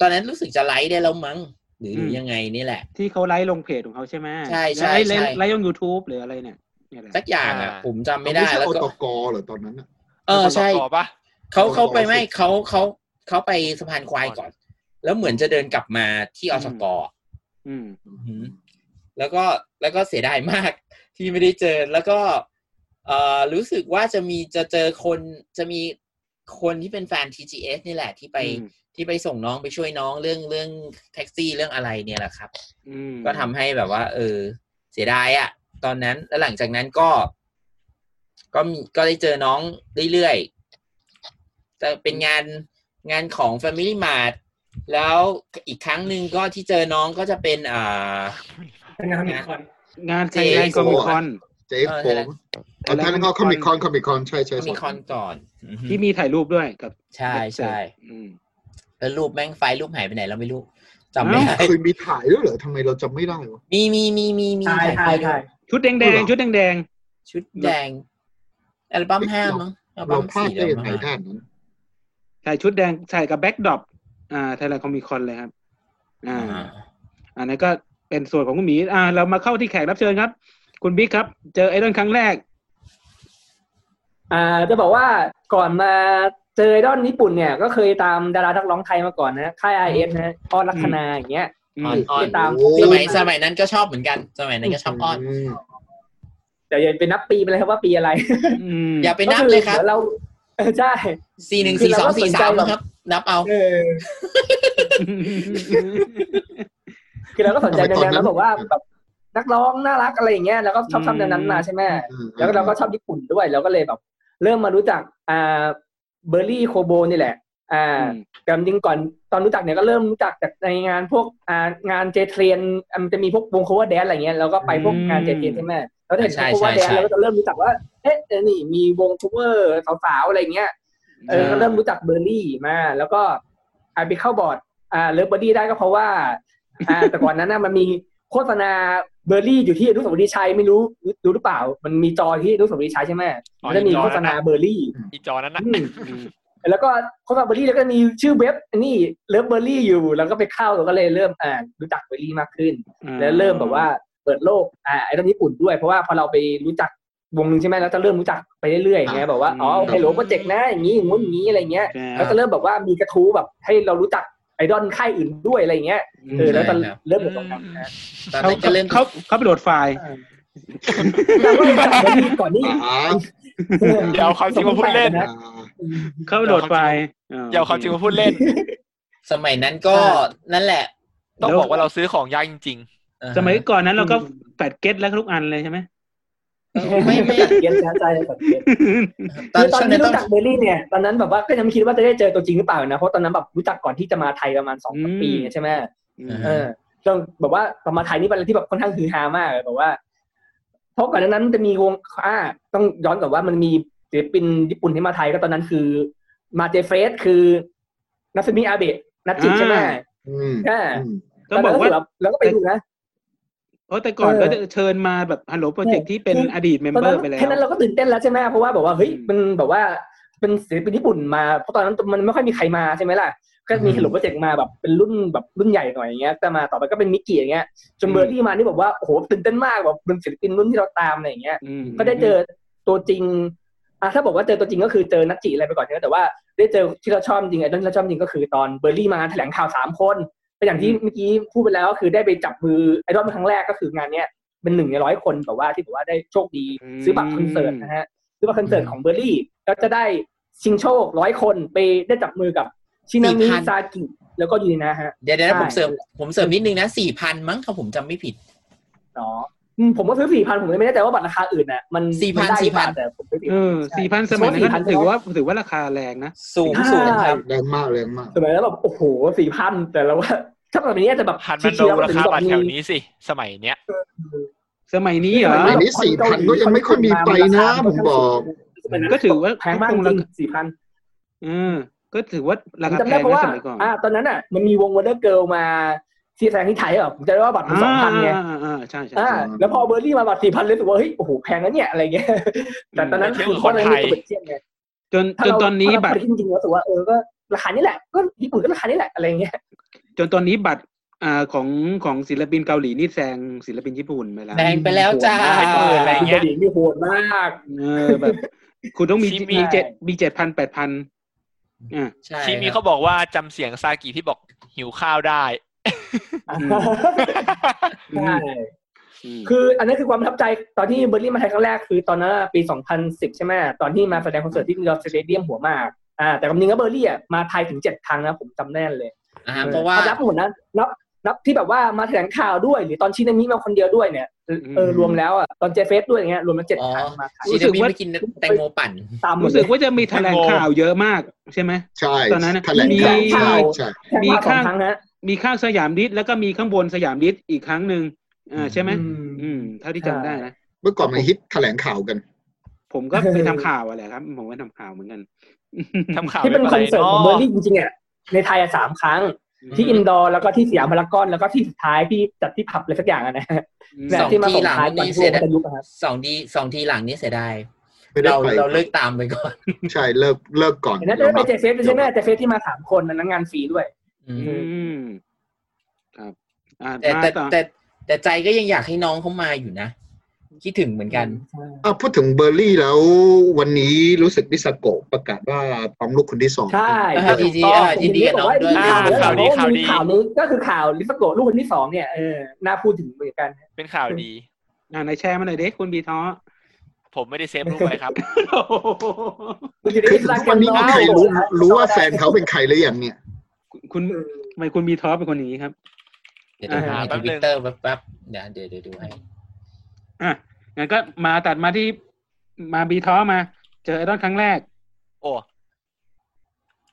ตอนนั้นรู้สึกจะไลฟ์ได้แล้วมั้ง หรือ
อืม
ยังไงนี่แหละ
ที่เขาไลฟ์ลงเพจของเขาใช่ไหม
ใช่ใช่
ไลฟ์
ใช่
ไลฟ์ลง YouTube หรืออะไรเนี่ยเนี่ยแหละ
สักอย่างอ่ะ
อ่า
ผมจำไม่
ไม่
ได้
ได้แล้
แล้ว ว
ก็
ก็
ตกเหรอตอนนั้นอะ
เออใช่
ต่อปะ
เขาเขา
ต่อ
ไปไม่
สิ
เขาเขาเขาไปสะพานควายก่อน แล้วเหมือนจะเดินกลับมาที่อสก
อืม
อืมแล้วก็แล้วก็เสียดายมาก ที่ไม่ได้เจอแล้วก็เอ่อรู้สึกว่าจะมีจะเจอคนจะมีคนที่เป็นแฟน TGS นี่แหละที่ไป
อืม
ที่ไปส่งน้องไปช่วยน้องเรื่องเรื่องแท็กซี่เรื่องอะไรเนี่ยแหละครับ
อืม
ก็ทำให้แบบว่า เออ เสียดายอะตอนนั้นแล้วหลังจากนั้นก็ ก็มีก็ได้เจอน้องเรื่อยๆแต่เป็นงานงานของ Family Mart แล้วอีกครั้งหนึ่งก็ที่เจอน้องก็จะเป็นอ่า
งานมีคอน
งานไทยแลนด์คอมิคอน
เจฟโฟมตอนนั้นก็คอมิคอนคอมิคอนใช่ใช่
ก็มี
ใช่
คอนก่อนอือฮึ
ที่มีถ่ายรูปด้วยกับ
ใช่ใช่
อืม
แล้วรูปแม่งไฟล์รูปหายไปไหนเราไม่รู้จำไม่ได้
เคยมีถ่ายด้วยเหรอทำไมเราจำไม่ได้วะ
มีมีมีมีมี
ใช่ใช่ใช่
ชุดแดงๆชุดแดง
ชุดแดง อัลบั้มห้ามั้งอัลบั้
เรา
ม
พลาด
สี่
ได้
แล้ว
ยังไง
มั้ง
ด้านนั้น
ๆใส่ชุดแดงใส่กับแบ็กดรอปอ่าไทยแลนด์คอมิคอนเลยครับ อ่า อันนั้นก็เป็นส่วนของคุณหมี อ่า เรามาเข้าที่แขกรับเชิญครับ คุณบิ๊กครับ เจอไอดอลครั้งแรก
อ่าจะบอกว่าก่อนมา เจอไอดอลญี่ปุ่นเนี่ยก็เคยตามดารานักร้องไทยมาก่อนนะค่ายไอเอฟนะอ้อนลักษณาอย่างเงี้ย
อื
อ่
ม
อนอ่อน
ตาม
โอ้
สมัยสมัยนั้นก็ชอบเหมือนกัน สมัยนั้นก็ชอบอ้อน
ม
แต่อย่าไปนับปีไปเลยครับว่าปีอะไร
อย่าไปนับเลยครับ
ก็อดี๋วเราเออใช่
สี่หนึ่งสี่สองสี่สามครับ นับเอา
เออ คือเราก็สนใจ
ทำไมตอน
แนว
นั้
แล้
น
วบอกว่าแบบนักร้องน่ารักอะไรอย่างเงี้ยแล้วก็ชอบ
อืม
ทำแนวนั้นมาใช่ไหม
อืม
แล้วก็เราก็ชอบญี่ปุ่นด้วยเราก็เลยแบบ เริ่มมารู้จักอ่าเบอร์รี่โคโบนี่แหละ อ่า แต่จริงๆก่อนตอนรู้จักเนี่ยก็เริ่มรู้จักจากในงานพวกอ่างานเจเทรนมันจะมีพวกวง cover dance อะไรเงี้ยเราก็ไปพวกงานเจเทรนใช่ไหมแล้วถ้าเห็นพวก cover
ใช่
dance เราก็จะเริ่มรู้จักว่าเอ๊ะเออนี่มีวง cover สาวๆอะไรเงี้ยเออ
ใช่
ก็เริ่มรู้จักเบอร์รี่มา แล้วก็อาไปเข้าบอร์ดอ่าเลิฟเบอร์รี่ได้ก็เพราะว่าอ่า แต่ก่อนนั้นน่ะมันมีโฆษณาเบอร์รี่อยู่ที่อนุสาวรีย์ชัยไม่รู้รู้หรือเปล่า มันมีจอที่อนุสาวรีย์ชัยใช่ไหมมันจะมีโฆษณาเบอร์รี่
อีจอนั้นนะ
อืม แล้วก็โฆษณาเบอร์รี่แล้วก็มีชื่อเว็บอันนี้เลิฟเบอร์รี่อยู่ แล้วก็ไปเข้าแล้วก็เลยเริ่มอ่านรู้จักเบอร์รี่มากขึ้น แล้วเริ่มแบบว่าเปิดโลกอ่าไอ้ตอนญี่ปุ่นด้วยเพราะว่าพอเราไปรู้จักวงหนึงใช่ไหมแล้วจะเริ่มรู้จักไปเรื่อยๆอย่างเงี้ยแบบว่าอ๋อไฮโลโปรเจกต์นะอย่างงี้อย่างงู้นอย่างงี้อะไรเงี้ย
ครับ
แล้วจะเริ่มแบบว่ามีกระทู้แบบให้เรารู้จักไอดอลค่ายอื่นด้วยอะไรเงี้ยเออแล้วจะ
ใช่ครับ
เริ่มแบบตรงนั้นนะ
ตอน
เขา
นั้นก็เริ่ม
เขาเขาไปโหลดไฟล์
แต่ว่ารู้จักเบอร์รี่ก่อนนี่
อ่า
อย่าเอาความจริงมาพูดเล่น
อ่า
เขาไปโหลดไฟล์
อย่าเอาความจริงมาพูดเล่น
สมัยนั้นก็นั่นแหละ
ต้องบอกว่าเราซื้อของยากจริง
อ่าฮะ
สมัยก่อนนั้นเราก็แปดเก็ตแล้วทุกอันเลยใช่ไหม
ไม่ไม่
เย็นช้าใจสังเกต
ต
ต
อ
อน นตอน
ช่วงนั้
ที่
นต้อง
รู้จักเบอร์รี่เนี่ยตอนนั้นแบบว่าก็ยังไม่คิดว่าจะได้เจอตัวจริงหรือเปล่านะเพราะตอนนั้นแบบรู้จักก่อนที่จะมาไทยประมาณสอง
อืม
ปีเนี่ยใช่ไหม
อืม
เออจนแบบว่าตอนมาไทยนี่เป็นอะไรที่แบบค่อนข้างฮือฮามากเลยแบบว่า เพราะก่อนหนานั้นจะมีวงอ่าต้องย้อนกลับว่ามันมีศิลปินญี่ปุ่นที่มาไทยก็ตอนนั้นคือ มาเจเฟสคือนัสมิอาเบะนัทจิใช่ไหม
อืม
อ่า
อืม
ก็บอกว่า
แล้วก็ไปดูนะ
เพราะแต่ก่อน
เออ
ก็จะเชิญมาแบบฮัลโหลโปรเจกต์ที่เป็น
คือ
อดีตเมม
ตอน
เบอ
นั้น
ร์ไปแล้ว
แค่นั้นเราก็ตื่นเต้นแล้วใช่ไหมเพราะว่าแบบว่าเฮ้ย
อืม
มันแบบว่าเป็นศิลปินญี่ปุ่นมาเพราะตอนนั้นมันไม่ค่อยมีใครมาใช่ไหมล่ะก็มี
อืม
เฮลโลโปรเจกต์มาแบบเป็นรุ่นแบบรุ่นใหญ่หน่อยอย่างเงี้ยแต่มาต่อไปก็เป็นมิกกี้อย่างเงี้ยจนเบอร์รี่มานี่แบบว่าโอ้โหตื่นเต้นมากแบบเป็นศิลปินรุ่นที่เราตามอะไรอย่างเงี้ย
อืม
ก็ได้เจอตัวจริงอ่ะถ้าบอกว่าเจอตัวจริงก็คือเจอนัจจิอะไรไปก่อนใช่ไหมแต่ว่าได้เจอที่เราชอบจริงไอ้เรื่องที่เราชอบจริงก็คือตอนเบอร์รี่มาแถลงข่าวสามคนก็อย่างที่เมื่อกี้พูดไปแล้วก็คือได้ไปจับมือไอดอลเป็นครั้งแรกก็คืองานเนี้ยเป็นหนึ่งในร้อยคนแต่ว่าที่บอกว่าได้โชคดี ซื้อบัตรคอนเสิร์ตนะฮะซื้อบัตรคอนเสิร์ตของเบอร์รี่แล้วจะได้ชิงโชคร้อยคนไปได้จับมือกับชินามิ
4,000
ซากิแล้วก็ยูรินะฮะ
เดี๋ยวเดี๋ยวนะ
ใช่
ผมเสริมผมเสริมนิดนึงนะสี่พันมั้งถ้าผมจำไม่ผิด
เนาะอืมผมก็ซื้อสี่พันผมเลยไม่แน่ใจว่าบัตรราคาอื่นน่ะมัน
4,000
มัได้หรือเปล่า
4,000
แต่ผมซื้อ4,000
เออสี่พันสมัยนั้นก็
4,000
ถือว่าถือว่าราคาแรงนะ
สูงสูงครับ
แรงมากแรงมาก
สมัยแล้วแบบโอ้โหสี่พันแต่เราว่าถ้าแบบนี้อาจจะแบบ
ๆ หันมาดูราคาบัตรแถวนี้สิ สมัยเนี้ย
สมัยนี้เหรอ
อันนี้สี่พันก็ยังไม่ค่อยมีไปนะ ผมบอก
ก็ถือว่า
แพงมากจริงสี่พัน
เออก็ถือว่าราคา
จำ
แพ
ได้
ง
เพราะ
นะ
ว่า
สมัยก่อน
อ่าตอนนั้นอ่ะมันมีวงวันเดอร์เกิลมาที่แสดงที่ไทยอ่ะผมจำได้ว่าบัตรมันสองพันไง
อ่าอ่าอ่าใช่ใช่
อ่า
ใช่
แล้วพอเบอร์รี่มาบัตรสี่พันเลยรู้สึกว่าเฮ้ยโอ้โหแพงนะเนี่ยอะไรเงี้ยแต่ตอนนั้น
เทียบกับ
เพราะอะไร
คนไทย
ไม่ตกเป็นเทียบไง
จน
ถ้า
จน
เรา
ตอนนี้
ถ้าเรา
บัตร
ไปจริงๆแล้วรู้สึกว่าเออก็ราคานี่แหละก็ญี่ปุ่นก็ราคานี่แหละอะไรเงี้ย
จนตอนนี้บัตรอ่าของของศิลปินเกาหลีนี่แซงศิลปินญี่ปุ่นไปแล้ว
แดงไปแล้วจ้า
เอออะไรเงี้ย
กาหลีนี่โหดมาก
เออแบบ คุณต้องมี
ชิมิ
มีเจ็ดมีเจ็ดพันแปดพันอ่า
ใช่
ชิมี
ครับ
เขาบอกว่าจำเสียงซากิที่บอกหิวข้าว ได้
อืม
ใช่คืออันนั้นคือความประทับใจตอนที่เบอร์ลินมาไทยครั้งแรกคือตอนนั้นปี 2010 ใช่ไหมตอนที่มาแสดงคอนเสิร์ตที่เราสเตเดียมหัวหมากอ่าแต่ความจริงก็เบอร์ลินอะมาไทยถึงเจ็ดครั้งนะผมจำแน่นเลย
อ่าฮะเพราะว่า
นับหมดนะนับนับที่แบบว่ามาแถลงข่าวด้วย หรือตอนชินามิมาคนเดียวด้วยเนี่ยเออเออ
อืม
รวมแล้วอะตอนเจเฟสด้วยอย่างเงี้ยรวมแล้วเจ็ด
อ๋อ
ครั้งมาไทย
ชิ
รู้สึ
นาก มิ
ว่า
ไปกินแตงโมปั่น
ตามหมด
รู้
เล
สึ
ย
กว่าจะมีแถลงข่าวเยอะมากใช่ไหม
ใช่
ตอนนั้นน่ะ
แถลง
มี
ข่าวใช่ใช่
แข่งมาสองครั้งนะ
มีข้างสยามดิสแล้วก็มีข้างบนสยามดิสอีกครั้งหนึ่งอ่าใช่ไหม
อืม
อืม เท่าที่จำได้นะ
เมื่อก่อนมันฮิตแถลงข่าวกัน
ผมก็ไปทำข่าวอะไรครับ ผมก็ทำข่าวเหมือนกัน
ทำข่าว
ที่เป็น
ว็บะ
ค
ไร
อนเสิร์ตของเบอร์ลี่
ะ
จริงๆอ่ะในไทยอะสามครั้ง ที่อินดอร์แล้วก็ที่สยามพารากอนแล้วก็ที่สุดท้ายที่จัดที่ผับอะไรสักอย่างอะนะ
ส
แบบ
อง
ที่มาส่ง
ที่หลัง
ท้ายก่อน
นี่
ที่วง
เสียดาย
จะยุบอะครับ
สองทีสองทีหลังนี่เสียดาย
ไม่ได้
เรา
ไป
เราเลิกตามไปก่อน
ใช่เลิกเลิกก่อน
เห็นนั้นจะได้ไปเจเฟสใช่ไหมเจเฟสที่มาสามคนอันนั้นงานฟรีด้วย
อืม
อืมครับ อ่า
แต่
มา
แต่
ต่อ
แต่แต่ใจก็ยังอยากให้น้องเขามาอยู่นะ คิดถึงเหมือนกัน
อ่ะพูดถึงเบอร์รี่แล้ววันนี้รู้สึกวิสโกะประกาศว่าพร้อมลูกคนที่สอง
ใช่
อ่ายินดีอ่ายินดีกับน้องด้วย
ข่าว
ข่าวดี
ดี
ข่าวดี
ข่าวนี้ก็คือข่าวลิสโกะลูกคนที่สองเนี่ยเออน่าพูดถึงเหมือนกัน
เป็นข่าวดี
อ่ะไหนแชร์มาหน่อยเด็กคุณบีท้อ
ผมไม่ได้เซฟรูปไว้ครับ
คุณอยู่ใน
คือ
อินสตาแกร
วัน
ม
นี้มีใครรู้รู้ว่าแฟนเขาเป็นใครหรือยังเนี่ย
คุณคุณทำไมคุณบีท้อเป็นคนอย่างนี้ครับ
เดี๋ยวต้องหา
อ่า
ทวิตเตอร์แป๊บๆเดี๋ยวเดี๋ยวเดี๋ยวดูให้
อ่ะงั้นก็มาตัดมาที่มาบีท้อมา เจอไอดอนครั้งแรก
โอ้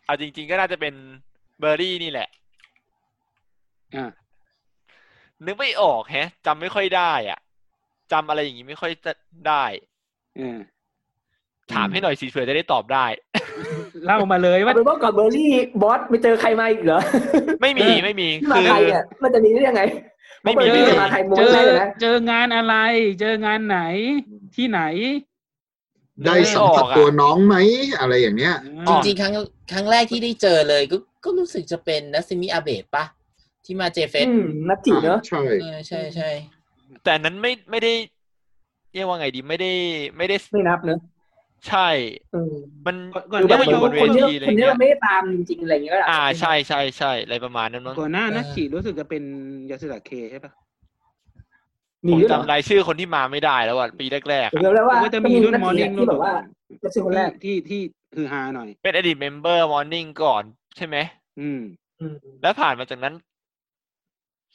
เอาจริง ๆ ก็น่าจะเป็นเบอร์รี่นี่แหละ
อ่ะ
นึกไม่ออกแฮะจำไม่ค่อยได้อ่ะจำอะไรอย่างงี้ไม่ค่อยจะได้
เออ
ถามให้หน่อยสิเผื่อจะได้ตอบได้
เล่ามาเลยว่า
เป็นว่าก่อนเบอร์รี่บอสไปเจอใครมาอีกเหรอ
ไม่มีไม่มี
ที่
คือ
มาไทยเนี่ยมันจะมีได้ยังไง
ไม่
เบอ
มี
ร์
ไม่
รี่
มี
มาไทยโม
เจ
ง
อ
แรกเลยนะ
เจองานอะไร เจองานไหนที่ไหน
ได้สัมผัสตัวน้องไหมอะไรอย่างเนี้ย
จริงๆครั้งครั้งแรกที่ได้เจอเลยก็ก็รู้สึกจะเป็นนัสซิมิอาเบะปะที่มาเจเฟส
อืมนัดจีเนอะ
ใช่
เออใช่ใช่
แต่อันนั้นไม่ไม่ได้เรียกว่าไงดีไม่ได้ไม่ได้
ไม่นับเนอะ
ใช่
เออ
มัน
ก่อน
คือ
ห
แบ
น้า
บ
มันอยู่บนเว
คนเยอะ
ทีอะไร
คนเย
เงี้
อะ
ย
ไม่ได้ตามจริงๆอะไรอย่างเงี้ยก็ได้
อ่าใช่ใช่ใช่อะไรประมาณนั้นมั้ง
ก่อนหน้านักขี่รู้สึกจะเป็นยาสึดะเคใช่ปะ
มี
ผม
ด้วยเหรอ
จำรายชื่อคนที่มาไม่ได้แล้วอ่ะปีแรกๆ
ผม
อะ
จำได้ว่า
ก็จะมีรุ่นมอร์นิ่ง
ที่แบบว่าไม่ใช่คนแรก
ที่ที่คือฮาหน่อย
เป็นอดีตเมมเบอร์มอร์นิ่งก่อนใช่ไหม
อืม
อืม
แล้วผ่านมาจากนั้น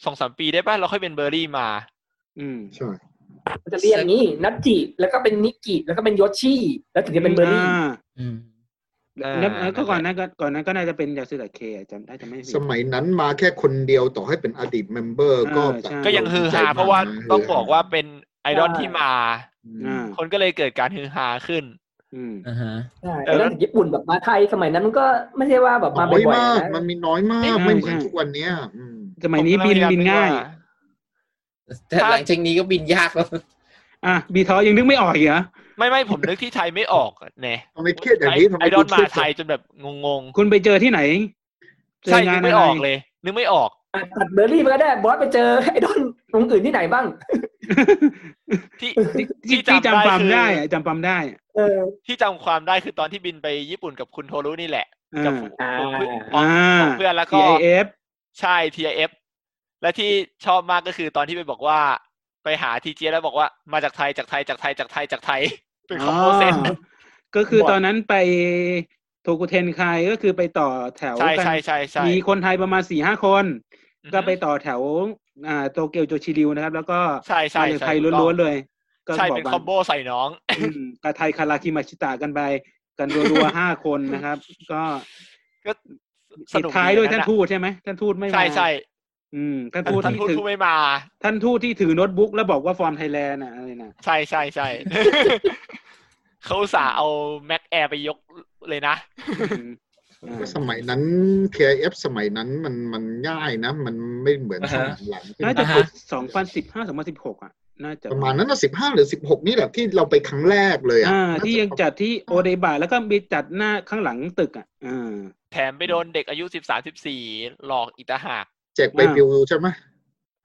สองสามปีได้ป่ะ เราค่อยเป็นเบอร์รี่มา
อืม
ใช่
มันจะเรียงนี้นัดจิแล้วก็เป็นนิกิแล้วก็เป็นโยชิแล้วถึงจะเป็นเบอร์รี่
า
อืม
แล้ว
อ่า
แล้วก็ก่อนหนั้นก็ก่อนหนั้นก็น่าจะเป็นยาสึดะเคจำได้จำไม่ผิด
สมัยนั้นมาแค่คนเดียวต่อให้เป็นอดีตเมมเบอร์ก็
เออใช่
แบบ
ก็ยังฮือฮาเพราะว่าต้องบอกว่าเป็นไอดอล
ใช่
ที่มา
อื
อ่าม
คนก็เลยเกิดการฮือฮาขึ้น
อืม
อ่าฮะ
ใช่แล้วถึงญี่ปุ่นแบบมาไทยสมัยนั้นมันก็ไม่ใช่ว่าแบบมา
น้
บ่
อย
อย
มาก
ๆ
มัน
นะ
มีน้อยมาก
ใช่
ไม่เหมือน
ใช่
ทุกวันเนี้ยอืม
สมัยนี้บินบินง่าย
แต่หลังจากนี้ก็บินยากแล้ว
อ่ะบีทอยังนึกไม่ออกอีกเหรอ
ไม่ไม่ผมนึกที่ไทยไม่ออกอะเนี่ย
ทำไมเครียดอย่างนี้ทำไม
ไอดอล
กู
มา
เครียด
ไทยจนแบบงง
คุณไปเจอที่ไหน
ๆใช่นึ
งา
ไม่
กะร
ออกเลย นึกไม่ออก
อ่ะตัดเบอร์รี่ไปก็ได้บอสไปเจอ ไอ้ดอนวงอื่นที่ไหนบ้าง
ที่
ที่
ที่
ที่
จำ
จำความ
ได้
ได้
คือ
อะจำความได้อะ
เออ
ที่จำความได้คือตอนที่บินไปญี่ปุ่นกับคุณโทรุนี่แหละ
อ่า
กับฝู
อ่า
ฝู
อ่า
ของเพื่อนแล้วก็
TIF
ใช่ TIF และที่ชอบมากก็คือตอนที่ไปบอกว่า ไปหาทีเจแล้วบอกว่ามาจากไทยจากไทยจากไทยจากไทยจากไทย เป็นคอมโบเซต
อ๋อก็คือตอนนั้นไปโทกุเทนไคายก็คือไปต่อแถว
ใช่
กัน
ใช่ใช่ใช่
มีคนไทยประมาณสี่ห้าคน
อือฮึ
ก็ไปต่อแถวอ่าโตเกียวโจชิริวนะครับ แล้วก็
ใช่ใช่
มาจาก
ใช่
ไทย
ถูกต้อง
ล้วนๆเลย ก็
ใช่
บอ
เป็น
กว่า
คอมโบใส่น้อง
อืมกาไทยคาราคิมาชิตะกันไป กันรัวๆห้าคนนะครับ ก็
ก็ส
ปิด
นุก
ท้ายด้วยท่าน
ะ
ทูตใช่ไหมท่านทูตไม่มา
ใช่ใช่
อืมท่าน
ท่าน
ทูต
ท่าน
ที่
ทูต
ถือ
ผู้ไม่มา
ท่านทูตที่ถือโน้ตบุ๊กแล้วบอกว่าฟอร์มไทยแลนด์อะไรนะ
ใช่ใช่ ใช่ เขาอุตสาห์เอาแม็กแอร์ไปยกเลยนะ
อืมอ่า
สมัยนั้น TIF สมัยนั้นมันมันง่ายนะ มันไม่เหมือนส
อ่าฮะ
มัยหลังที่
น่าจะ
อ่าฮะ
สองพันสิบห้าสองพันสิบหกอ่ะ น่าจะ
ประมาณนั้นนะสิบห้าหรือสิบหกนี่แหละที่เราไปครั้งแรกเลยอ่ะ
อ่า
น่าจะ
ที่ยังจัดที่โอเดบะแล้วก็มีจัดหน้าข้างหลังตึกอ่ะอ่า
แถมไปโดนเด็กอายุสิบสามสิบสี่หลอกอีกตางหาก
แจกใบปลิวใช่ไหม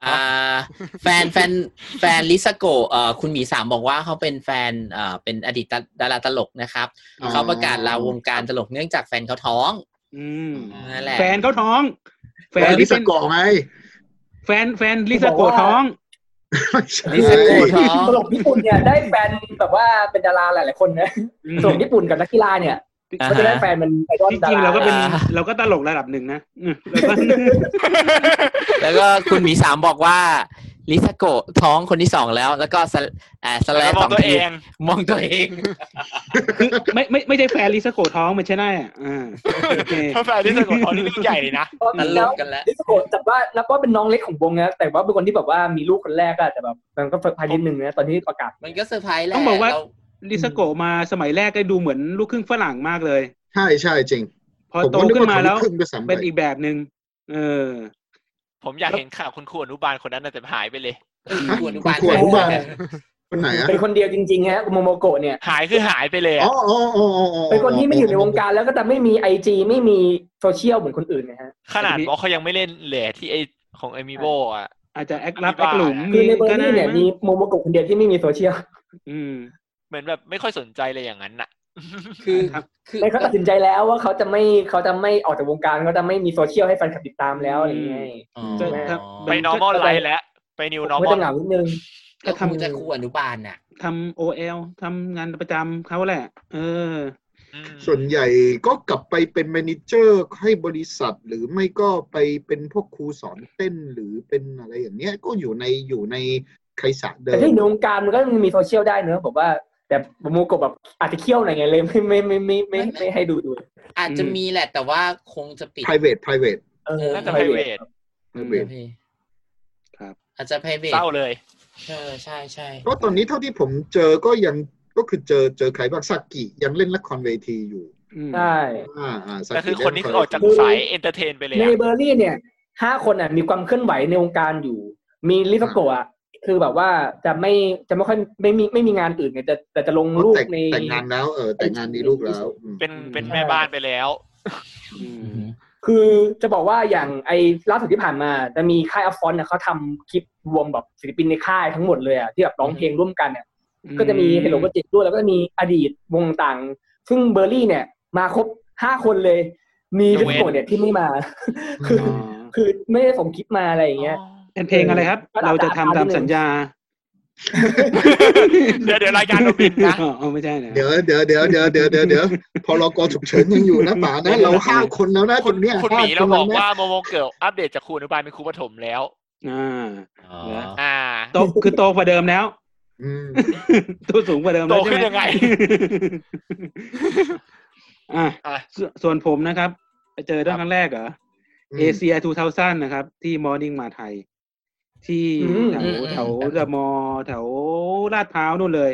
อ่าแฟนแฟนแฟนลิซาโกะเอ่อคุณหมีสามบอกว่าเขาเป็นแฟนเอ่อเป็นอดีตดาราตลกนะครับ
อ๋อ
เขาประกาศลาวงการตลกเนื่องจากแฟนเขาท้อง
อืม
นั่นแหละ
แฟนเขาท้อง แฟ
แฟ
น
นลิ
ที่
ส
เป็น
กอไง
แฟนแฟนลิซาโกะท้อง
ไม่
ลิ
ใช่
ซาโก
โอ้ท้อง
ตลกญี่ปุ่นเนี่ยได้แฟนแบบว่าเป็นดาราหลายๆคนนะตลกญี่ปุ่นกับนักกีฬาเนี่ย
อ่า
ก็จะได้
ฮะ
แฟนเป็นไอดอล
ที่
ดา
จริง
รา
เราก็เป็น
อ่า
เราก็ตลกระดับหนึ่งนะอืมแล้วก็
แล้วก็คุณหมีสามบอกว่าลิซาโกะท้องคนที่สองแล้ว แล้วก็สะอ่าสแล
แล้ว
น
ม
ส
อ
อ
ง
ง
ตัว
ที
เอง
มองตัวเอง
คือไม่ไม่ไม่ใช่แฟนลิซาโกะท้องมันใช่ไหมอ่ะอ่าโอเค
ถ้าแฟนที่สะกดท้องนี่เรื่องใหญ่เลยนะ
ตอน
ต
นั้น
ล
แล้ว
กกันแล้ว
ลิสโกะจับว่านับว่าเป็นน้องเล็กของวงนะแต่ว่าเป็นคนที่แบบว่ามีลูกคนแรกอะแต่แบบมันก็เซอร์ไพรส์นิดนึงนะตอนที่ประกาศ
มันก็เซอร์ไพรส์แหละ
ต้องบอกว่า
เร
ลิซาโกะมาสมัยแรกก็ดูเหมือนลูกครึ่งฝรั่งมากเลย
ใช่ใช่จริง
พอโตขึ้นมาแล้ว
ผมก็นึกถึงด้วยซ้ำไป
เป็นอีกแบบหนึ่งเออ
ผมอยากเห็นข่าวคุณครูอนุบาลคนนั้นน่ะแต่หายไปเลย
ฮะ
คุณ
คุณขวด
นุ
รู้บ้าง
แน่
คนไหนอ่ะ
เป็นคนเดียวจริงๆฮะโมโมโกะเนี่ย
หายคือหายไปเลยอะ
อ๋ออ๋ออ๋ออ๋ออ๋อ
เป็นคนที่ไม่อยู่ในวงการแล้วก็แต่ไม่มีไอจีไม่มีโซเชียลเหมือนคนอื่นนะฮะ
ขนาดบอกเขายังไม่เล่นเหลที่ไอของเอมิโบอ่ะ
อาจจะแอคลับแอคหลุม
คือในเบอ
ก็
ร์
ได้
นี่เนี่ย
มั้ง
มีโมโมโกะคนเดียวที่ไม่มีโซเชียล
อืม
เหมือนแบบไม่ค่อยสนใจเลยอย่างนั้นน่ะ
คือ
ครับ
คือ
ในเขาตัดสินใจแล้วว่าเขาจะไม่เขาจะไม่ออกจากวงการเขาจะไม่มีโซเชียลให้แฟนคลับติดตามแล้วอะไรเงี้ย
อ๋อ
จะถ้า
ไป normal life แล้ว ไป new
ก็
normal
จะเหงานิดนึง
ก็ทำจะครูอนุบาลน่ะ
ทำโอเอลทำงานประจำเขาแหละ เออ
อืม
ส่วนใหญ่ก็กลับไปเป็นแมเนเจอร์ให้บริษัทหรือไม่ก็ไปเป็นพวกครูสอนเต้นหรือเป็นอะไรอย่างเนี้ยก็อยู่ในอยู่ในไครสะเดิ
แต่
ม
ที่ในวงการมันก็มีโซเชียลได้เนอะผมว่า แต่โมโกะแบบอาจจะเคี่ยวหน่อยไงเลยไม่ไม่ไม่ไม่ไม่ไม่ให้ดูดู
อาจจะมีแหละแต่ว่าคงจะปิด
ไพรเวทไพรเวท
เออ
น่าจะ
private
private
เอ
private
อพี่
ครับ
อาจจะ private
เศร้าเลย
เออใช่ใช่
ก็ตอนนี้เท่าที่ผมเจอก็ยังก็คือเจอเจอใครบ้างซากิยังเล่นละครเวทีอยู่
อืม
ใช่
อ่าอ่าซา
แต่
กิ
คือคนนี้คือออกจากสายเอนเตอร์เทนไปเลย
ใน
อะ
เบอร์รี่เนี่ยห้าคนอ่ะมีความเคลื่อนไหวในวงการอยู่ มีลิซาโกะอะคือแบบว่าจะไม่จะไม่ค่อยไม่มีไม่มีงานอื่นไงแต่แต่จะลง
เขา
รูป
แต่ง
ใน
แต่งงานแล้วเออแต่งงานมีลูกแล้วอืม
เป็นเป็นแม่บ้านไปแล้ว
อืม
คือจะบอกว่าอย่างไอ้ล่าสุดที่ผ่านมาจะมีค่ายอัฟฟอนเนี่ยเขาทำคลิปรวมแบบศิลปินในค่ายทั้งหมดเลยอ่ะที่แบบร้องเพลงร่วมกันเนี่ย ก็จะมีเฮโลโปรเจกต์ด้วยแล้วก็จะมีอดีตวงต่าง ซึ่งเบอร์รี่เนี่ย มาครบห้าคนเลย มี
ย
ลิ
ก
ส
เว้น
โกเนี่ยที่ไม่มา คืออ
อ
คือไม่ได้ส่งคลิปมาอะไรอย่างเงี้ย
เป็นเพลงอะไรครับ
ระดับ
เราจะทำตามสัญญา
เดี๋ยวเดี๋ยวรายการเราปิดนะ
อ๋อไม่ใช่นะ
เดี๋ยวเดี๋ยวเดี๋ยวเดี๋ยวเดี๋ยวเดี๋ยวเดี๋ยวพรกฉุกเฉินยังอยู่นะป๋านะเราห้าคนแล้วนะ
คุณ
ตรงเนี้ย
คุณหมี
ห้
เราบอก
คนแล้
ว่า
นะ
โมโมเกิลอัปเดตจากครูอนุบาลเป็นครูประถมแล้ว
อ่า
อ๋อ
อ่า
โตคือโตกว่าเดิมแล้ว
อืม
ตัวสูงกว่าเดิมแล้ว
โตขึ้น
ใช่หม
ยังไง
อ่ะ
อ่ะ
ส่วนส่วนผมนะครับ ไปเจอด้านครั้งแรกเหรอ
อืม
เอเชียทูเทาซันนะครับ ที่มอร์นิ่งมาไทย ที่
อืม
แถวแถวเดอะมอลล์แถวลาดพร้าวนู่นเลย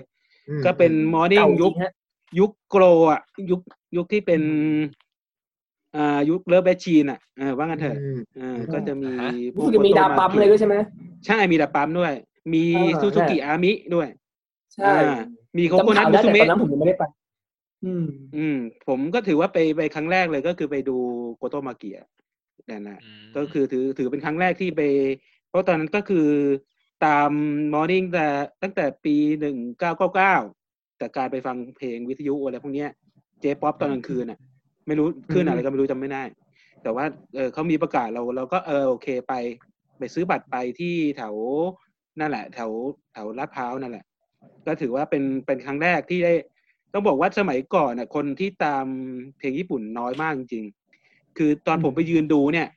อืม
ก็เป็นมอร์นิ่ง
เก่าจ
ยุ
ริ
ค
งฮะ
ยุคโกรอ่ะ ยุคยุคที่เป็น อ่ายุคเลิฟแบชชีนอ่ะเออว่ากันเถอะ
ม
เออก็จะมี
อ่าฮะ
พว
รู้สึกจะมีดาปั๊มเลยด้วยใช่ไหม
ใช่มีดาบปั๊มด้วย มี
เออ
ซูซูกิ
นั่นแหละ
อามิด้วย
ใช่
อ่ามีโคโค
จำ
นัท
ข่าว
มุสุ
ได้แต่ต
เมะ
อนนั้นผมยังไม่ได้ไป อืม
อืม ผมก็ถือว่าไปไปครั้งแรกเลยก็คือไปดูโกโตมาเกียนั่นนะ
ม
ก็คือถือถือเป็นครั้งแรกที่ไป เพราะตอนนั้นก็คือตามมอร์นิ่งแต่ตั้งแต่ปีหนึ่งเก้าเก้าเก้าแต่การไปฟังเพลงวิทยุอะไรพวกเนี้ยเจป๊อปตอนกลางคืนอ่ะ ไม่รู้ขึ้นอะไรก็ไม่รู้จำไม่ได้ แต่ว่าเออเขามีประกาศเราเราก็เออโอเคไป ไปซื้อบัตรไปที่แถวนั่นแหละ แถวแถวลาดพร้าวนั่นแหละ ก็ถือว่าเป็นเป็นครั้งแรกที่ได้ ต้องบอกว่าสมัยก่อนน่ะ คนที่ตามเพลงญี่ปุ่นน้อยมากจริงๆคือตอนผมไปยืนดูเนี่ย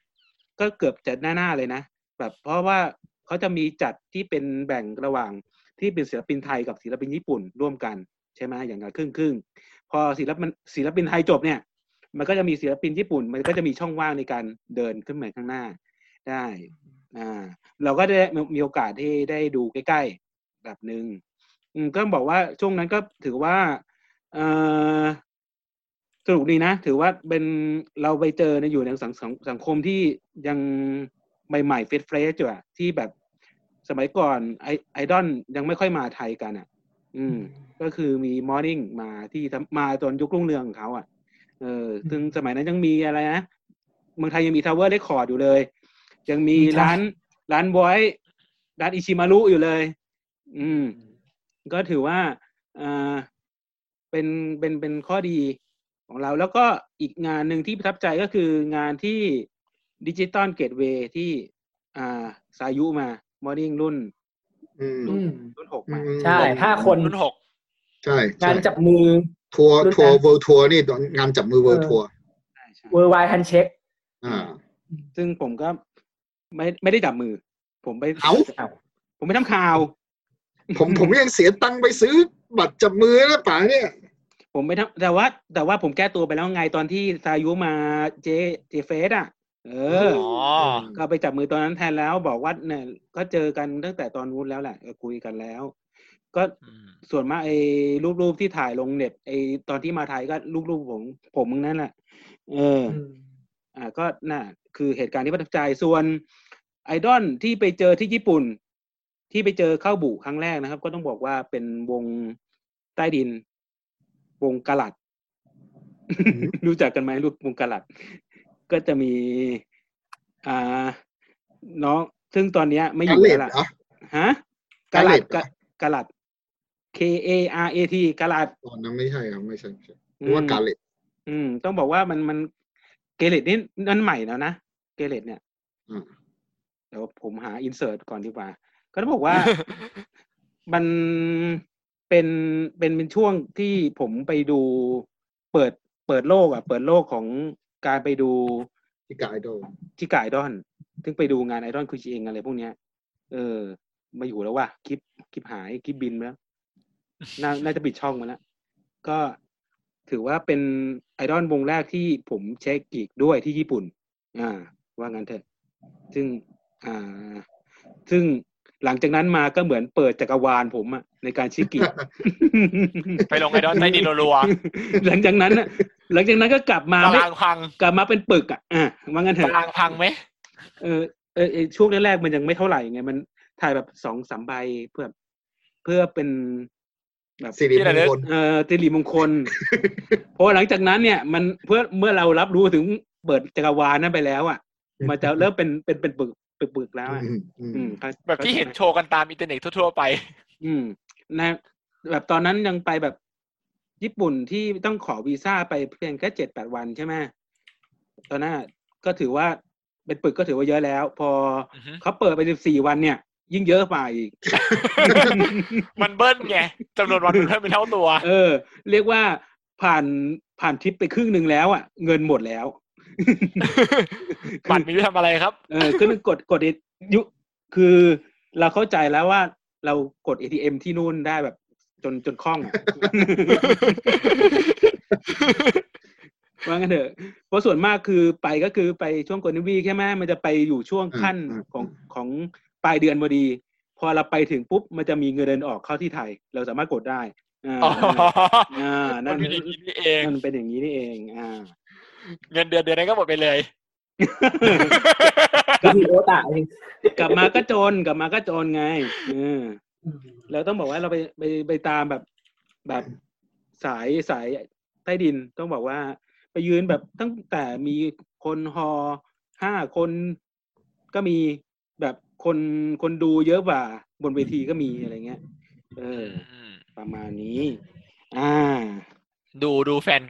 ก็เกือบจะหน้าๆเลยนะแบบเพราะว่าเขาจะมีจัดที่เป็นแบ่งระหว่างที่เป็นศิลปินไทยกับศิลปินญี่ปุ่นร่วมกันใช่ไหมอย่างละครึ่งครึ่งๆพอศิลปินศิลปินไทยจบเนี่ย มันก็จะมีศิลปินญี่ปุ่น มันก็จะมีช่องว่างในการเดินขึ้นไปข้างหน้าได้ อ่าเราก็ได้มีโอกาสที่ได้ดูใกล้ๆแบบหนึ่งอืมก็บอกว่าช่วงนั้นก็ถือว่าเอ่อสนุกดีนะ ถือว่าเป็นเราไปเจอในอยู่ในสังสังสังคมที่ยังใหม่ๆเฟสเฟรชอยู่อะที่แบบสมัยก่อนไอไอดอลยังไม่ค่อยมาไทยกันอ่ะ อืม ก็คือมีมอร์นิ่งมาที่ทำมาตอนยุครุ่งเรืองของเขาอ่ะ เออซึ่งสมัยนั้นยังมีอะไรนะเมืองไทยยังมีทาวเวอร์เรคคอร์ดอยู่เลย ยังมี
ใช่
ร้านร้านบอยร้านอิชิมารุอยู่เลย อืม ก็ถือว่าเอ่อเป็นเป็นเป็นข้อดีของเรา แล้วก็อีกงานหนึ่งที่ประทับใจก็คืองานที่ดิจิตอลเกตเวย์ที่ อ่าสายุมามอร์นิ่งรุ่น
อืม
อืม
รุ่นหกมา
ใช่ห้าคน
รุ่นหก
ใช่ใช่
งานจับมือ
ทัวร์
รุ่น
ทัวร์
นะ
เวิร์ทัวร์นี่งานจับมือเวิร์ทัวร์
ใช่ใช่
เวอร์ไวฮันเช็ค
อ่า
ซึ่งผมก็ไม่ไม่ได้จับมือ ผมไป
เอ้า
ผมไปทำข่าว
ผมผมยังเสียตังค์ไปซื้อบัตรจับมือนะป๋าเนี่ย
ผมไม่ทำแต่ว่า แต่ว่าผมแก้ตัวไปแล้วไงตอนที่ซายุมาเจเจเฟสอ่ะ เออ
อ๋อ
ก็ไปจับมือตอนนั้นแทนแล้วบอกว่าเนี่ยก็เจอกันตั้งแต่ตอนนู้นแล้วแหละเออคุยกันแล้ว ก็ส่วนมากไอ้รูปรูปที่ถ่ายลงเน็ตไอ้ตอนที่มาไทยก็รูปรูปผมผมมึงนั่นแหละเออ
อืม
อ่าก็น่ะคือเหตุการณ์ที่ประทับใจส่วนไอดอลที่ไปเจอที่ญี่ปุ่น ที่ไปเจอเข้าบุครั้งแรกนะครับ ก็ต้องบอกว่าเป็นวงใต้ดิน วงกะหลัด
ม
รู้จักกันไหมรูปวงกะหลัด ก็จะมี อ่า น้อง ซึ่งตอนเนี้ยไม่อก
า
ยู่
เล
แล้
ต
วล่ะ
เหรอ
ฮะกาลัด
Galette เหรอ
กาลัด K A R A T กาลัด
ตอนนั้นไม่ใช่ครับไม่ใช่ไม่ใช่
อื
นึก
ม
ว่ากาเลต
อืม ต้องบอกว่ามันมันเกเรตนี่นั่นใหม่แล้วนะเกเรตเนี่ย
อ่า
เดี๋ยวผมหาอินเสิร์ตก่อนดีกว่า ก็ต้องบอกว่า มันเป็นเป็นเป็นช่วงที่ผมไปดูเปิดเปิดโลกอ่ะ เปิดโลกของการไปดู
ที่กาไอดอล
ที่กายดอน ซึ่งไปดูงานไอดอนคุชิเองอะไรพวกเนี้ย เออ มาอยู่แล้วว่ะคลิปคลิปหายคลิปบินไปแล้วนาน่าจะปิดช่องมาแล้ว ก็ถือว่าเป็นไอดอลวงแรกที่ผมเช็คกีกด้วยที่ญี่ปุ่น อ่า ว่างั้นเถอะ ซึ่งอ่า ซึ่งหลังจากนั้นมาก็เหมือนเปิดจักรวาลผมอะในการชิกิ
ไปลงไอดอลใต้ดินรัว
หลังจากนั้นอะหลังจากนั้นก็กลับมา
ๆตา
ไม่
รางพัง
กลับมาเป็นปึกอะอ่ะว่างั้นเถ
ตา
อะ
รางพังไหม
เออเออเออช่วงแรกๆมันยังไม่เท่าไหร่ไงมันถ่ายแบบสองสามใบเพื่อเพื่อเป็นแบบ
สิริมงคล
เอ่อสิริมง คล เพราะหลังจากนั้นเนี่ย มันเพื่อเมื่อเรารับรู้ถึงเปิดจักรวาลนั้นไปแล้วอ่ะ มันจะเริ่มเป็นเป็นเป็นปึกเป็นปึกแล้วอ่ะ
อืมอืม
อืมเข้า
แบบที่เห็นโชว์กันตามอินเทอร์เน็ตทั่วๆไป
อืมนะแบบตอนนั้นยังไปแบบญี่ปุ่นที่ต้องขอวีซ่าไปเพียงแค่เจ็ดแปดวันใช่ไหมตอนนั้นอะก็ถือว่าเป็นปึกก็ถือว่าเยอะแล้ว พอ
อือฮึ
เขาเปิดไปสิบสี่วันเนี่ย ยิ่งเยอะไปอีก
มันเบิ้ลไงจำนวนวันมันเพิ่มเป็นเท่าตัว
เออ เรียกว่าผ่านผ่านทริปไปครึ่งหนึ่งแล้วอ่ะ เงินหมดแล้ว
บัตรมีไว้ทำอะไรครับ
เออก็นึกกดกด AT ยุคือเราเข้าใจแล้วว่าเรากด ATM ที่นู่นได้แบบจนจนคล่องอะ ว่างั้นเถอะเพราะส่วนมากคือไปก็คือไปช่วงกดนิวีแค่ไหมมันจะไปอยู่ช่วงขั้นของของปลายเดือนพอดี พอเราไปถึงปุ๊บ มันจะมีเงินเดือนออกเข้าที่ไทย เราสามารถกดได้อ่า
อ๋อ
อ่า
มั
นั่น
นเป็นอย่างนี้นี่เอง
มันเป็นอย่างนี้นี่เองอ่า
เงินเดือนเดือนนั้นก็หมดไปเลย
มีโอตา
กลับมาก็จนกลับมาก็จนไงเออแล้วต้องบอกว่าเราไปไปไปตามแบบแบบสายสายใต้ดินต้องบอกว่า ไปยืนแบบตั้งแต่มีคนฮอห้าคนก็มีแบบคนคนดูเยอะกว่าบนเวทีก็มีอะไรเงี้ย เออ ประมาณนี้ อ่า
ดูดูแฟน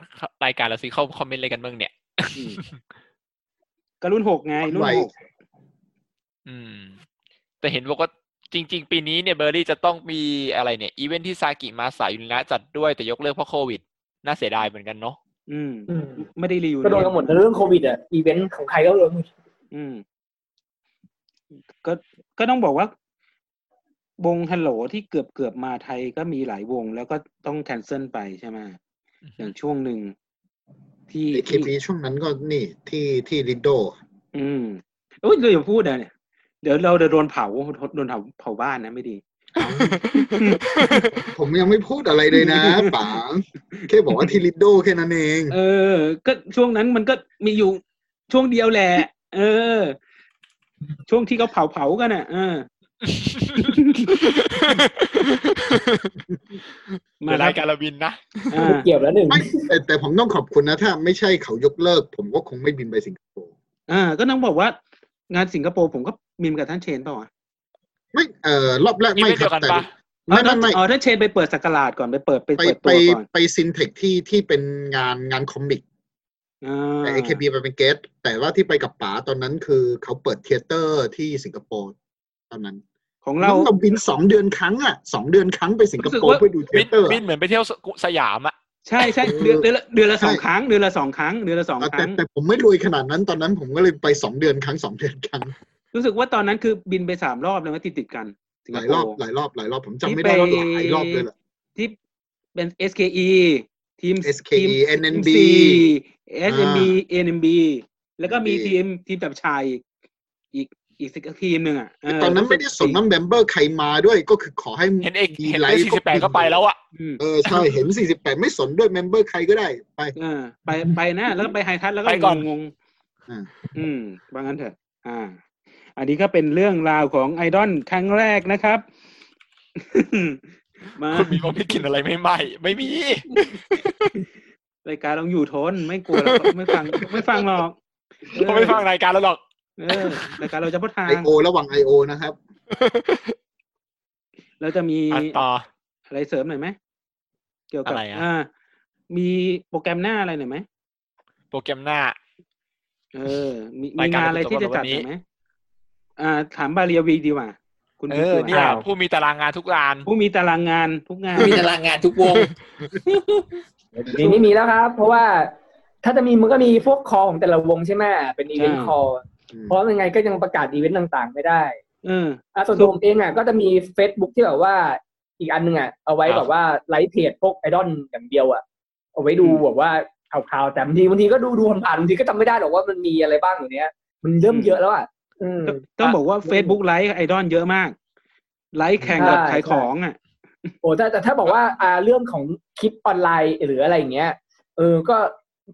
รายการเราสิเขาคอมเมนต์อะไรกันบ้างเนี่ย
อืมก็รุ่นหกไง รุ่นหก
อืม แต่เห็นบอกว่าจริง ๆ ปีนี้เนี่ยเบอร์รี่จะต้องมีอะไรเนี่ย อีเวนท์ที่ซากิมาสายอยู่นะจัดด้วยแต่ยกเลิกเพราะโควิด น่าเสียดายเหมือนกันเนาะ
อืม
อืม
ไม่ได้รีวิว
ก็โดนกันหมดเรื่องโควิดอ่ะ อีเวนต์ของใครก็โดนหมด
อืมก็ก็ต้องบอกว่า วงฮัลโหลที่เกือบเกือบมาไทยก็มีหลายวง แล้วก็ต้องแคนเซิลไปใช่ไหมอย่างช่วงหนึ่งที่
เอ
ที่
ช่วงนั้นก็นี่ที่ที่ริดโด
อืมโอ้ยเราอย่าพูดนะเนี่ยเดี๋ยวเราจะโดนเผาโดนเผาเผาบ้านนะไม่ดี
ผมยังไม่พูดอะไรเลยนะ ป๋าแค่บอกว่าที่ริดโดแค่นั้นเอง
เออ ก็ช่วงนั้นมันก็มีอยู่ช่วงเดียวแหละ เออ ช่วงที่เขาเผาเผาๆกันน่ะ เออ
เดี๋ยวรายการเราบินนะ
อ่า
เกี่ยวแล้วหนึ่ง
ไม่แต่แต่ผมต้องขอบคุณนะ ถ้าไม่ใช่เขายกเลิก ผมก็คงไม่บินไปสิงคโปร์
อ่า ก็ต้องบอกว่า งานสิงคโปร์ผมก็มีมกับท่านเชนเปล่าวะ
ไม่เออรอบแรกไม่
อีเวนต์
ค
เดียวกั
รับ
น
แต่
ปะ
ไม่ไม่ไม่
อ๋อถ้าเชนไปเปิดสักราชก่อนไปเปิดไป
ไป
เปิด
ไป
ตัวก่อน
ไปซินเทคที่ที่เป็นงานงานคอมิก
อ่า
แต่ AKB ไปเป็นเกสแต่ว่าที่ไปกับป๋าตอนนั้นคือเขาเปิดเทเตอร์ที่สิงคโปร์ตอนนั้น
ของ
เรา
เรา
เราบินสองเดือนครั้งอ่ะสองเดือนครั้งไปสิงคโป
รู้สึก
ร์
ว่า
เพื่อดูเท
บิน
เตอร์
บินเหมือนไปเที่ยวสยามอะ
ใช่ใช่เดือนเดือนละเดือนละสองครั้ง เดือนละสองครั้งเดือนละสองค
แต่
รั้ง
แต่ผมไม่รวยขนาดนั้นตอนนั้นผมก็เลยไปสองเดือนครั้งสองเดือนครั้ง
รู้สึกว่าตอนนั้นคือบินไปสามรอบเลยมั้ยติดติดๆกันสิง
ห
ค
ลาย
โป
รอบ
ร์
หลายรอบหลายรอบผมจำไม่ได้ว่าหลายรอบเลยแหละ
ที่เป็น SKE ทีม
SKE
ทีม
NNB
SMB NMB แล้วก็มี
NMB
ทีมทีมจับชายอีกอีกสักทีมหนึ่งอ่ะเ
ตอนนั้นไม่ได้สนว่าเมมเบอร์ใครมาด้วยก็คือขอให้
เห็นเอก
มี
เห็น
ไล
เอก
ฟ์
สี่สิบแปดก็ไปแล้วอะ
อืม
เออใช่เห็น 48 ไม่สนด้วยเมมเบอร์ใครก็ได้ไป
เออไปไป นะแล้วก็ไปไฮทัชแล้วก็
ไปก่อน
งง
อ่า
อืมว่างั้นเถอะ อ่า อันนี้ก็เป็นเรื่องราวของไอดอลครั้งแรกนะครับ มา
คุณมีความไม่กินอะไรไม่ไหมไม่มี
รายการต้องอยู่ทน ไม่กลัวหรอกไม่ฟัง ไม่ฟังหรอก
เขาไม่ฟังรายการแล้วหรอก
เออรายการเราจะพูดทา
ไอง โอระหว่างไอโอนะครับ
เราจะมี
อันต่อ
อะไรเสริมหน่อยไหมเกี่ยวกับ
อะไรอะ
อ่ามีโปรแกรมหน้าอะไรหน่อยไหม
โปรแกรมหน้า
เออ มี
ราย
มี
การ
งานอะไรที่จะจัดหน่อยไหมอ่า ถามบาเรียวีดีกว่า คุณ
เอ
บิ๊ก
อ
ดีก
เนี่ย
ว่า
ผู้มีตารางงานทุกราน
ผู้มีตารางงานทุกงาน
มีตารางงานทุก วง
เดี๋ยวนี้ไม่มีแล้วครับ เพราะว่าถ้าจะมีมันก็มีพวกคอของแต่ละวงใช่ไหมเป็นอีเวน
ใช่
ต์คอเพราะยังไงก็ยังประกาศอีเวนต์ต่างๆ ไม่ได้
เออ
อ่ะส่วนตัวผมเองอ่ะก็จะมี Facebook ที่แบบว่าอีกอันหนึงอ่ะเอาไว้
ครับ
แบบว่าไลฟ์เพจพวกไอดอลอย่างเดียวอ่ะเอาไว้ดู
อืม
แบบว่าข่าวๆแต่บางทีบางทีก็ดูดูผ่านๆบางทีก็จำไม่ได้หรอกว่ามันมีอะไรบ้างอยู่เนี้ย มันเริ่มเยอะแล้วอ่ะอืม
ต้องบอกว่า Facebook ไลฟ์ไอดอลเยอะมาก ไลฟ์แข่งกับ
ใช่
ขายของอ่ะ
โอ้แต่แต่ถ้าบอกว่าอ่าเรื่องของคลิปออนไลน์หรืออะไรอย่างเงี้ยเออก็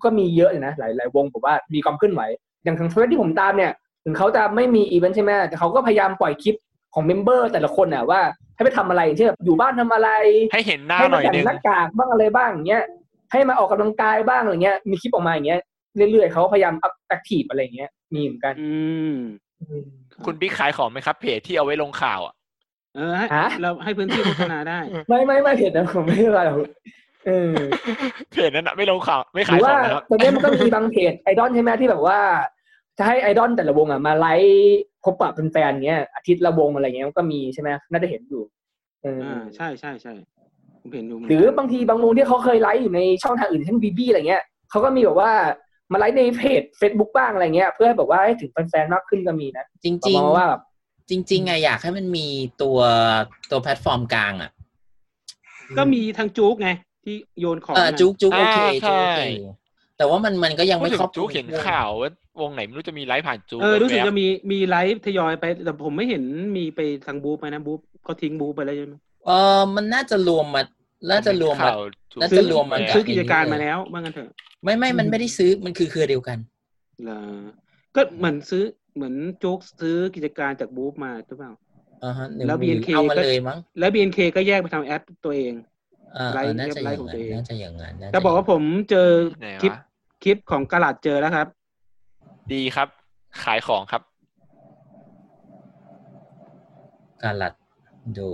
ก็มีเยอะอยู่นะหลายหลายวงผมว่ามีความเคลื่อนไหว อย่างทางเทรดที่ผมตามเนี่ย ถึงเขาจะไม่มีอีเวนต์ใช่ไหมแต่เขาก็พยายามปล่อยคลิปของเมมเบอร์แต่ละคนน่ะว่าให้ไปทำอะไรอย่างเช่นแบบอยู่บ้านทำอะไร
ให้เห็นหน้าห
มา
น่อย
แต่ง
นึง
หน้ากากบ้างอะไรบ้างอย่างเงี้ยให้มาออกกำลังกายบ้างอะไรเงี้ยมีคลิปออกมาอย่างเงี้ยเรื่อยๆเขาพยายามอัพแอคทีฟอะไรอย่างเงี้ยมีเหมือนกัน
อืม
อืม
คุณบิ๊กขายของไหมครับ เพจที่เอาไว้ลงข่าวอ่ะ
เออให้
ฮะ
เราให้พื้นที่โฆษณาได้
ไม่ไม่ไม่เห็นนะผมไม่ได้ว่าหรอกเออ
เพจนั้นอะไม่ลงข่าวไม่
ห
ขา
รื
ย
อ
ข
ว่า
องนะครับ
ตอนนี้มันก็มีบางเพจไอดอลใช่ไหมที่แบบว่า จะให้ไอดอลแต่ละวงอ่ะมาไลฟ์พบปะเป็นแฟนๆเงี้ยอาทิตย์ละวงอะไรเงี้ยมันก็มีใช่ไหมน่าจะเห็นอยู่เอออ
อ่า ใช่ใช่ใช่ผมเห็นอยู่
หรือบางทีบางวงที่เขาเคยไลฟ์อยู่ในช่องทางอื่นเช่นบีบีอะไรเงี้ยเขาก็มีแบบว่ามาไลฟ์ในเพจ Facebook บ้างอะไรเงี้ยเพื่อให้แบบว่าให้ถึงแฟนๆมากขึ้นก็มีนะ
จริง
ประมาณว่าแบบ
ๆจริงๆอะอยากให้มันมีตัวตัวแพลตฟอร์มกลางอ่ะ
ก็มีทางจุกไง ที่โยนของ
เออ
น่ะ
จุกจุกโอเค
อ่าใช่
จุกโอเคแต่ว่ามันมันก็ยัง
พูด
ไม่
ถึง
ครอบคลุ
จู๊
ม
เห็นข่าวว่าวงไหนไม่รู้จะมีไลฟ์ผ่านจู๊
เออ รู้สึก
แว
จะ
บ
มีมีไลฟ์ทยอยไป แต่ผมไม่เห็นมีไปทางบูธไปนะบูธก็ทิ้งบูธไปแล้วใช่ไหม
เออมันน่าจะรวมมาน่าจะรวมมา
ข่าวจู๊
น่าจะรวมมา
ซื้อกิจการมาแล้วว่างั้นเถอะ
ไม่ไม่มันไม่ได้ซื้อมันคือเครือเดียวกัน
เหรอก็เหมือนซื้อเหมือนโจ๊กซื้อกิจการจากบูธมาหรือเปล่า
อ่าฮะหรือ
แล้ว BNK
เอามา
ก็
เลยมั้ง
แล้ว BNK ก็แยกไปทำแอปตัวเอง
เออ
ไล
เอ
ฟ์
อน่าจะอ
เว็บไลฟ์ของตัวน เอง
ย่างนั้น่าจะอย่างนั้นน่
จะบอกว่าผมเจอ
ไหน
คลิป
วะ
คลิปของกระหลาดเจอแล้วครับ
ดีครับ ขายของครับ
การหลัดดู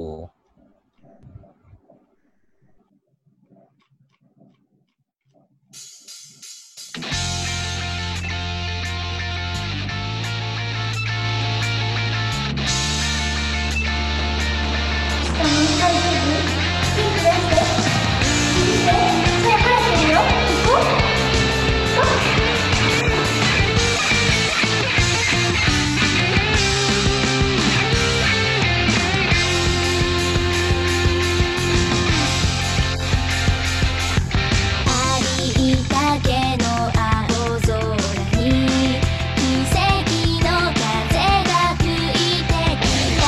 ありかけの青空に奇跡の風が吹いてきた」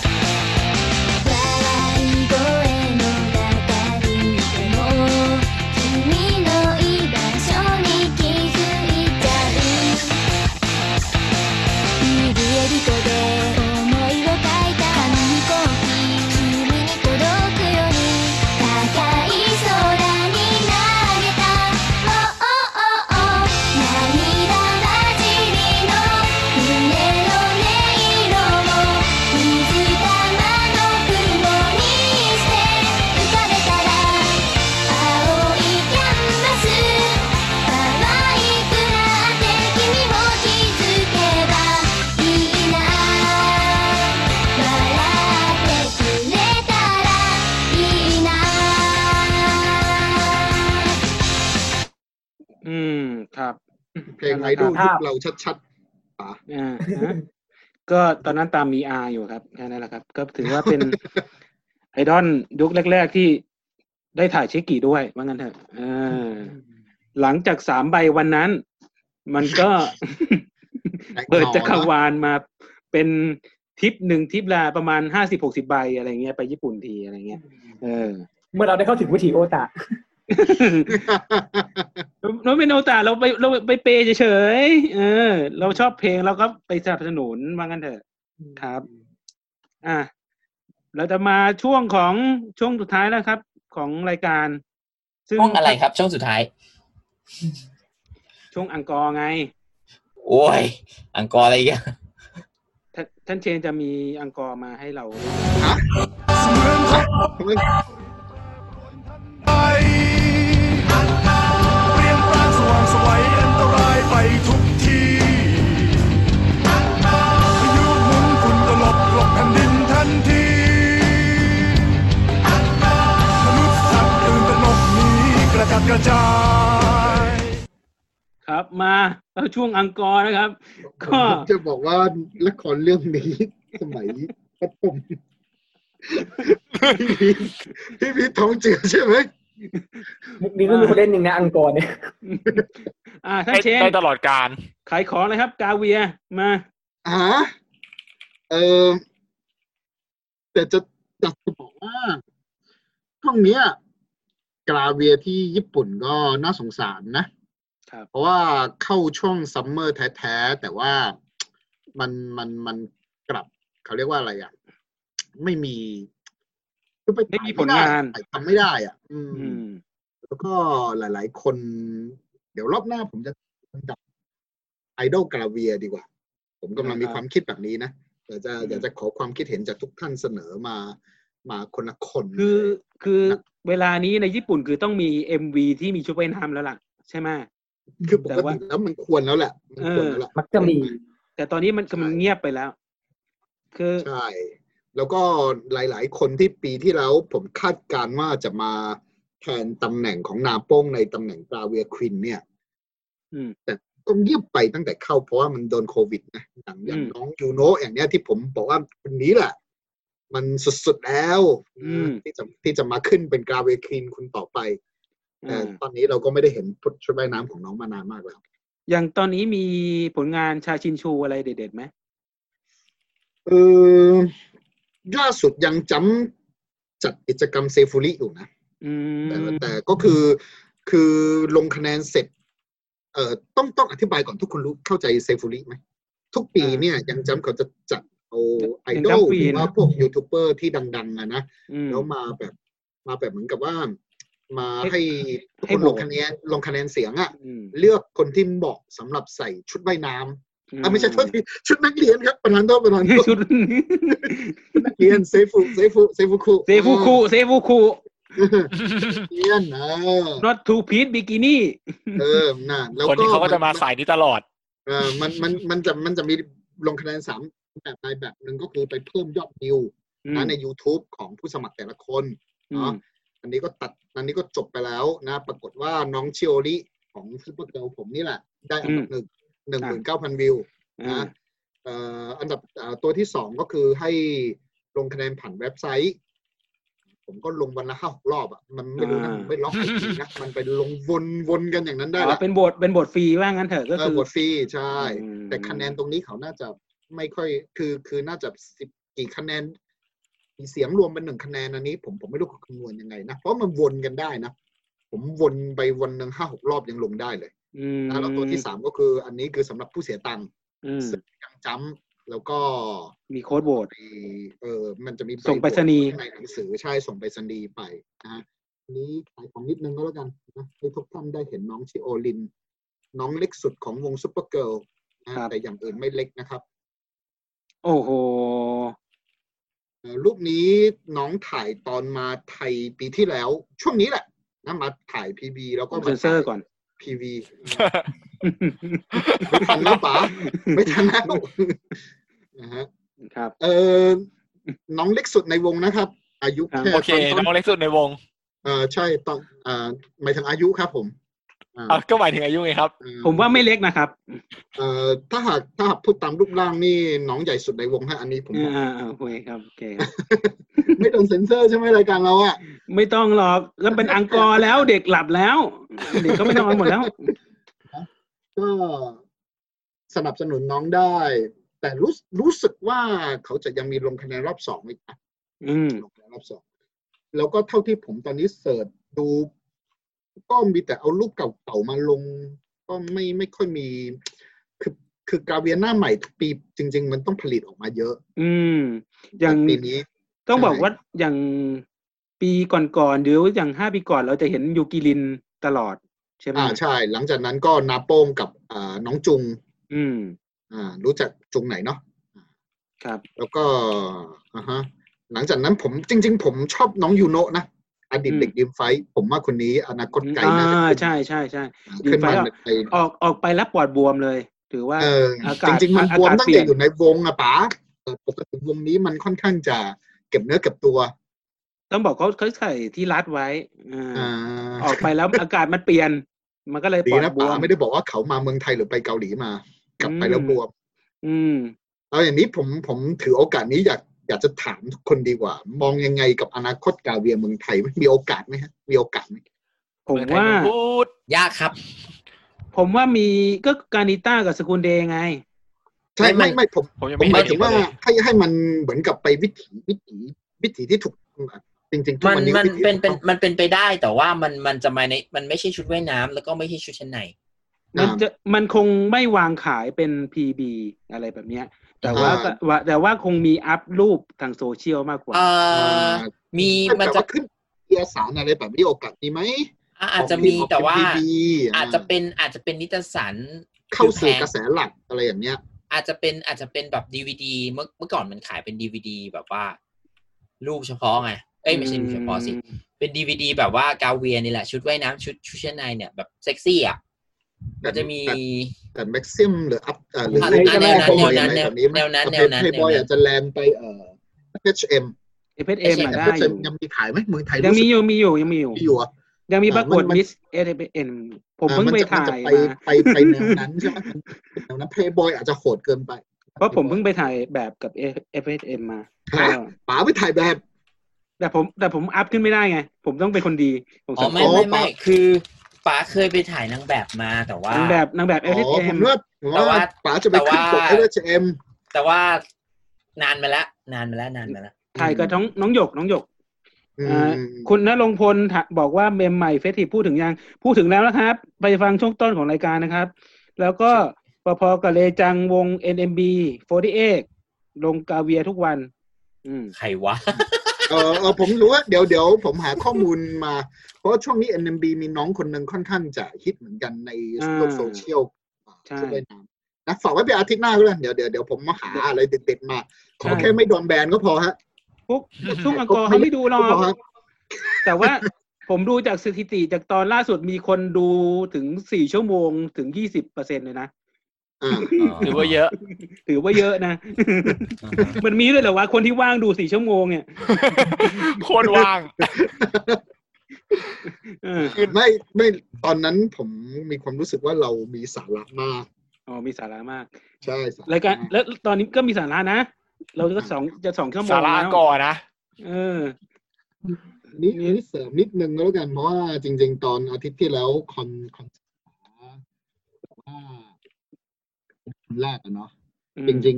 「笑い声の中にいても君の居場所に気づいちゃう」「ビリエリコで思いを書いた紙にコーヒー」「君に届くように高い空に投げた」「おおおお」「涙混じりの胸の音色を」「水玉の雲にして浮かべたら青いキャンバス」「甘いくらって君を気づけば」いいな笑ってくれたらいいな」
อืมครับ
เพลงไอดอลยุคเราชัดๆป่ะ
อ่า ฮะ ก็ตอนนั้นตามมีอาอยู่ครับแค่นั้นแหละครับ ก็ถือว่าเป็น ไอดอลยุคแรก ๆ ที่ได้ถ่ายเชคกี่ด้วยว่างั้นเถอะเออหลังจากสามใบวันนั้น มันก็
แตกหน่อ
เปิดจักรวาลมาเป็นทริปหนึ่งทริปละประมาณห้าสิบหกสิบใบอะไรเงี้ยไปญี่ปุ่นทีอะไรเงี้ยเออ
เมื่อเราได้เข้าถึงวิถีโอตา
เราเป็นโนตาเราไปเราไปเปย์เฉยๆเออ เราชอบเพลงเราก็ไปสนับสนุนว่างั้นเถอะ ครับ อ่ะเราจะมาช่วงของช่วงสุดท้ายแล้วครับ ของรายการ ซึ่ง
ช่วงอะไรครับช่วงสุดท้าย
ช่วงอังกอร์ไง
โอ้ย อังกอร์อะไรอีกัน
ท่านท่านเชนจะมีอังกอร์มาให้เรา
ทำไม
ไปเปลี่ยนปรางสว่างไสวยอันตรายไปทุกทีพายุหมุนฝุ่นตลบหลบแผ่นดินทันทีมนุษย์สัตว์ตื่นตระหนกหนีกระจัดกระจาย
ครับ มาเข้าช่วงอังกอร์นะครับ ก็
ผมจะบอกว่าละครเรื่องนี้ สมัยประถม พี่พีทพี่พีทท้องเจือใช่ไหม
มุกนี้ก็มีคนเล่นหนึ่งนะอังกอร์เนี่ย
อ่าท่าน
ได้
เชน
ได้ตลอดการ
ขายของเลยครับ กาเวียมา
ฮะเออแต่จะจะจะบอกว่าช่วงเนี้ย กราเวียที่ญี่ปุ่นก็น่าสงสารนะ
ครับ
เพราะว่าเข้าช่วงซัมเมอร์แท้ๆ แต่ว่ามันมันมันกลับเขาเรียกว่าอะไรอ่ะ ไม่มีคือปถ่ยถ่ายทำไม่ได้อ่ะ อืม
อืม
แล้วก็หลาย ๆ คน เดี๋ยวรอบหน้าผมจะลำดับไอดอลกราเวียดีกว่า ผมกำลังมี
นะครับ
ความคิดแบบนี้นะอยากจะ
อืม
อยากจะขอความคิดเห็นจากทุกท่านเสนอมามาคนละคน
คือคือ
ครับ
เวลานี้ในญี่ปุ่นคือต้องมีเอ็มวีที่มีชุดว่ายน้ำแล้วล่ะ ใช่ไหม
คือป
แต่
ก
ว่า
ติแล้วมันควรแล้วแหละมันควรแล้วแหละ
มักจะมี
แต่ตอนนี้มันคือมันเงียบไปแล้ว คือ
ใช่ แล้วก็หลาย ๆ คนที่ปีที่แล้วผมคาดการณ์ว่าจะมาแทนตำแหน่งของนาโป้งในตำแหน่งกราเวียควินเนี่ย
อืม
แต่ก็เงียบไปตั้งแต่เข้าเพราะว่ามันโดนโควิดนะอย่างอย่าง
อืม
น้องยูโนะอย่างเนี้ยที่ผมบอกว่าคนนี้แหละ มันสุด ๆ แล้ว
อืม
ที่จะที่จะมาขึ้นเป็นกราเวียควินคุณต่อไปแต่
อ่า
ตอนนี้เราก็ไม่ได้เห็นพุทธชุดว่ายน้ำของน้องมานานมากแล้ว
อย่างตอนนี้มีผลงานชาชินชูอะไรเด็ดๆไหม
เออล่าสุดยังจำจัดกิจกรรมเซฟูริอยู่นะ
อืม
แต่แต่ก็คือคือลงคะแนนเสร็จ เอ่อต้องต้องอธิบายก่อนทุกคนรู้เข้าใจเซฟูริไหม ทุกปี
อ่า
เนี่ยยังจำเขาจะจัดเอาไอ
ยัง
ดอล
จำปี
หรือว่า
นะ
พวกยูทูบเบอร์ที่ดัง ๆอะนะ
อืม
แล้วมาแบบมาแบบเหมือนกับว่า มา
ให้
ให้ทุก
ให้โหวต
คนลงคะแนนลงคะแนนเสียงอะ
อืม
เลือกคนที่เหมาะสำหรับใส่ชุดว่ายน้ำอ่ะไม่ใช่โทษทีชุดนักเรียนครับประธานโทษประธานโทษ
ชุด
ชุดนักเรียนเซฟูเซฟูเซฟูคุ
เซฟูคุเซฟูคุ
นักเรียนนะ
not two piece bikini
เออน่ะแล้ว
คน
ก็
นี้เขาก็จะมาสายนี้ตลอด
เออมันมันมันจะมันจะมีลงคะแนนสามแบบใดแบบหนึ่งก็คือไปเพิ่มยอดวิวนะใน YouTube ของผู้สมัครแต่ละคน
อืม
อันนี้ก็ตัดอันนี้ก็จบไปแล้วนะ ปรากฏว่าน้องชิโอริของซุปเปอร์เกิลผมนี่แหละ ได้อันดับหนึ่งหนึ่งหมื่นเก้าพันวิว
อ่า
นะเอ่ออันดับเอ่อตัวที่สองก็คือให้ลงคะแนนผ่านเว็บไซต์ ผมก็ลงวันละห้าหกรอบอ่ะ มันไม่รู้นะ
อ่า
ผมไม่ล็อกไอจีนะมันไปลงวนวนกันอย่างนั้นได้
อ๋อ
ละ
เป็นบทเป็นบทฟรีว่างั้นเถอะก็
เออ
คือ
หมดฟรีใช่
อืม
แต่คะแนนตรงนี้เขาน่าจะไม่ค่อยคือคือน่าจะสิบกี่คะแนนมีเสียงรวมเป็นหนึ่งคะแนนอันนี้ ผมผมไม่รู้เขาคำนวณยังไงนะเพราะมันวนกันได้นะ ผมวนไปวนหนึ่งห้าหกรอบยังลงได้เลย
อืม
นะแล้วตัวที่สามก็คือ อันนี้คือสำหรับผู้เสียตังค์
อืม
ซื้อยังจ้ำแล้วก็
มีโค้ดโบท
มีเออมันจะมี
ส่งไปรษณีย์
ในหนังสือใช่ส่งไปรษณีย์ไปนะฮะอันนี้ขายของนิดนึงก็แล้วกันนะให้ทุกท่านได้เห็นน้องชิโอลิน น้องเล็กสุดของวงซุปเปอร์เกิล นะครับ แต่อย่างอื่นไม่เล็กนะครับ
โอ้โห
เอ่อรูปนี้น้องถ่ายตอนมาไทยปีที่แล้ว ช่วงนี้แหละนะมาถ่ายพีบีแล้ว
ผ
ก็
ม
มา
เซ็นเซอร์ก่อน
พีวีไม่ทันแล้วป๋าไม่ทันแล้วนะฮะ
ครับ
เออน้องเล็กสุดในวงนะครับ อายุ
ครับ
แค่
โอเค
ต
น้
อน
องเล็กสุดในวง
เออใช่ตอนเออหมายถึงอายุครับผมอ่า
อ่ะก็หมายถึงอายุไงครับ
เอ่อ
ผมว่าไม่เล็กนะครับ
เออถ้าหากถ้าหากพูดตามรูปร่างนี่น้องใหญ่สุดในวงฮะอันนี้ผมบอก
อ่าๆโอเคครับโอเคครับ
ไม่โดนเซ็นเซอร์ใช่ไหมรายการเราอะ
ไม่ต้องหรอกแล้วเป็นอังกอร์แล้วเด็กหลับแล้ว เด็กก็ไม่นอนหมดแล้ว
ก็สนับสนุนน้องได้ แต่รู้รู้สึกว่าเขาจะยังมีลงคะแนนรอบสองอีกนะ
อืม
ลงคะแนนรอบสองแล้วก็เท่าที่ผมตอนนี้เสิร์ชดู ก็มีแต่เอารูปเก่าๆมาลง ก็ไม่ไม่ค่อยมี คือคือกาเวียนหน้าใหม่ทุกปีจริง ๆ มันต้องผลิตออกมาเยอะ
อืม อย่าง
แต่ปีนี้
ต้องบอก
ใช่
ว่าอย่างปีก่อนๆหรืออย่างห้าปีก่อนเราจะเห็นยูกิรินตลอด ใช่ไหม
อ่าใช่ หลังจากนั้นก็นาโป้งกับอ่าน้องจุง
อืม
อ่า รู้จักจงไหนเนาะ
ครับ
แล้วก็อ่าฮะ หลังจากนั้นผมจริง ๆ ผมชอบน้องยูโนะนะ อดีต
อืม
เด็กยืมไฟท์ผมว่าคนนี้อนาคตไกล
อ่า
นะ
ใช่ใช่ใช่
ขึ้นมา
ยืมไฟท์
ในไทย
ออกออกไปแล้วปอดบวมเลย ถือว่า
เออ
อากา
จ
ศ
ริง ๆ มัน
อา
บวม
กาศ
ตั้ง
เปลี่
แต่
ยน
อยู่ในวงอะป๋าเออปกติวงนี้มันค่อนข้างจะเก็บเนื้อเก็บตัว
ต้องบอกเขาเขาใส่ที่รัดไว้อ่า
อ่า
ออกไปแล้วอากาศมันเปลี่ยน มันก็เลย
ดี
ปอด
นะ
บว
ป๋าม ไม่ได้บอกว่าเขามาเมืองไทยหรือไปเกาหลีมา กลับไปแล้ว
อืม
บวม
อืม
เอาอย่างนี้ผมผมถือโอกาสนี้อยากอยากจะถามทุกคนดีกว่า มองยังไงกับอนาคตกาเวียเมืองไทยไหมมีโอกาสไหมฮะมีโอกาสไหม
ผม
เองไทย
ว่า
เมืองพูด
ยากครับ
ผมว่ามีก็การิต้ากับสกุลเดย์ไง
ใช่
ไม่
ไม่
ไม่
ไม่ผม
ผมยัง
ผ
ไม่
มหมาย
เห็
ถึ
น
ง
เล
ว่าย ให้ให้มันเหมือนกับไปวิถีวิถีวิถีที่ถูกต้องอะจริงๆทุก
มัน
วันนี้
มัน
วิถี
เป็นเป็น
ถูกต้อง
มันเป็นไปได้แต่ว่ามันมันจะมาในมันไม่ใช่ชุดว่ายน้ำแล้วก็ไม่ใช่ชุดชั้นใน
ครั
มัน
บ
จะมันคงไม่วางขายเป็น PB อะไรแบบเนี้ย แต่ว่า
อ่า
ก็ว่าแต่ว่าคงมีอัพรูปทางโซเชียลมากกว่า
เอ่อมีมัน
แต่
จะ
ว่าขึ้นเอกสารอะไรแบบนี้โอกาสมีไหม
อ่ะอาจจะมี
ออก
แต่ว่า
เป็น PB
อาจจะเป็นอาจจะเป็นนิตยสาร
เข้าสู่กระแสหลักอะไรอย่างเนี้ย
อาจจะเป็นอาจจะเป็นแบบดีวดีเมื่อเมื่อก่อนมันขายเป็นดีวดีแบบว่า รูปเฉพาะไงเอ้ยไม่ใช่รูปเฉพาะสิ เป็นดีวดีแบบว่ากาเวียนี่แหละ ชุดว่ายน้ำชุดชุดชั้นในเนี่ยแบบเซ็กซี่อ่ะมันจะมี
แต่ แต่แม็กซิมหรืออัพเอ่อหรือ
อ่ะ
เล่น
แนวนั้น
บอย
แนว
อะไร
นั้น
แบบนี้ไหม
แนวนั้น
ประ
แนวนั้น
เภทเพย์บอย
แนวนั้น
อาจจะแลนไปเอ่อ FHM
เอฟเอ็ม
แต่
ได้
แต่
อยู่
FHM ยังมีขายไหมเมืองไทย
ยัง
รู้สึ
มี
ก
อยู่มีอยู่ยังมีอยู่
มีอยู่อะ
ยังมี
อ่า
ประกวด
มัน
มิสเอฟเอ็มผมเพิ่งไป
อ่ะนจะ
ถ่าน
จะ
ย
ไป
มา
ไปไปแนวนั้นใช่ไหมแนวนั้นเพย์บอยอาจจะโหดเกินไป
เพราะผมเพิ่งไปถ่ายแบบกับเอฟเอ็มมา
ฮะป๋าไปถ่ายแบบ
แต่ผมแต่ผมอัพขึ้นไม่ได้ไง ผมต้องเป็นคนดีผม
อ๋อ
สังค
ไม่
ม
ไม่
ปะ
ไม่คือป๋าเคยไปถ่ายนางแบบมาแต่ว่า
นางแบบนางแบบเอ
อ๋
ฟ
อ
เอ็
ผม มว่าผม
แต่ว่า
ว่าป๋าจะไปขึ้นปก
แต่ว่า
FHM
แต่ว่านานมาแล้ว นานมาแล้วนานมาแล้ว
ถ่ายกับน้องน้องหยกน้องหยก
อื
อ่ามคุณณรงค์พลถะบอกว่าเมมใหม่เฟสทีพูดถึงยัง พูดถึงแล้วนะครับ ไปฟังช่วงต้นของรายการนะครับ แล้วก็ปพกับเลจังวง NMB 48ลงกาเวียทุกวัน อืม
ใครวะ
เออเออผมรู้ว่าเดี๋ยวเดี๋ยวผมหาข้อมูลมา เพราะว่าช่วงนี้ NMB มีน้องคนหนึ่งค่อนข้างจะฮิตเหมือนกันใน
อ่า
โลกโซเชียล
ใช่
ที่เล่นน้ำนะฝากไว้เป็นอาทิตย์หน้าก็แล้วเดี๋ยวเดี๋ยวเดี๋ยวผมมาหาอะไรเด็ดๆมา ขอ
ใช่
แค่ไม่โดนแบนก็พอฮะ
พวกช่วงอังกอร์เขาไม่ดูหรอ
พวกเราค รั
ก
บ
แต่ว่าผมดูจากสถิติจากตอนล่าสุดมีคนดูถึงสี่ชั่วโมงถึงยี่สิบเปอร์เซ็นเลยนะ
อ่า
ถือว่าเยอะ
ถือว่าเยอะนะ มันมี ด้วยเหรอวะคนที่ว่างดูสี่ชั่วโมงเนี่ย
โคตรว่าง
เออ
ไม่ไม่ตอนนั้นผมมีความรู้สึกว่าเรามีสาระมาก
อ๋อมีสาระมาก
ใช่สาะ
รายการ
ม
แล้วตอนนี้ก็มีสาระนะ เราก็สองจะสองชั่วโมง
สาระ
แล้ว
ก่อนนะ
เออ
นี่นี่เสริมนิดนึงก็แล้วกันเพราะว่าจริง ๆ ตอนอาทิตย์ที่แล้วคอนคอนแบบว่าคนแรกอะเนาะ
อืม
จริง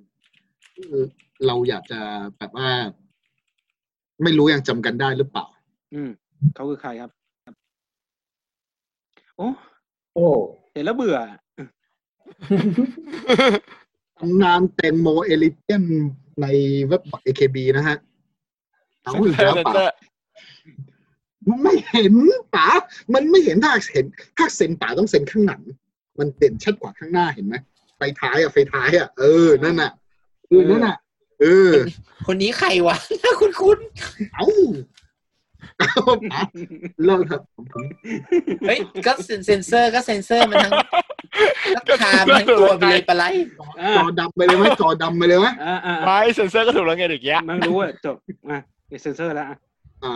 ๆคือเราอยากจะแบบว่า ไม่รู้ยังจำกันได้หรือเปล่า
อืมเขาคือใครครับ โอ้
โอ้
เห็นแล้วเบื่อ
ตำนานแตงโมเอลิเทียนในเว็บบอร์ด AKB นะฮะ เอาอีกแล้วป่ะ มันไม่เห็นป๋า มันไม่เห็นถ้าเห็น ถ้าเซ็นป๋าต้องเซ็นข้างหลัง มันเด่นชัดกว่าข้างหน้าเห็นไหมไฟท้ายอ่ะไฟท้ายอ่ะเออนั่นน่ะเออนั่นน่ะเออ
คนนี้ใครวะ น่าคุ้นคุ้น
เอ้า เอาป๋าเลิกครับผมผม
ๆเฮ้ยก็เซ็นเซ็นเซอร์ก็เซ็นเซอร์มันทั้งก็ทามันทั้งตัวไปเลยปะไร
อ่า
จอดำไปเลยไหมจอดำไปเลยไหม
อ่าอ่า
ไม่เซนเซอร์ก็ถูกแล้วไงเด็กแยะ
มันรู้อ่ะจบอ่ะเดี๋ยวเซ็นเซอร์แล้วอ่ะ
อ่า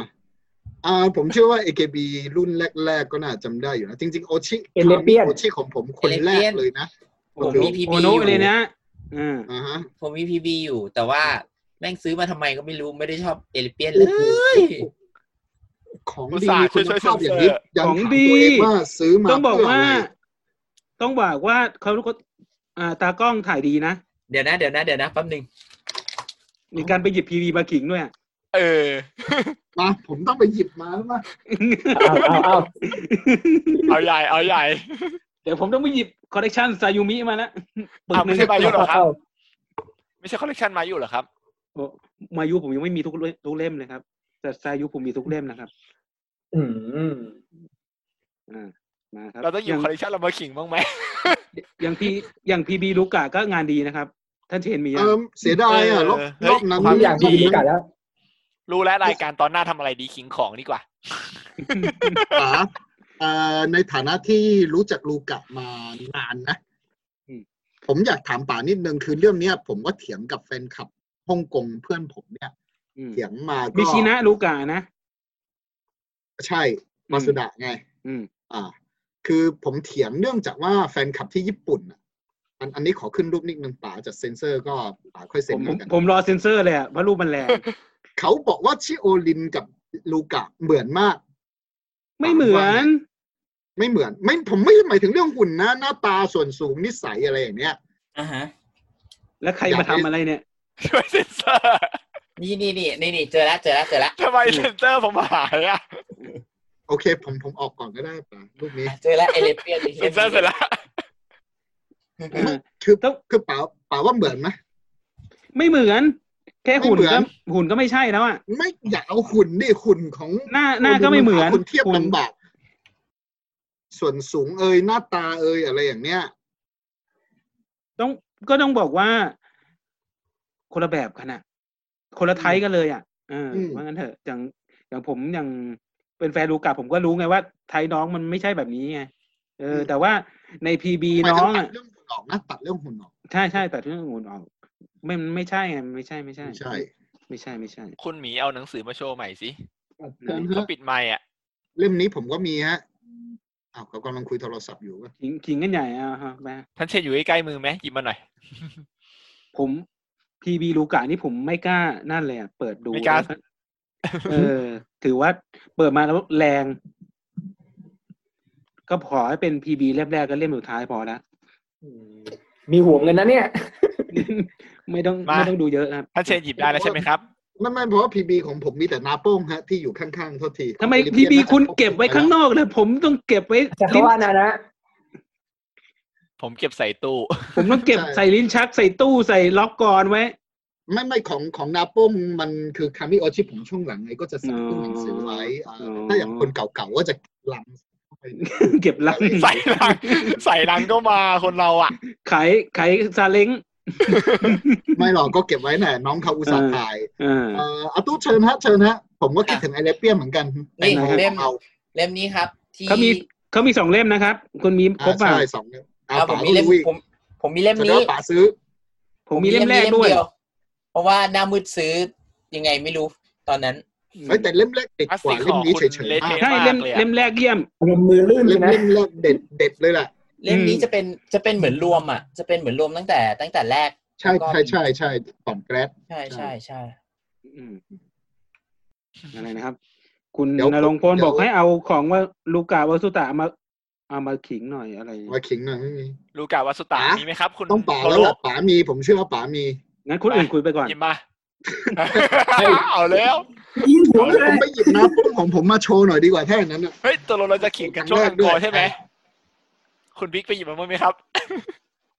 อ่า ผมเชื่อว่า AKB รุ่นแรก ๆ ก็น่าจำได้อยู่นะจริง ๆ โอชิ
เอเลเปียน
โอชิของผมคนแรกเลยนะ
ผมมีพี
โอ
บีอ
โนะเลย
ยู่
นะอ่า
อ่าฮะ
ผมมีพีบีอยู่ แต่ว่าแม่งซื้อมาทำไมก็ไม่รู้ไม่ได้ชอบเอลิเปียนเลย
ของดีคุณภาพอย่างนี้ยัง
ของ
ถาม
ดี
ตัวเองว่าซื้อมา
ต้องบอก
เพื่
ว่า
ะไร
ต้องบอกว่าเขาทุกคนอ่า ตากล้องถ่ายดีนะ
เดี๋ยวนะเดี๋ยวนะเดี๋ยวนะแป๊บหนึง
มีการไปหยิบพีดีมาขิงด้วยอ่ะ
เออ
มาผมต้องไปหยิบมาแล้วมา
เอาเอาเอา
เอาใหญ่ เอาใหญ่
เดี๋ยวผมต้องไปหยิบคอลเลกชันซายูมิมาละปึกหนึ่ง
อ่ะไม่ใช่ใบ อายุเหรอครับ
เอา
ไม่ใช่คอลเลกชันมาอยู่เหรอครับ
โอ้มายุผมยังไม่มีทุกเล่มทุกเล่มเลยครับ แต่ซายุผมมีทุกเล่มนะครับ
อืม
อ่า นะครับ
เราต้องหยิบ
ย่าง
คอลเลคชันเรามาขิงบ้างไหม
อย่างพีอย่างพีบีลูกะก็งานดีนะครับ ท่านเชนมียัง
เออเสียดายอ่ะรอบ
เฮ้ย
รอบนั้น
ควม
ทุกอย่าง
ดี
ที่มีกันแล้ว
รู้แล้วรายการตอนหน้าทำอะไรดีขิงของดีกว่า
ป๋าเอ่อในฐานะที่รู้จักลูกะมานานนะ ผมอยากถามป๋านิดนึงคือเรื่องเนี้ย ผมก็เถียงกับแฟนคลับฮ่องกงเพื่อนผมเนี่ย
อืม
เถียงมาก็
มิชินะลูกะนะ
ใช่มาสุดะไง
อืม
อ่า คือผมเถียงเนื่องจากว่าแฟนคลับที่ญี่ปุ่นอ่ะอันอันนี้ขอขึ้นรูปนิดนึงป๋าจะเซ็นเซอร์ก็ป๋าค่อย
ผ
เซ็น
มผ
แล้
ม
วกัน
ผมรอเซ็นเซอร์เลยอะเพราะรูปมันแรง
เขาบอกว่าชิโอลินกับลูกะเหมือนมาก
ไม่เหมือน
ไม่เหมือน ไม่ผมไม่ได้หมายถึงเรื่องหุ่นนะหน้าตาส่วนสูงนิสัยอะไรอย่างเนี้ย
อ่าฮะ
แล้วใครมาทำอะไรเนี่ย
ช่วยเซ็นเซอร์
นี่นี่นี่นี่นี่เจอแล้วเจอแล้วเจอแล้ว
ทำไมเซ็นเซอร์ผมหายอ่ะ
โอเค ผมผมออกก่อนก็ได้ป่ะรูปนี้
อ่ะเจอแล้วเอเลเปียน
เซ็นเซอร์เสร็จแล้ว
เออ
คือ
ต้อง
คือป๋าป๋าว่าเหมือนไหม
ไม่เหมือน แค่หุ่น
ไม่เหมื
ก็
อน
หุ่นก็ไม่ใช่แล้วอะ
ไม่อยากเอาหุ่นดิหุ่นของ
หน้าหน้าก็ไม่เหมือน
คุณเทียบ
หุ่น
ลำบากส่วนสูงเอยหน้าตาเอยอะไรอย่างเนี้ย
ต้องก็ต้องบอกว่า คนละแบบกันอะคนละไทป์กันเลยอะเอออ
ม
ว่างั้นเถอะอย่างอย่างผมอย่างเป็นแฟนลูกะผมก็รู้ไงว่า ไทป์น้องมันไม่ใช่แบบนี้ไงเอออ แต่ว่าในพีบี
หมาย
น้
ถึ
อง งอะ
ตัดเรื่องหุ่นออกนะตัดเรื่องหุ่นออก
ใช่ใช่แต่ที่หุ่นออกไม่ไม่ใช่ไงไม่ใช่ไม่ใช่
ไม่ใช่
ไม่ใช่ไม่ใช่
คุณหมีเอาหนังสือมาโชว์ใหม่สิ
เชิญ
เขา
ฮะ
ปิดไมค์อ่ะ
เล่มนี้ผมก็มีฮะอ้าวเขากำลังคุยโทรศัพท์อยู่ว่ะ
ขิงขิงกันใหญ่อ่ะฮะมา
ท่านเชนอยู่ใกล้ๆมือไหมหยิบมาหน่อย
ผมพีบีลูกะนี่ผมไม่กล้านั่นเลยอะเปิดดู
ไม่กล้า
แวเออ ถือว่าเปิดมาแล้วแรง ก็ขอให้เป็นพีบีแรกๆก็เล่มสุดท้ายพอละ
มีห่วงเงินนะเนี่ย
ไม่ต้อง
มา
ไม่ต้องดูเยอะนะครับ
ท่านเชนหยิบได้แล้วใช่ไหมครับ
ไม่ไม่เพราะว่าพีบีของผมมีแต่นาโป้งฮะ ที่อยู่ข้างๆเท่าที
ทำไมพีบีคุณเก็บไว้ข้างนอกเลยผมต้องเก็บไว้
แต่เขา
ลิ้น
ว่านะนะ
ผมเก็บใส่ตู้
ผมต้องเก็บใส่ลิ้นชัก ใส่ตู้ใส่ล็อกกรอนไว้
ไม่ไม่ของของนาโป้งมันคือคามิโอชิผมช่วงหลังไงก็จะใส่ตู้หนังสือไว้อ่า
อ๋อ
ถ้าอย่างคนเก่าๆก็จะลังเข้าไป
เก็บลัง
ใส่รัง ใส่รังก็มาคนเราอ่ะ
ขายขายซาเล้ง
ไม่หรอกก็เก็บไว้หน่อยน้องเขาอุตส่าห์ถ่าย
เออ
เอ่ออาตู้เชิญฮะเชิญฮะ ผมก็คิดถึงไอเลเปียมเหมือนกัน
นี่
ไหน
เล่ม
เอา
เล่มนี้ครับที่
เขามีเขามีสองเล่มนะครับคุณมีครบ
อ่า
ป่ะ
ใช่สองเล่มอ่า
อ่าผ
ป๋าม
มีเล่ม
ลุย
ผมผมมีเล่ม
แสดง
นี้
ว่าป๋าซื้อ
ผมมีเล่มแรกด้วย
เเเพราะว่าหน้ามืดซื้อยังไงไม่รู้ตอนนั้น
เฮ้ยแต่เล่มแรกเด็ดก
พลาส
ว่า
ติก
เล่มนี้
ของคุ
เฉ
ณ
ย
เละ
ๆ
เทะ
มาก
ใช่เล่ม
มากเลยอะ
เล่มแรกเยี่ยม
อารมณ์มือลื่น
เล่ม
เลยนะ
เล่มแรกเด็ดเด็ดเลยแหละ
เล่มนี้
อืม
จะเป็นจะเป็นเหมือนรวมอ่ะ จะเป็นเหมือนรวมตั้งแต่ตั้งแต่แรก
ใช่ใช่ใช่ใช่ต่อมแกรด
ใช่ใช่ใช่
อืมอะไรนะครับ คุณ
เดี๋ยวผม
นรงค์พล
เดี๋ยว
บอกให้เอาของว่าลูกาวาสุตะมาเอามาขิงหน่อยอะไร
มาขิงหน่อยไม่มี
ลูกาวัสสุตา
ป๋ามี
มีไหมครับ คุณ
ต้องป๋า
โค
แล้ว
โร่
ล่ะป๋ามีผมเชื่อว่าป๋ามี
งั้นคนอื่นคุยไปก่อน
หยิบมา เอาแล้ว
ผมไปหยิบน้ำพุ่งของผมมา โชว์หน่อยดีกว่าถ้าอย่างนั้นน่ะ
เฮ้ยตกลงเราจะขิงกันช่วงกันก่อนใช่ไหม คุณบิ๊กไปหยิบมาบ้างไหมครับ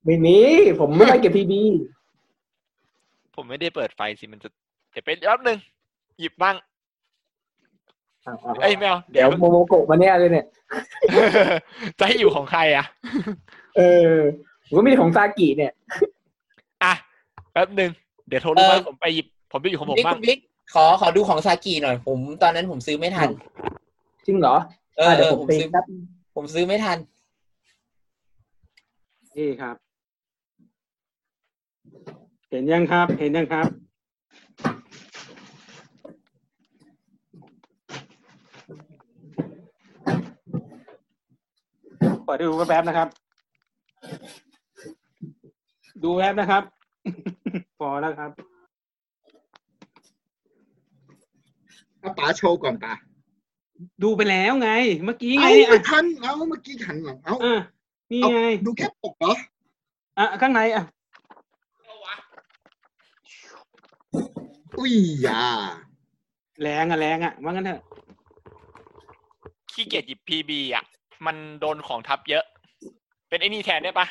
ไม่มีผมไม่ได้เก็บพีบี
ผมไม่ได้เปิดไฟสิมันจะเดี๋ยวไปรอบหนึ่งหยิบบ้างเอ้ยแมว
เดี๋ยวโมโมโกะมาเนี่ยเลยเนี่ย
จะให้อยู่ของใครอ่ะ
เออผมก็มีของซากิเนี่ย
อ่ะแป๊บหนึ่งเดี๋ยวโทรรู้
เอ่
มา
อ
ผมไปหยิบ ผมไปอยู่ของผม
นี่
บ้า
คุ
ง
ณบิ๊กขอขอดูของซากิหน่อยผม ตอนนั้นผมซื้อไม่ทัน
จริงเหรอ
เออ
เดี๋ยว
เออ
ผม
ผม
ไป
ซื้อ
ครับ
ผมซื้อไม่ทัน
นี่ครับ เห็นยังครับ เห็นยังครับ เปิดให้ดูแป๊บๆนะครับ ดูแป๊บนะครับ พอแล้วครับ
เอาป๋าโชว์ก่อนป๋า
ดูไปแล้วไง เมื่อกี้ไง
เอา
เนี่ย
ไม่
อ่ะ
ทันเอาเมื่อกี้หันหลังเอา
อ่ะนี่ไง
ดูแค่ปกเหรอ
อ่ะ ข้างในอ่ะ
อุ้ยยา
แรงอ่ะแรงอ่ะว่างั้นเถอะ
ขี้เกียจหยิบพีบีอ่ะ มันโดนของทับเยอะ เป็นไอ้นี่แทนได้ปะ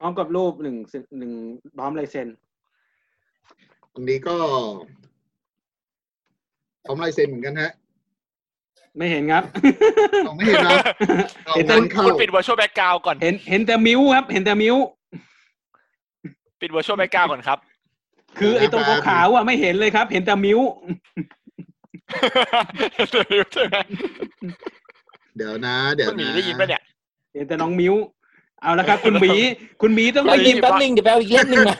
พร้อมกับรูปหนึ่งเซนหนึ่งพร้อมลายเซ็น
อันนี้ก็ผมลายเซ็นเหมือนกันฮะ
ไม่เห็นครับ
เอาไม่เห็นนะเอา
เห็นแต่
งั้นเข้า
คุณปิด virtual background ก่อน
เห็นเห็นแต่มิวครับ เห็นแต่มิว
ปิด virtual background ก่อนครับ
คือไอ้ตรงขาวๆอ่ะไม่เห็นเลยครับ เห็นแต่มิว
ใช่ไหม
เดี๋ยวนะ เดี๋ยว
คุณหมี
นะ
ได้ยินปะเนี่ย
เห็นแต่น้องมิวเอาละครับ คุณหมี คุณหมีต้อง
เฮ้
ไป
เอา
ย
ห
ยิ
ยิ
บบ แป๊บนึงเดี๋ยวแป๊บอีกเล่มหนึงมา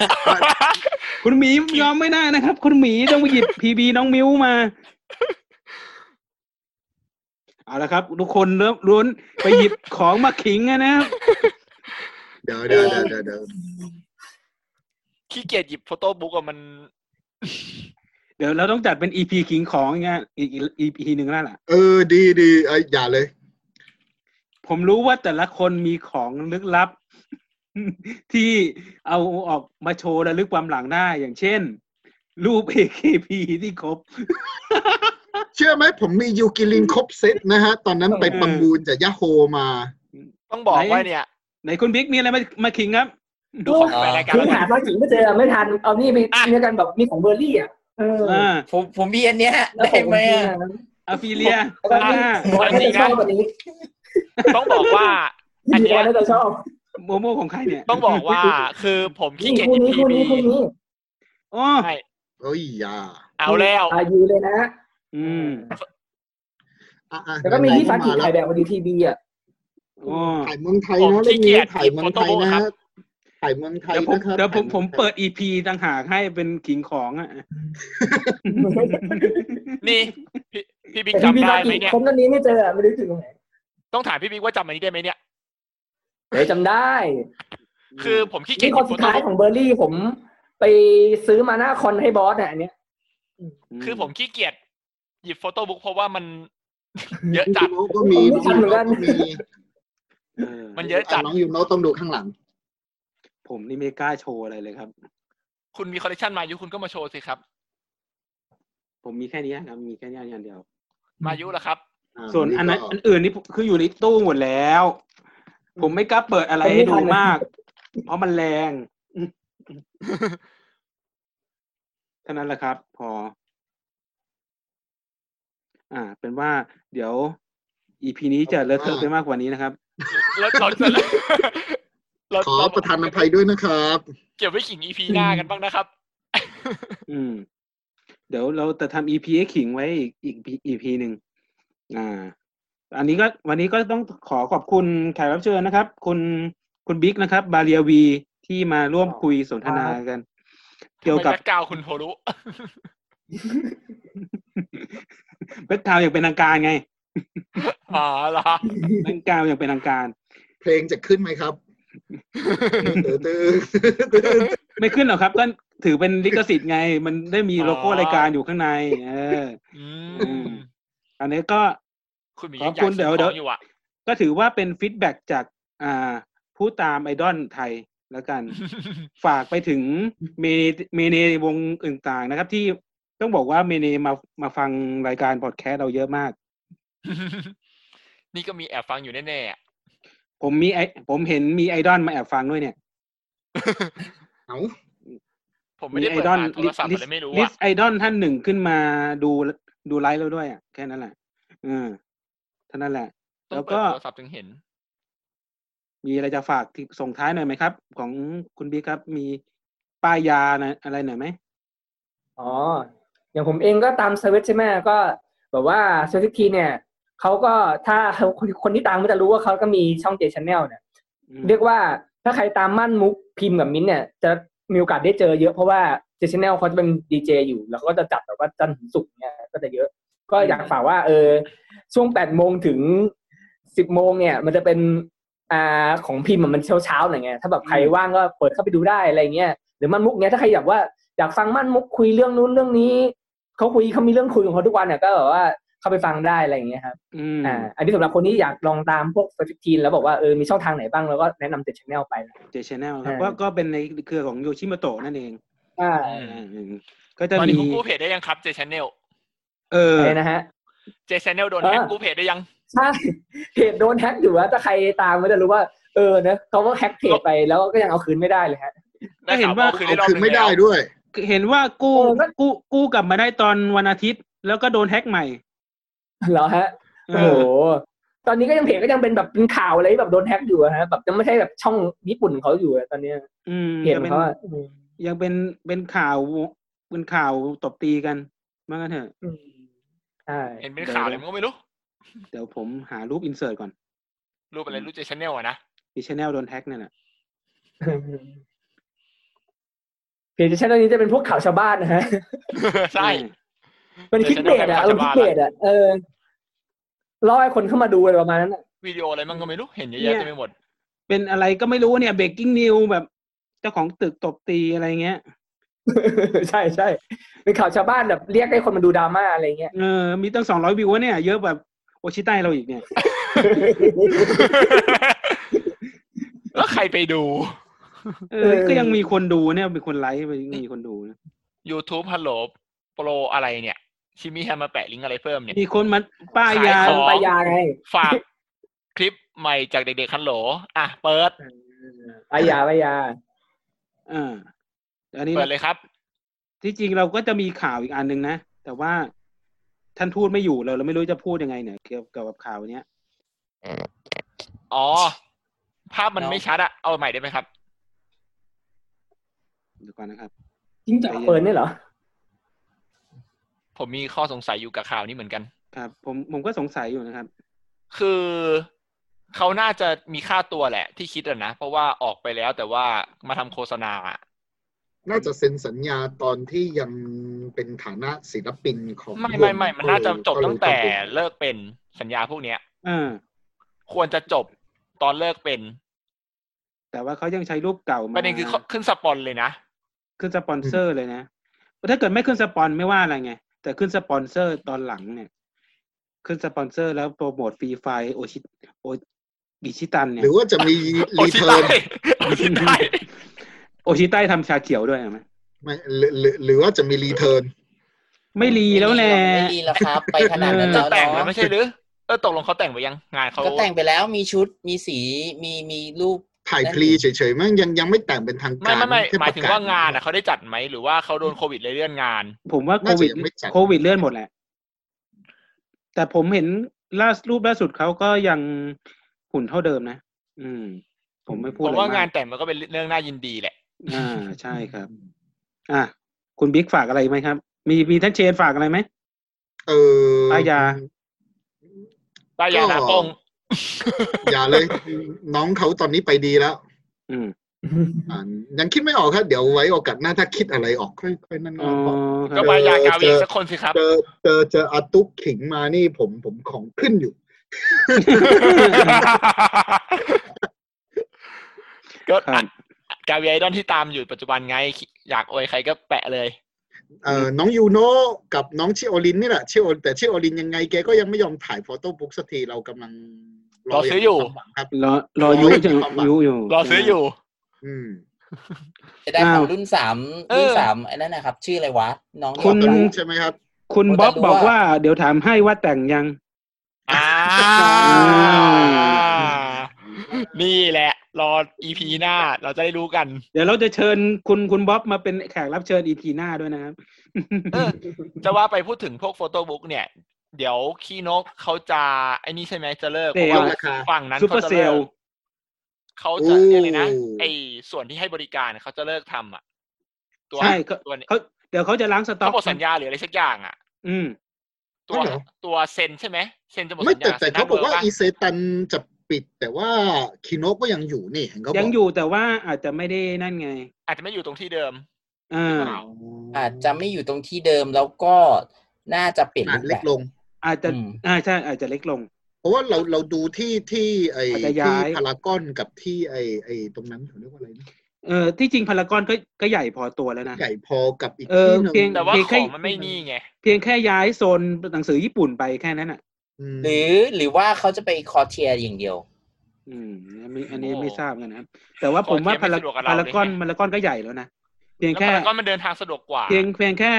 คุณหมียอมไม่ได้นะครับ คุณหมีต้องไปหยิบพีบีน้องมิวมา เอาละครับ ทุกคนเริ่มล้วนไปหยิบของมาขิงอะนะครับ
เดี๋ยวเดี๋ยวเดี๋ยวเดี๋ยวเดี๋ยว
ขี้เกียจหยิบโฟโต้บุ๊กอะมัน
เดี๋ยวเราต้องจัดเป็นอีพีขิงของอย่างเงี้ยอีกอีพีหนึ่งแล้วล่ะ
เออดีดีไอ้ยอย่าเลย
ผมรู้ว่าแต่ละคนมีของลึกลับ ที่เอาออกมาโชว์ระลึกความหลังได้อย่างเช่น รูป AKP ที่ครบ
เชื่อไหมผมมียูกิลินครบเซตนะฮะ ตอนนั้นไปประมูลจากยะโฮมา
ต้องบอก
ไหน
ว่าเนี่ย
ไหนคุณบิ๊กมีอะไรมามาขิงครับ
ดูของแฟนรายการ
คื
แล้
อ
วกั
หาน ซากิไม่เจอไม่ทันเอานี่ไปเนื้อกันแบบมีของเบอร์รี่อ่ะเออ
อ่า
ผมผมมีอันเนี้ยได้ไหมอะ
อาฟิเลีย
แล้วก็
อ่า
บอยน่าจะชอบวันนี้
ต้องบอกว่า อัน
พี่
เนี้
บอย ยน่าจะชอบ
โมโมของใครเนี่ย
ต้องบอกว่า คือผมขี้
นี่
เกียจห
คู่
ยิบ
นี้
พี
คู่
บี
นี้คู่นี้
อ๋อ
ใช่
เอ้ยอย่า
เอาแล้ว
อายุเลยนะ
อืม
อ่ะอ่ะ
แล้วก็มีที่ซากิ
ไหนๆ
ถ่ายแบบวันดีทีบีอ่ะ
อ๋อ
ถ่ายเมืองไทยนะเรื่องนี้ถ่ายเมืองไทยนะฮะถ่ายเมืองไทย
เดี๋ยวผม
นะครับ
เดี๋ยวผมผมเปิดอีพีต่างหากให้เป็นขิงของอ่ะ
นี่พี่พี่บิ๊ก
แต่ที่
จำได้
ซา
ไหม
กิ
เนี่ย
คนคนนี้ไม่เจออะไม่รู้ถึงตรงไหน
ต้องถามพี่บิ๊กว่าจำอันนี้ได้ไหมเนี่ย
เดี๋ยวจำได้
คือผมขี้เกียจ
นี่
ห
ค
ยิ
น
บโฟ
สุด
โต้
ท้าย
บุ๊ก
ของเบอร์รี่ผมไปซื้อมาหน้าคอนให้บอสเนี่ยอันเนี้ย
คือผมขี้เกียจหยิบโฟโต้บุ๊กเพราะว่ามัน เยอะจัด
น้องก็มีน้องยูโนะก็มี
เออ
มันเยอะจัด
น้องยูโนะต้องดูข้างหลัง
ผมนี่ไม่กล้าโชว์อะไรเลยครับ
คุณมีคอลเลคชันมายุคุณก็มาโชว์สิครับ
ผมมีแค่นี้ครับมีแค่นี้อันเดียว
มายุล่ะครับ
ส่วนอันนั้นอันอื่นนี่คืออยู่ในตู้หมดแล้ว ผมไม่กล้าเปิดอะไรให้ดูมาก เพราะมันแรง เท่านั้นแหละครับ พอ อ่า เป็นว่า เดี๋ยวอีพีนี้จะเลอะเทอะไปมากกว่านี้นะครับ
แล้วเราจะเรา
ขอ
เรา
ประทานอภัยด้วยนะครับ
เก็บไว้ขิงอีพีหน้ากันบ้างนะครับ
อืม เดี๋ยวเราจะทำ EP ให้ขิงไว้อีกอีก EP หนึ่งอ่า อันนี้ก็วันนี้ก็ต้องขอขอบคุณแขกรับเชิญนะครับ คุณคุณบิ๊กนะครับ บาเรียวีที่มาร่วมคุยสนทนากัน เกี่ยวกับ
ทำไมแบ็คกราวด์คุณโทรุ
แบ็กกราวอย่างเป็นทางการ ไง
อ๋อเหรอ
แบ็กกราวอย่างเป็นทางการ
เพลงจะขึ้นไหมครับตื้อตื้อ
ไม่ขึ้นหรอกครับ ก็ถือเป็นลิขสิทธิ์ไง มันได้มีโลโก้รายการอยู่ข้างใน เออ
อื
อื
ม
ม อันนี้ก็
คุณหมี
ข
ยั
อง บ
อยา
คุ
ก
ณ
ซื้อ
เดี๋ย
ข
ว
องอยู่อ่ะ
ก็ถือว่าเป็นฟีดแบ็กจากอ่าผู้ตามไอดอลไทยแล้ว กัน ฝากไปถึงเมเมเนวงต่างๆนะครับ ที่ต้องบอกว่าเมเนมามาฟังรายการพอดแคสต์เราเยอะมาก
นี่ก็มีแอบฟังอยู่แน่ๆอะ
ผมมีไอผมเห็นมีไอดอลมาแอบฟังด้วยเนี่ย
เอา
ผมไม่ได้
มี
เปิ
ไอ
ด
ดอล
หาโทรศัพท์
ลิส
เลยไม่รู้
ลิส
อ่ะ
ไอดอลท่านหนึ่งขึ้นมาดูดูไลฟ์เราด้วยอ่ะแค่นั้นแหละเออเท่านั้นแหละ
ต้อ
แล้
ง
ว
เปิ
ก็
ดโทรศัพท์ถึงเห็น
มีอะไรจะฝากที่ส่งท้ายหน่อยไหมครับ ของคุณบีครับมีป้ายยานะอะไรหน่อยไหม
อ๋ออย่างผมเองก็ตามเซเว่นใช่ไหมก็แบบว่าเซเว่นทีเนี่ยเขาก็ถ้าคนคนที่ตามก็จะรู้ว่าเขาก็มีช่องเจชแนลเนี่ย
อืม
เรียกว่าถ้าใครตามมั่นมุกพิมพ์กับมิ้นท์เนี่ย จะมีโอกาสได้เจอเยอะเพราะว่าเจชแนลเขาจะเป็นดีเจอยู่ แล้วก็จะจัดแบบว่าจันทร์ถึงศุกร์เนี่ยก็จะเยอะ ก็อยากฝากว่า เออ ช่วงแปดโมงถึงสิบโมงเนี่ย มันจะเป็นอ่าของพิมพ์อะมันเช้าเช้าๆหน่อยไงถ้าแบบใครว่างก็เปิดเข้าไปดูได้อะไรเงี้ยหรือมั่นมุกเนี่ยถ้าใครอยากว่าอยากฟังมั่นมุกคุยเรื่องนู้นเรื่องนี้เขาคุยเขามีเรื่องคุยของเขาทุกวันเนี่ยก็แบบว่าเข้าไปฟังได้อะไรอย่างเงี้ยครับ
อืม
อ่าอันนี้สำหรับคนที่อยากลองตามพวกสติทีนแล้วบอกว่าเออมีช่องทางไหนบ้างแล้วก็แนะนำเจ็ดชแนลไป
เจชแนลครับ
อ่า
ก็ก็เป็นในเครือของโยชิมโตะนั่นเอง
อ่า
อืม
อืมก็จะ
ตอน
มี
นี้คุณกู้เพจได้ยังครับเจชแนล
เออ
อะไรนะฮะ
เจชแนลโดน
เออ
แฮกกู้เพจได้ยัง
ใช่เพจโดนแฮ็กอยู่ว่าถ้าใครตามก็จะรู้ว่าเออเนอะเขาก็แฮ็กเพจไปแล้วก็ยังเอาคืนไม่ได้เลยฮะ
ได้ข่าว
ก็
ว่า
เห็
คืน
น
ได้
ว่า
รอบห
คืน
นึง
ไม่
แล้
ได้
ว
ด้วย
เห็นว่ากู้
เออก็
กู้กู้กลับมาได้ตอนวันอาทิตย์ แล้วก็โดนแฮ็กใหม่
เหรอฮะ
เอ
โอ้โห
อ
ตอนนี้ก็ยังเพจก็ยังเป็นแบบเป็นข่าวอะไรที่แบบโดนแฮ็กอยู่อะฮะแบบยังไม่ใช่แบบช่องญี่ปุ่นของเขาอยู่อะตอนเนี้ย
อืม
เพจ
ยัง
ของ
เป็น
เขาอะ
ยังเป็นเป็นข่าวเป็นข่าวตบตีกันมากันเถอะ
อืมใช่
เห็นเป็นข่าวอะไรมันก็ไม่รู้
เดี๋ยวผมหารูปอินเสิร์ตก่อน
รูปอะไรรูปเจชแนลอะนะ
มีชแนลโดนแท็กนั่นแหละ
เพจชั้นตอนนี้จะเป็นพวกข่าวชาวบ้านนะฮะ
ใช่
เป็นคลิกเบสอ่ะเออคลิกเบสอ่ะเออล่อให้คนเข้ามาดูอะไรประมาณนั้นอะ
วิดีโออะไรมันก็ไม่รู้ เห็นเยอะแยะเต็มไปหมด
เป็นอะไรก็ไม่รู้เนี่ยเบรกกิ้งนิวแบบ เจ้าของตึกตบตีอะไรเงี้ย
ใช่ใช่เป็นข่าวชาวบ้านแบบเรียกให้คนมาดูดราม่าอะไรเงี้ย
เออ มีตั้งสองร้อยวิวอะเนี่ย เยอะแบบโอชิไตเราอีกเนี่ย
แล้วใครไปดู
เอ
เอ
อ
อ
ก็ยังมีคนดูเนี่ย มีคนไลค์มีคนดูนะ
YouTube ฮัลโหลโปรอะไรเนี่ย ชิมิแฮมมาแปะลิงก์อะไรเพิ่มเนี่ย
มีคนมาป้ายยา
ขายของ
ปายาไง
ฝากคลิปใหม่จากเด็กๆฮัลโหลอ่ะเปิด
ปายาปายา
อ่าอันนี้
เปิดเลยครับ
ที่จริงเราก็จะมีข่าวอีกอันหนึ่งนะ แต่ว่าท่านทูตไม่อยู่เราเราไม่รู้จะพูดยังไงเนี่ย เกี่ยวกับข่าวเนี้ย
อ๋อ ภาพมันไม่ชัดอะเอาใหม่ได้ไหมครับ
เดี๋ยวก่อนนะครับ
จริงจังเปิดเนี่ยเหรอ
ผมมีข้อสงสัยอยู่กับข่าวนี้เหมือนกัน
ครับ ผมผมก็สงสัยอยู่นะครับ
คือเขาน่าจะมีค่าตัวแหละ ที่คิดอะนะ เพราะว่าออกไปแล้วแต่ว่ามาทำโฆษณาอะ
น่าจะเซ็นสัญญาตอนที่ยังเป็นฐานะศิลปินของ
ไม่ไม่ไม่
วง
มันน่าจะจบ
ก็เลย
ตั้งแต่
ก็เลย
เลิกเป็นสัญญาพวกเนี้ย
เออ
ควรจะจบตอนเลิกเป็น
แต่ว่าเขายังใช้รูปเก่ามา
ประเด็นคือเขาขึ้นสปอนเลยนะ
ขึ้นสปอนเซอร์เลยนะถ้าเกิดไม่ขึ้นสปอนไม่ว่าอะไรไง แต่ขึ้นสปอนเซอร์ตอนหลังเนี่ย ขึ้นสปอนเซอร์แล้วโปรโมทฟรีไฟโอชิโออิชิตันเนี่ย
หรือว่าจะมี
โอ
รี
ชิ
เทิ
ไต้
ร์น
โอชิไต้
โอชิใต้ทำชาเขียวด้วยเห็นไหม
ไม่หรือหรือหรือว่าจะมีรีเทิร์น
ไม่รีแล้วแหละ
ไม่ดีแล้วครับ ไปขนาดนั้นแล้ว
แต่งแล้ว
เนาะ
ไม่ใช่หรือเออตกลงเขาแต่งไปยังงานเขา
ก็แต่งไปแล้วมีชุดมีสีมีมีรูป
ถ่ายพลีเฉยๆมั้งยังยังไม่แต่งเป็นทาง
ไม่
การ
ไม่ไม่
แค่
หมายถึง
ประกศ
ว่างานอะเขาได้จัดไหมหรือว่าเขาโดนโควิดเลยเลื่อนงาน
ผมว่าโควิด
น่าจะยังไม่จัด
โควิดเลื่อนหมดแหละ แต่ผมเห็นล่าสุดรูปล่าสุดเขาก็ยังหุ่นเท่าเดิมนะ อืม ผมไม่พูด
ผ
อะ
ม
ไร
ว่างาม
าน ก
แต่งมันก็เป็นเรื่องน่ายินดีแหละ
อ่า ใช่ครับ อ่ะคุณบิ๊กฝากอะไรไหมครับ มีมีท่านเชนฝากอะไรไหม
เออ
อาญา
ตายานาปง
อย่าเลย น้องเขาตอนนี้ไปดีแล้ว
อืม
อ่ายังคิดไม่ออกครับเดี๋ยวไว้โอกาสหน้าถ้าคิดอะไรออกค่อยค่อยนั่น
อ๋อ
บอก
ค
ก็
รับ
บายากาเวกสักคนสิครับ
เจอเจอเจออาตุ๊กขิงมานี่ผมผมของขึ้นอยู่
ก็
ครับ
กาเวไอดอนที่ตามอยู่ปัจจุบันไง อยากอวยใครก็แปะเลย
เอ่อน้องยูโนกับน้องชิโอลินนี่แหละชิโอแต่ชิโอลินยังไงแกก็ยังไม่ยอมถ่ายโฟโต้บุ๊กสักทีเรากำลัง
รอซื้ออยู่
างมีความหวังครับ
รอรอยุอยู่
ความหวัง
ยุอยู่
รอซื้ออยู่
อืม
จะได้ขอ
อ้าง ว
รุ่นสาม
เออ
รุ่นสามไอ้นั่นนะครับ ชื่ออะไรวะ น้อง
คุณ
ยอมรับ
ใช่ไหมครับ
คุณ
ผมจะ
บ๊อบ
รู้
บอกว่า
ว่า
เดี๋ยวถามให้ว่าแต่งยัง
อ่า นี่แหละ รออีพีหน้า เราจะได้รู้กัน
เดี๋ยวเราจะเชิญคุณคุณบ๊อบมาเป็นแขกรับเชิญอีพีหน้าด้วยนะครับ
เออ จะว่าไปพูดถึงพวกโฟโต้บุ๊กเนี่ย เดี๋ยวขี้นกเขาจะไอ้นี่ใช่ไหมจะเลิกเพ
เซลล์
ราะว่าฝั่งนั้น
ซูเปอร์
เขาจะ
เซ
เลิ
ล
ก
ล์
เขาจะเรียกเลยนะ
โอ้
ไอ้ส่วนที่ให้บริการเขาจะเลิกทำอ่ะ ตัว
ใช่เขา
ตัวเนี้ย
เขาเดี๋ยวเขาจะล้างสต็อ
เขา
ก
หมดสัญญาหรืออะไรสักอย่างอ่ะ
อืม
ตั
อ๋
ว
อเหรอ
ตัวเซ็นใช่ไหมเซ็นจะหมด
ไม่
สัญ
แต่
ญา
แต่เขาบอกว่า
ซ็นหน้
อีเซตันจะปิด แต่ว่าคิโนะก็ยังอยู่นี่เห็นเขาบอก
ยังอยู่แต่ว่าอาจจะไม่ได้นั่นไง
อาจจะไม่อยู่ตรงที่เดิม
อ่า
อ๋อ
อาจจะไม่อยู่ตรงที่เดิมแล้วก็น่าจะเปลี่ยน
อ่า
รูป
เล็
แบ
ก
บ
ลง
อาจจะ
อืม
อ่าใช่อาจจะเล็กลง
เพราะว่าเราเราดูที่ที่ไอ้
อาจจะย้า
ที่
ย
พารากอนกับที่ไอ้ไอ้ตรงนั้นเขาเรียกว่าอะไรนะ
เออที่จริงพารากอนก็ก็ใหญ่พอตัวแล้วนะ
ใหญ่พอกับอีก
เออ
ที่หนึ่ง
เพียง
แต่ว่า
มี
ข
แค่
องมันไม่นี่ไง
เพียงแค่ย้ายโซนหนังสือญี่ปุ่นไปแค่นั้นอ่ะ
อืม
หรือหรือว่าเขาจะไปคอเทียอย่างเดียว
อืมอันนี้อันนี้
โอ้
ไม่ทราบกันนะครับ แต่ว่าผมว่า
ขอ
พา
เที
ราย
บไม่สะดวกกับเรา
พารากอน
เลยไง
พารากอนก็ใหญ่แล้วนะเพียง
แล้ว
แค่
พารากอนมันเดินทางสะดวกกว่า
เพียงเพียงแค่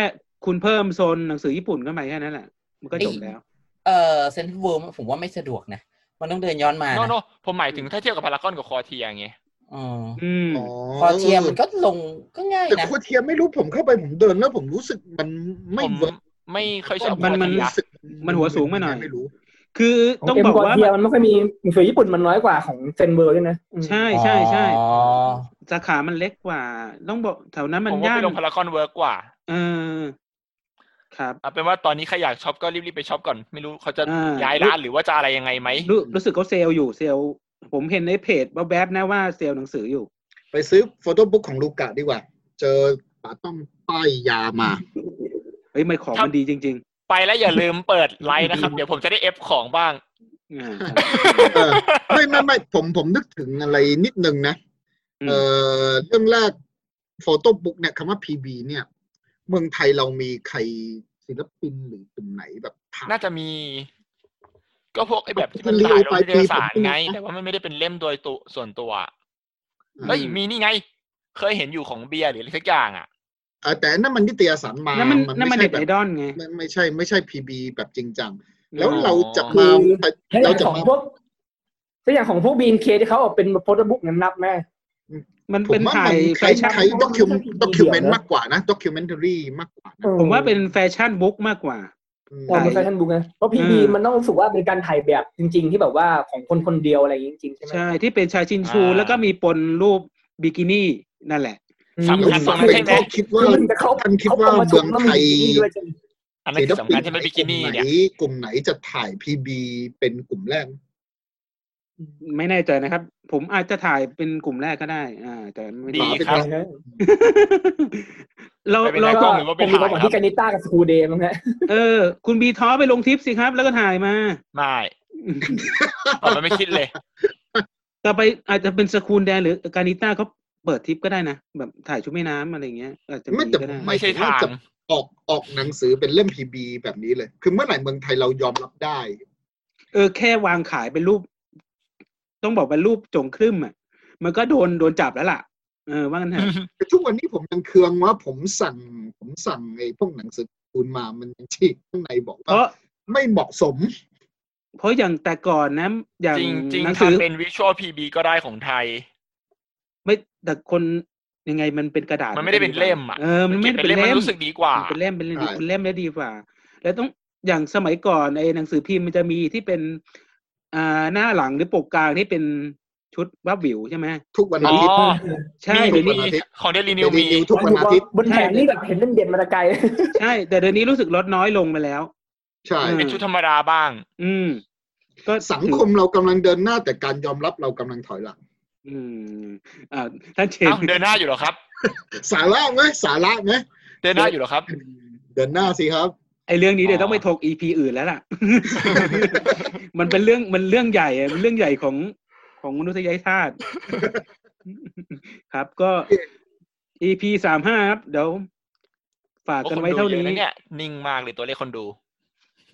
คุณเพิ่มโซนหนังสือญี่ปุ่นเข้าไปแค่นั้นแหละ มันก็จบแล้ว
เออเซนทรัลเวิร์ผมว่าไม่สะดวกนะ มันต้องเดินย้อนมา
โนโน
นะ
ผมหมายถึงถ้าเทียบกับพารากอนกับคอเทียไง
อืม
อืม
อ๋อ
คอเทียมันก็ลงก็ง่าย
แต่
นะ
โคเทียไม่รู้ผมเข้าไปผมเดินแล้วผมรู้สึกมัน
ผ
ไม่
ม
เวิร์ก
ไม่ค่อยชอบ
มัน
คอ
มัน
เทีย
รู้สึก
มันหัวสูงไปหน่อย
ไม่รู้
คือ
ต้
ต้
อ
องง
บบ อ
อก ก
ว่า
ว่า
เดียมันไม่ค่อยมีหนังสือญี่ปุ่นมันน้อยกว่าของเซนเบอร์ด้วยนะอืม
ใช่ใช่ใช่
อ๋อ
สาขามันเล็กกว่า ต้องบอกแถวนั้นมั
ผ
น
มว่า
ย่า
ไป
น
ลงพารากอนเวิร์กกว่า
เออครับ
เอาเป็นว่าตอนนี้ใครอยากช็อปก็รีบๆไปช็อปก่อน ไม่รู้เขาจะ
อ่า
ย้ายร้านหรือว่าจะอะไรยังไงไหม
รู้รู้สึกเขาเซลล์อยู่เซลล์ผมเห็นในเพจแวบๆนะว่าเซลล์หนังสืออยู่
ไปซื้อโฟโต้บุ๊กของลูกะดีกว่า เจอป๋าต้องป้ายยามา
เฮ้ยไม่ของมันดีจริง
ไปแล้วอย่าลืมเปิดไลน์นะครับ เดี๋ยวผมจะได้เอฟของบ้าง
ๆอ่าครับ
เออไม่ไม่ไม่ผมผมนึกถึงอะไรนิดนึงนะ เออเรื่องแรกโฟโต้บุ๊กเนี่ยคำว่า PB เนี่ย เมืองไทยเรามีใครศิลปินหรือกลุ่มไหนแบบถ่าย
น่าจะมี ก็พวกไอ้แบบที่มัน
เรียก
ถ่ายลง
ไป
นิตยสาร
ปีผม
ไง
ไม่รู้
แต่ว่ามันไม่ได้เป็นเล่มโดยตัวส่วนตัว
อืม
เอ้ยมีนี่ไง เคยเห็นอยู่ของเบียร์หรืออะไรสักอย่างอ่ะ
เออแต่นั่นมันนิตยสาร มา
นั่นมันนั่นมัน
ไม่
เด็
ใช่
ก
แบบ
ไอดอลไง
ไม่ไม่ใช่ไม่ใช่ PB แบบจริงจัง แล้ว
อ๋อ
เราจะมา
ถ้าอ
เรา
ย่าง
จะ
ของ
มา
พวกถ้าอย่างของพวกบีนเคที่เขาออกเป็นโฟโต้บุ๊กนั้นนับไหม
มัน
ผ
เป็น
มว่า
ถ่า
มั
ย
น
แฟ
คล้าย
ชั่น
คล้ายด็อกิว
มันเป็น
ด็อกิวเมนต์
เดียวนะ
มากกว่านะด็อกิวเมนทรีมากกว่านะ
ผมว่าเป็นแฟชั่นบุ๊กมากกว่า
เออมันแฟชั่นบุ๊กนะเพราะพีบี
อืม
มันต้องรู้สึกว่าเป็นการถ่ายแบบจริง ๆ ที่แบบว่าของคนคนเดียวอะไรอย่างนี้จริงๆใช่ไหม
ใช่ที่เป็นชายชินชู
อ่า
แล้วก็มีปนรูปบิกินี่นั่นแหละ
สำคัญตรงนั้น
เป็
ใช่
น
ไหม
ข้อคิดว่า
คือมันจะเขา
ท่านคิด
เขา
ว่า
ประ
เมืองไทย
ชุมแล้วมันมี PB ด้วยใช่ไหม
อันนั้นคือสำคัญใช่ไหมบิกินี่เนี่ย
กลุ่มไหนจะถ่ายพีบีเป็นกลุ่มแรก
ไม่แน่ใจนะครับ ผมอาจจะถ่ายเป็นกลุ่มแรกก็ได้ อ่า แต่ไม่
ดี
ได้
ครับ
เรา
ไม่เป็นไร
เรา
กล้
ก็
องหรือว่าไป
ผมมีค
ถ่า
วย มหวัง
ครั
ที่
บ
กานิต้ากับสกูเดย์มั้งฮะ
เออ คุณบีท้อไปลงทิปสิครับ แล้วก็ถ่ายมา
ไม่ตอนนั้นไม่คิดเลย
ต่อไปอาจจะเป็นสคูลแดนหรือการิต้าเขาเปิดทิปก็ได้นะ แบบถ่ายชุดแม่น้ำอะไรเงี้ยอาจจะ
ไม่แต่
ก็ด้
ผม
ไม่ใช่ทาง
ออกออกหนังสือเป็นเล่มพีบีแบบนี้เลย คือเมื่อไหร่เมืองไทยเรายอมรับได้
เออแค่วางขายเป็นรูป ต้องบอกเป็นรูปจงครึ่มอ่ะ มันก็โดนโดนจับแล้วล่ะ เออว่างั้นเถ อะ
แต่ทุกวันนี้ผมยังเคืองว่าผมสั่งผมสั่งไอ้พวกหนังสือการ์ตูนมามันยังที่ข้างในบอก
เพราะ
ว่าไม่เหมาะสม
เพราะอย่างแต่ก่อนนะอย่าง
จริงจริง
หนังสือ
ทำเป็นวิชวลพีบีก็ได้ของไทย
ไม่แต่คนยังไงมันเป็นกระดาษ
มันไม่ได้เป็นเล่มอ่ะ
เออ มันไม่
เก็บ
ได้เป็นน
เป็เล่
เล่ม
มมันรู้สึกดีกว่า
มันเป็นเล่มเป็นเล่ม
ใช่
เป็นเล่มได้ดีกว่า แล้วต้องอย่างสมัยก่อนไอ้หนังสือพิมพ์มันจะมีที่เป็นอ่าหน้าหลังหรือปกกลางที่เป็นชุดวับหวิวใช่ไหม
ทุกวันอาทิตย์
อ๋อ
ใช่
มี
เดี๋ยว
มี
นี้
ของเดลินิ
เดี๋
ว
ยวนี้
มี
นิวทุกวันอาทิตย์
บนแผงนี่แบบเห็นเล่นเด่นมาแตะไกล
ใช่ แต่เดี๋ยวนี้รู้สึกลดน้อยลงไปแล้ว
ใช่
อืม
เป็นชุดธรรมดาบ้าง
อืม ก็
สังคมเรากำลังเดินหน้าแต่การยอมรับเรากำลังถอยหลัง
อืมอ่าท่านเชน
เอ้าเดินหน้าอยู่เหรอครับ
สาระไหมสาระไหม
เดินหน้าอยู่เหรอครับ
เดินหน้าสิครับ
ไอเรื่องนี้เดี๋ยว
อ๋อ
ต้องไปถกอีพีอื่นแล้ว ล่ะ มันเป็นเรื่องมันเรื่องใหญ่อะมันเรื่องใหญ่ของของมนุษย ชาติ ครับก็ EP สามห้าครับ เดี๋ยว ฝาก
พวก
กัน
คน
ไว้
ดู
เท่า
เย
นี้
อะนะเนี่ย นิ่งมากเลยตัวเลขคนดู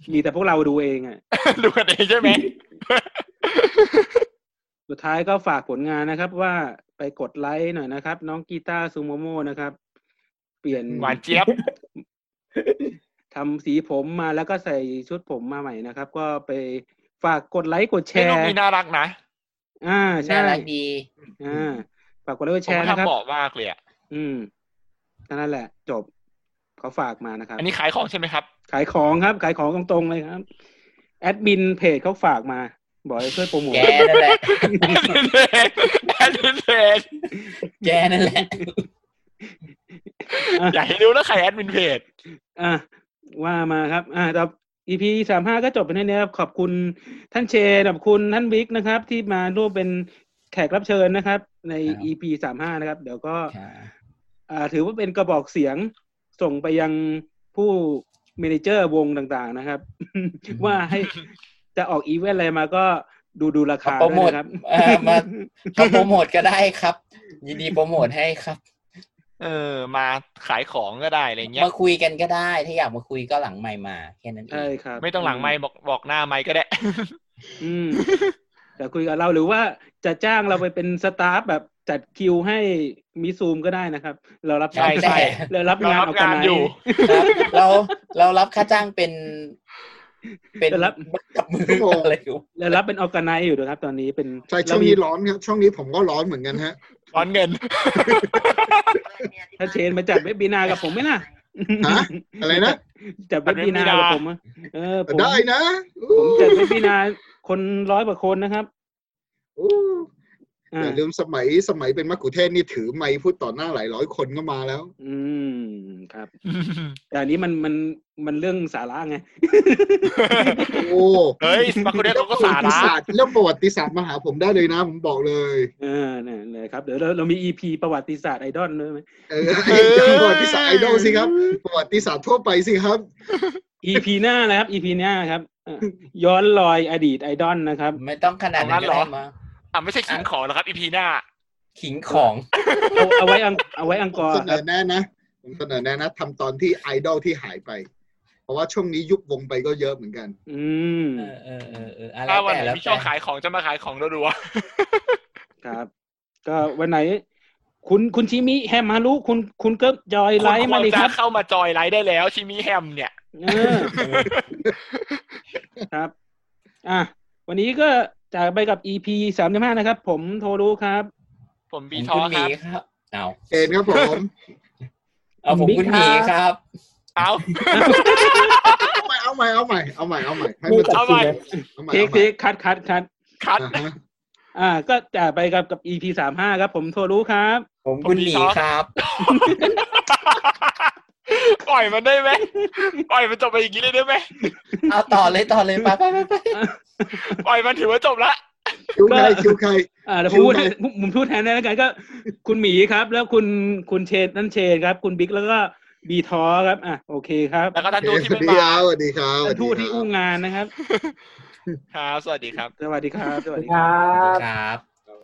มีแต่พวกเราดูเองอ่ะ
ดูกันเองใช่ไหม
สุดท้ายก็ฝากผลงานนะครับ ว่าไปกดไลค์หน่อยนะครับ น้องกีตาร์ซูโมโมนะครับ เปลี่ยน
หวานเจี๊ยบ
ทำสีผมมาแล้วก็ใส่ชุดผมมาใหม่นะครับ ก็ไปฝากกดไลค์กดแช
เฮ้ย
ร์
น้องมีน่ารักนะ
อ่าใช่
น่ารักดี
อ่าฝากกดไลค์กด
ผ
แช
ม
ร์
ว่า
นะครับ
ทำเหมาะมากเลยอะ
อืมแค่นั่นแหละ จบเขาฝากมานะครับ
อันนี้ขายของใช่ไหมครับ
ขายของครับ ขายของตรงๆเลยครับ แอดมินเพจเขาฝากมา บอกให้ช่วยโปรโมท
แกนั่นแหละ
แอดมินเพจแอดมินเพจ
แกนั่นแหละ
อยากให้รู้แล้วใครแอดมินเพจ
อ่ะว่ามาครับ อ่ะต่อ EP สามห้าก็จบไปแน่ๆครับ ขอบคุณท่านเชนขอบคุณท่านบิ๊กนะครับ ที่มาร่วมเป็นแขกรับเชิญนะครับ ใน
ครับ
EP สามห้านะครับ เดี๋ยวก็ อ่าถือว่าเป็นกระบอกเสียงส่งไปยังผู้เมเนเจอร์วงต่างๆนะครับ ว่าให้จะออกอีเวนต์อะไรมาก็ดูดูราคา
โปร
ด้วย
โมท
นะครับ
เอ่อมาทำโปรโมทก็ได้ครับ ยินดีโปรโมทให้ครับ
เออ มาขายของก็ได้อะไรเงี้ย
มาคุยกันก็ได้ ถ้าอยากมาคุยก็หลังไมค์มาแค่นั้น เอ
ใช่
ง
ครับ
ไม่ต้องหลังไมค์บอกบอกหน้าไมค์ก็ได้
อืมจะคุยกับเราหรือว่าจะจ้างเราไปเป็นสตาฟแบบจัดคิวให้มีซูมก็ได้นะครับ เรารับ
ใช่ใช่
เรารับ
เรา
งาน
รับ
เอา
งาน
ไห
อยู่
ครับเราเรารับค่าจ้างเป็น เป็น
เรารับ
กับมือ
ชั่วโมง
อะไรอยู่
เรารับเป็นออแกไนซ์อยู่นะครับ ตอนนี้เป็น
ใช่ช่ว
เรา
ง
มี
นี้ร้อนครับช่วงนี้ผมก็ร้อนเหมือนกันฮะ
ร้อนเงิน
ถ้าเชนมาจัดเว็บบีนาร์กับผมไหมล่ะ
ฮะ อะไรนะ
จัดเว็บวีนา
จัดเว็บวีนา
กับผมอะเออผม
ได้นะ
ผมจัดเว็บวีนาคนร้อยกว่าคนนะครับ
อู้
อ่า
อย่าลืมสมัยสมัยเป็นมักคุเทศนี่ถือไมค์พูดต่อหน้าหลายร้อยคนก็มาแล้ว
อืมครับ แต่อันนี้มันมันมันเรื่องสาระไง
โอ้
เฮ้ยมาคุเดสเขาก็สา
ป
ระ
ระวัติศาสตร์แล้วประวัติศาสตร์มาหาผมได้เลยนะ ผมบอกเลย
เออเนี่ยเลยครับ เดี๋ยวเราเรามีอีพีประวัติศาสตร์ไอดอลด้วยไหม
เออไอ้เจ้า ประวัติศาสตร์ไอดอลสิครับ ประวัติศาสตร์ทั่วไปสิครับ
อีพีหน้านะครับอีพีหน้าครับเออย้อนรอยอดีตไอดอลนะครับ
ไม่ต้องขนาดนั้นก็ได้มา
อ่ะไม่ใช่ขิงของแล้วครับอีพีหน้า
ขิงของ
เอาเอาไว้อังเอาไว้อังกอร์
เส
ค
น
รับ
อแน่นะ ผมเสนอแน่นะทำตอนที่ไอดอลที่หายไป เพราะว่าช่วงนี้ยุบวงไปก็เยอะเหมือนกัน
อืม
เออเออเออเอออะไร
ถ้าวัน
แต่
ไหน
แล้ว
พี่โจ
แต่
ขายของจะมาขายของรัว
ครับ ก็วันไหน คุณคุณชิมิแฮมฮารุคุณคุณเกิบจอย
ๆ
ไลฟ์มาเลยครับ
ณวจะเข้ามาจอยไลฟ์ได้แล้ว ชิมิแฮมเนี่ย
เออครับ อ่ะวันนี้ก็จากไปกับ EP สามสิบห้านะครับ ผมโทรู้ครับ
ผม
ผ
บี
ม
ทอ
คุ
ค
ณหมี
รับ
ครับเอา
เอ็นครับผม
เอาผมคุณหมีครับ
เอา
เอาใหม่เอาใหม่เอาใหม่เอาใหม่เอาใหม่ให้
มี
มัน
แต่
จบ
เอา
สี
ใหม่
ยง
เอาใหม่
เทคเทคคัดคัดคัด
คัด
อ่าฮะ
อ่า ก็จากไปกับกับ EP สามห้าครับ ผมโทรู้ครับ
ผมคุณหมีครับ
ปล่อยมันได้ไหมปล่อยมันจบไปอย่างนี้เลยได้ไหม
เอาต่อเลยต่อเลยไปไปไปไป
ปล่อยมันถือว่าจบละ
คิวใครคิวใคร
อ่าแล้วผมพูดให้ผมผมพูดแทนได้แล้วกันก็ คุณหมีครับ แล้วคุณคุณเชนนั่นเชนครับ คุณบิ๊กแล้วก็บีทอครับ อ่ะโอเคครับ
แล้วก็ท่านทูตที่
สวั
ไม่
สดี
มา
ครับสวัสดีครับสวัสดีครับ
ทูตที่อู้งานนะครับ
ครับสวัสดีครับ
สวัสดีครับ สวัสดีครับ
ครับ
ครับ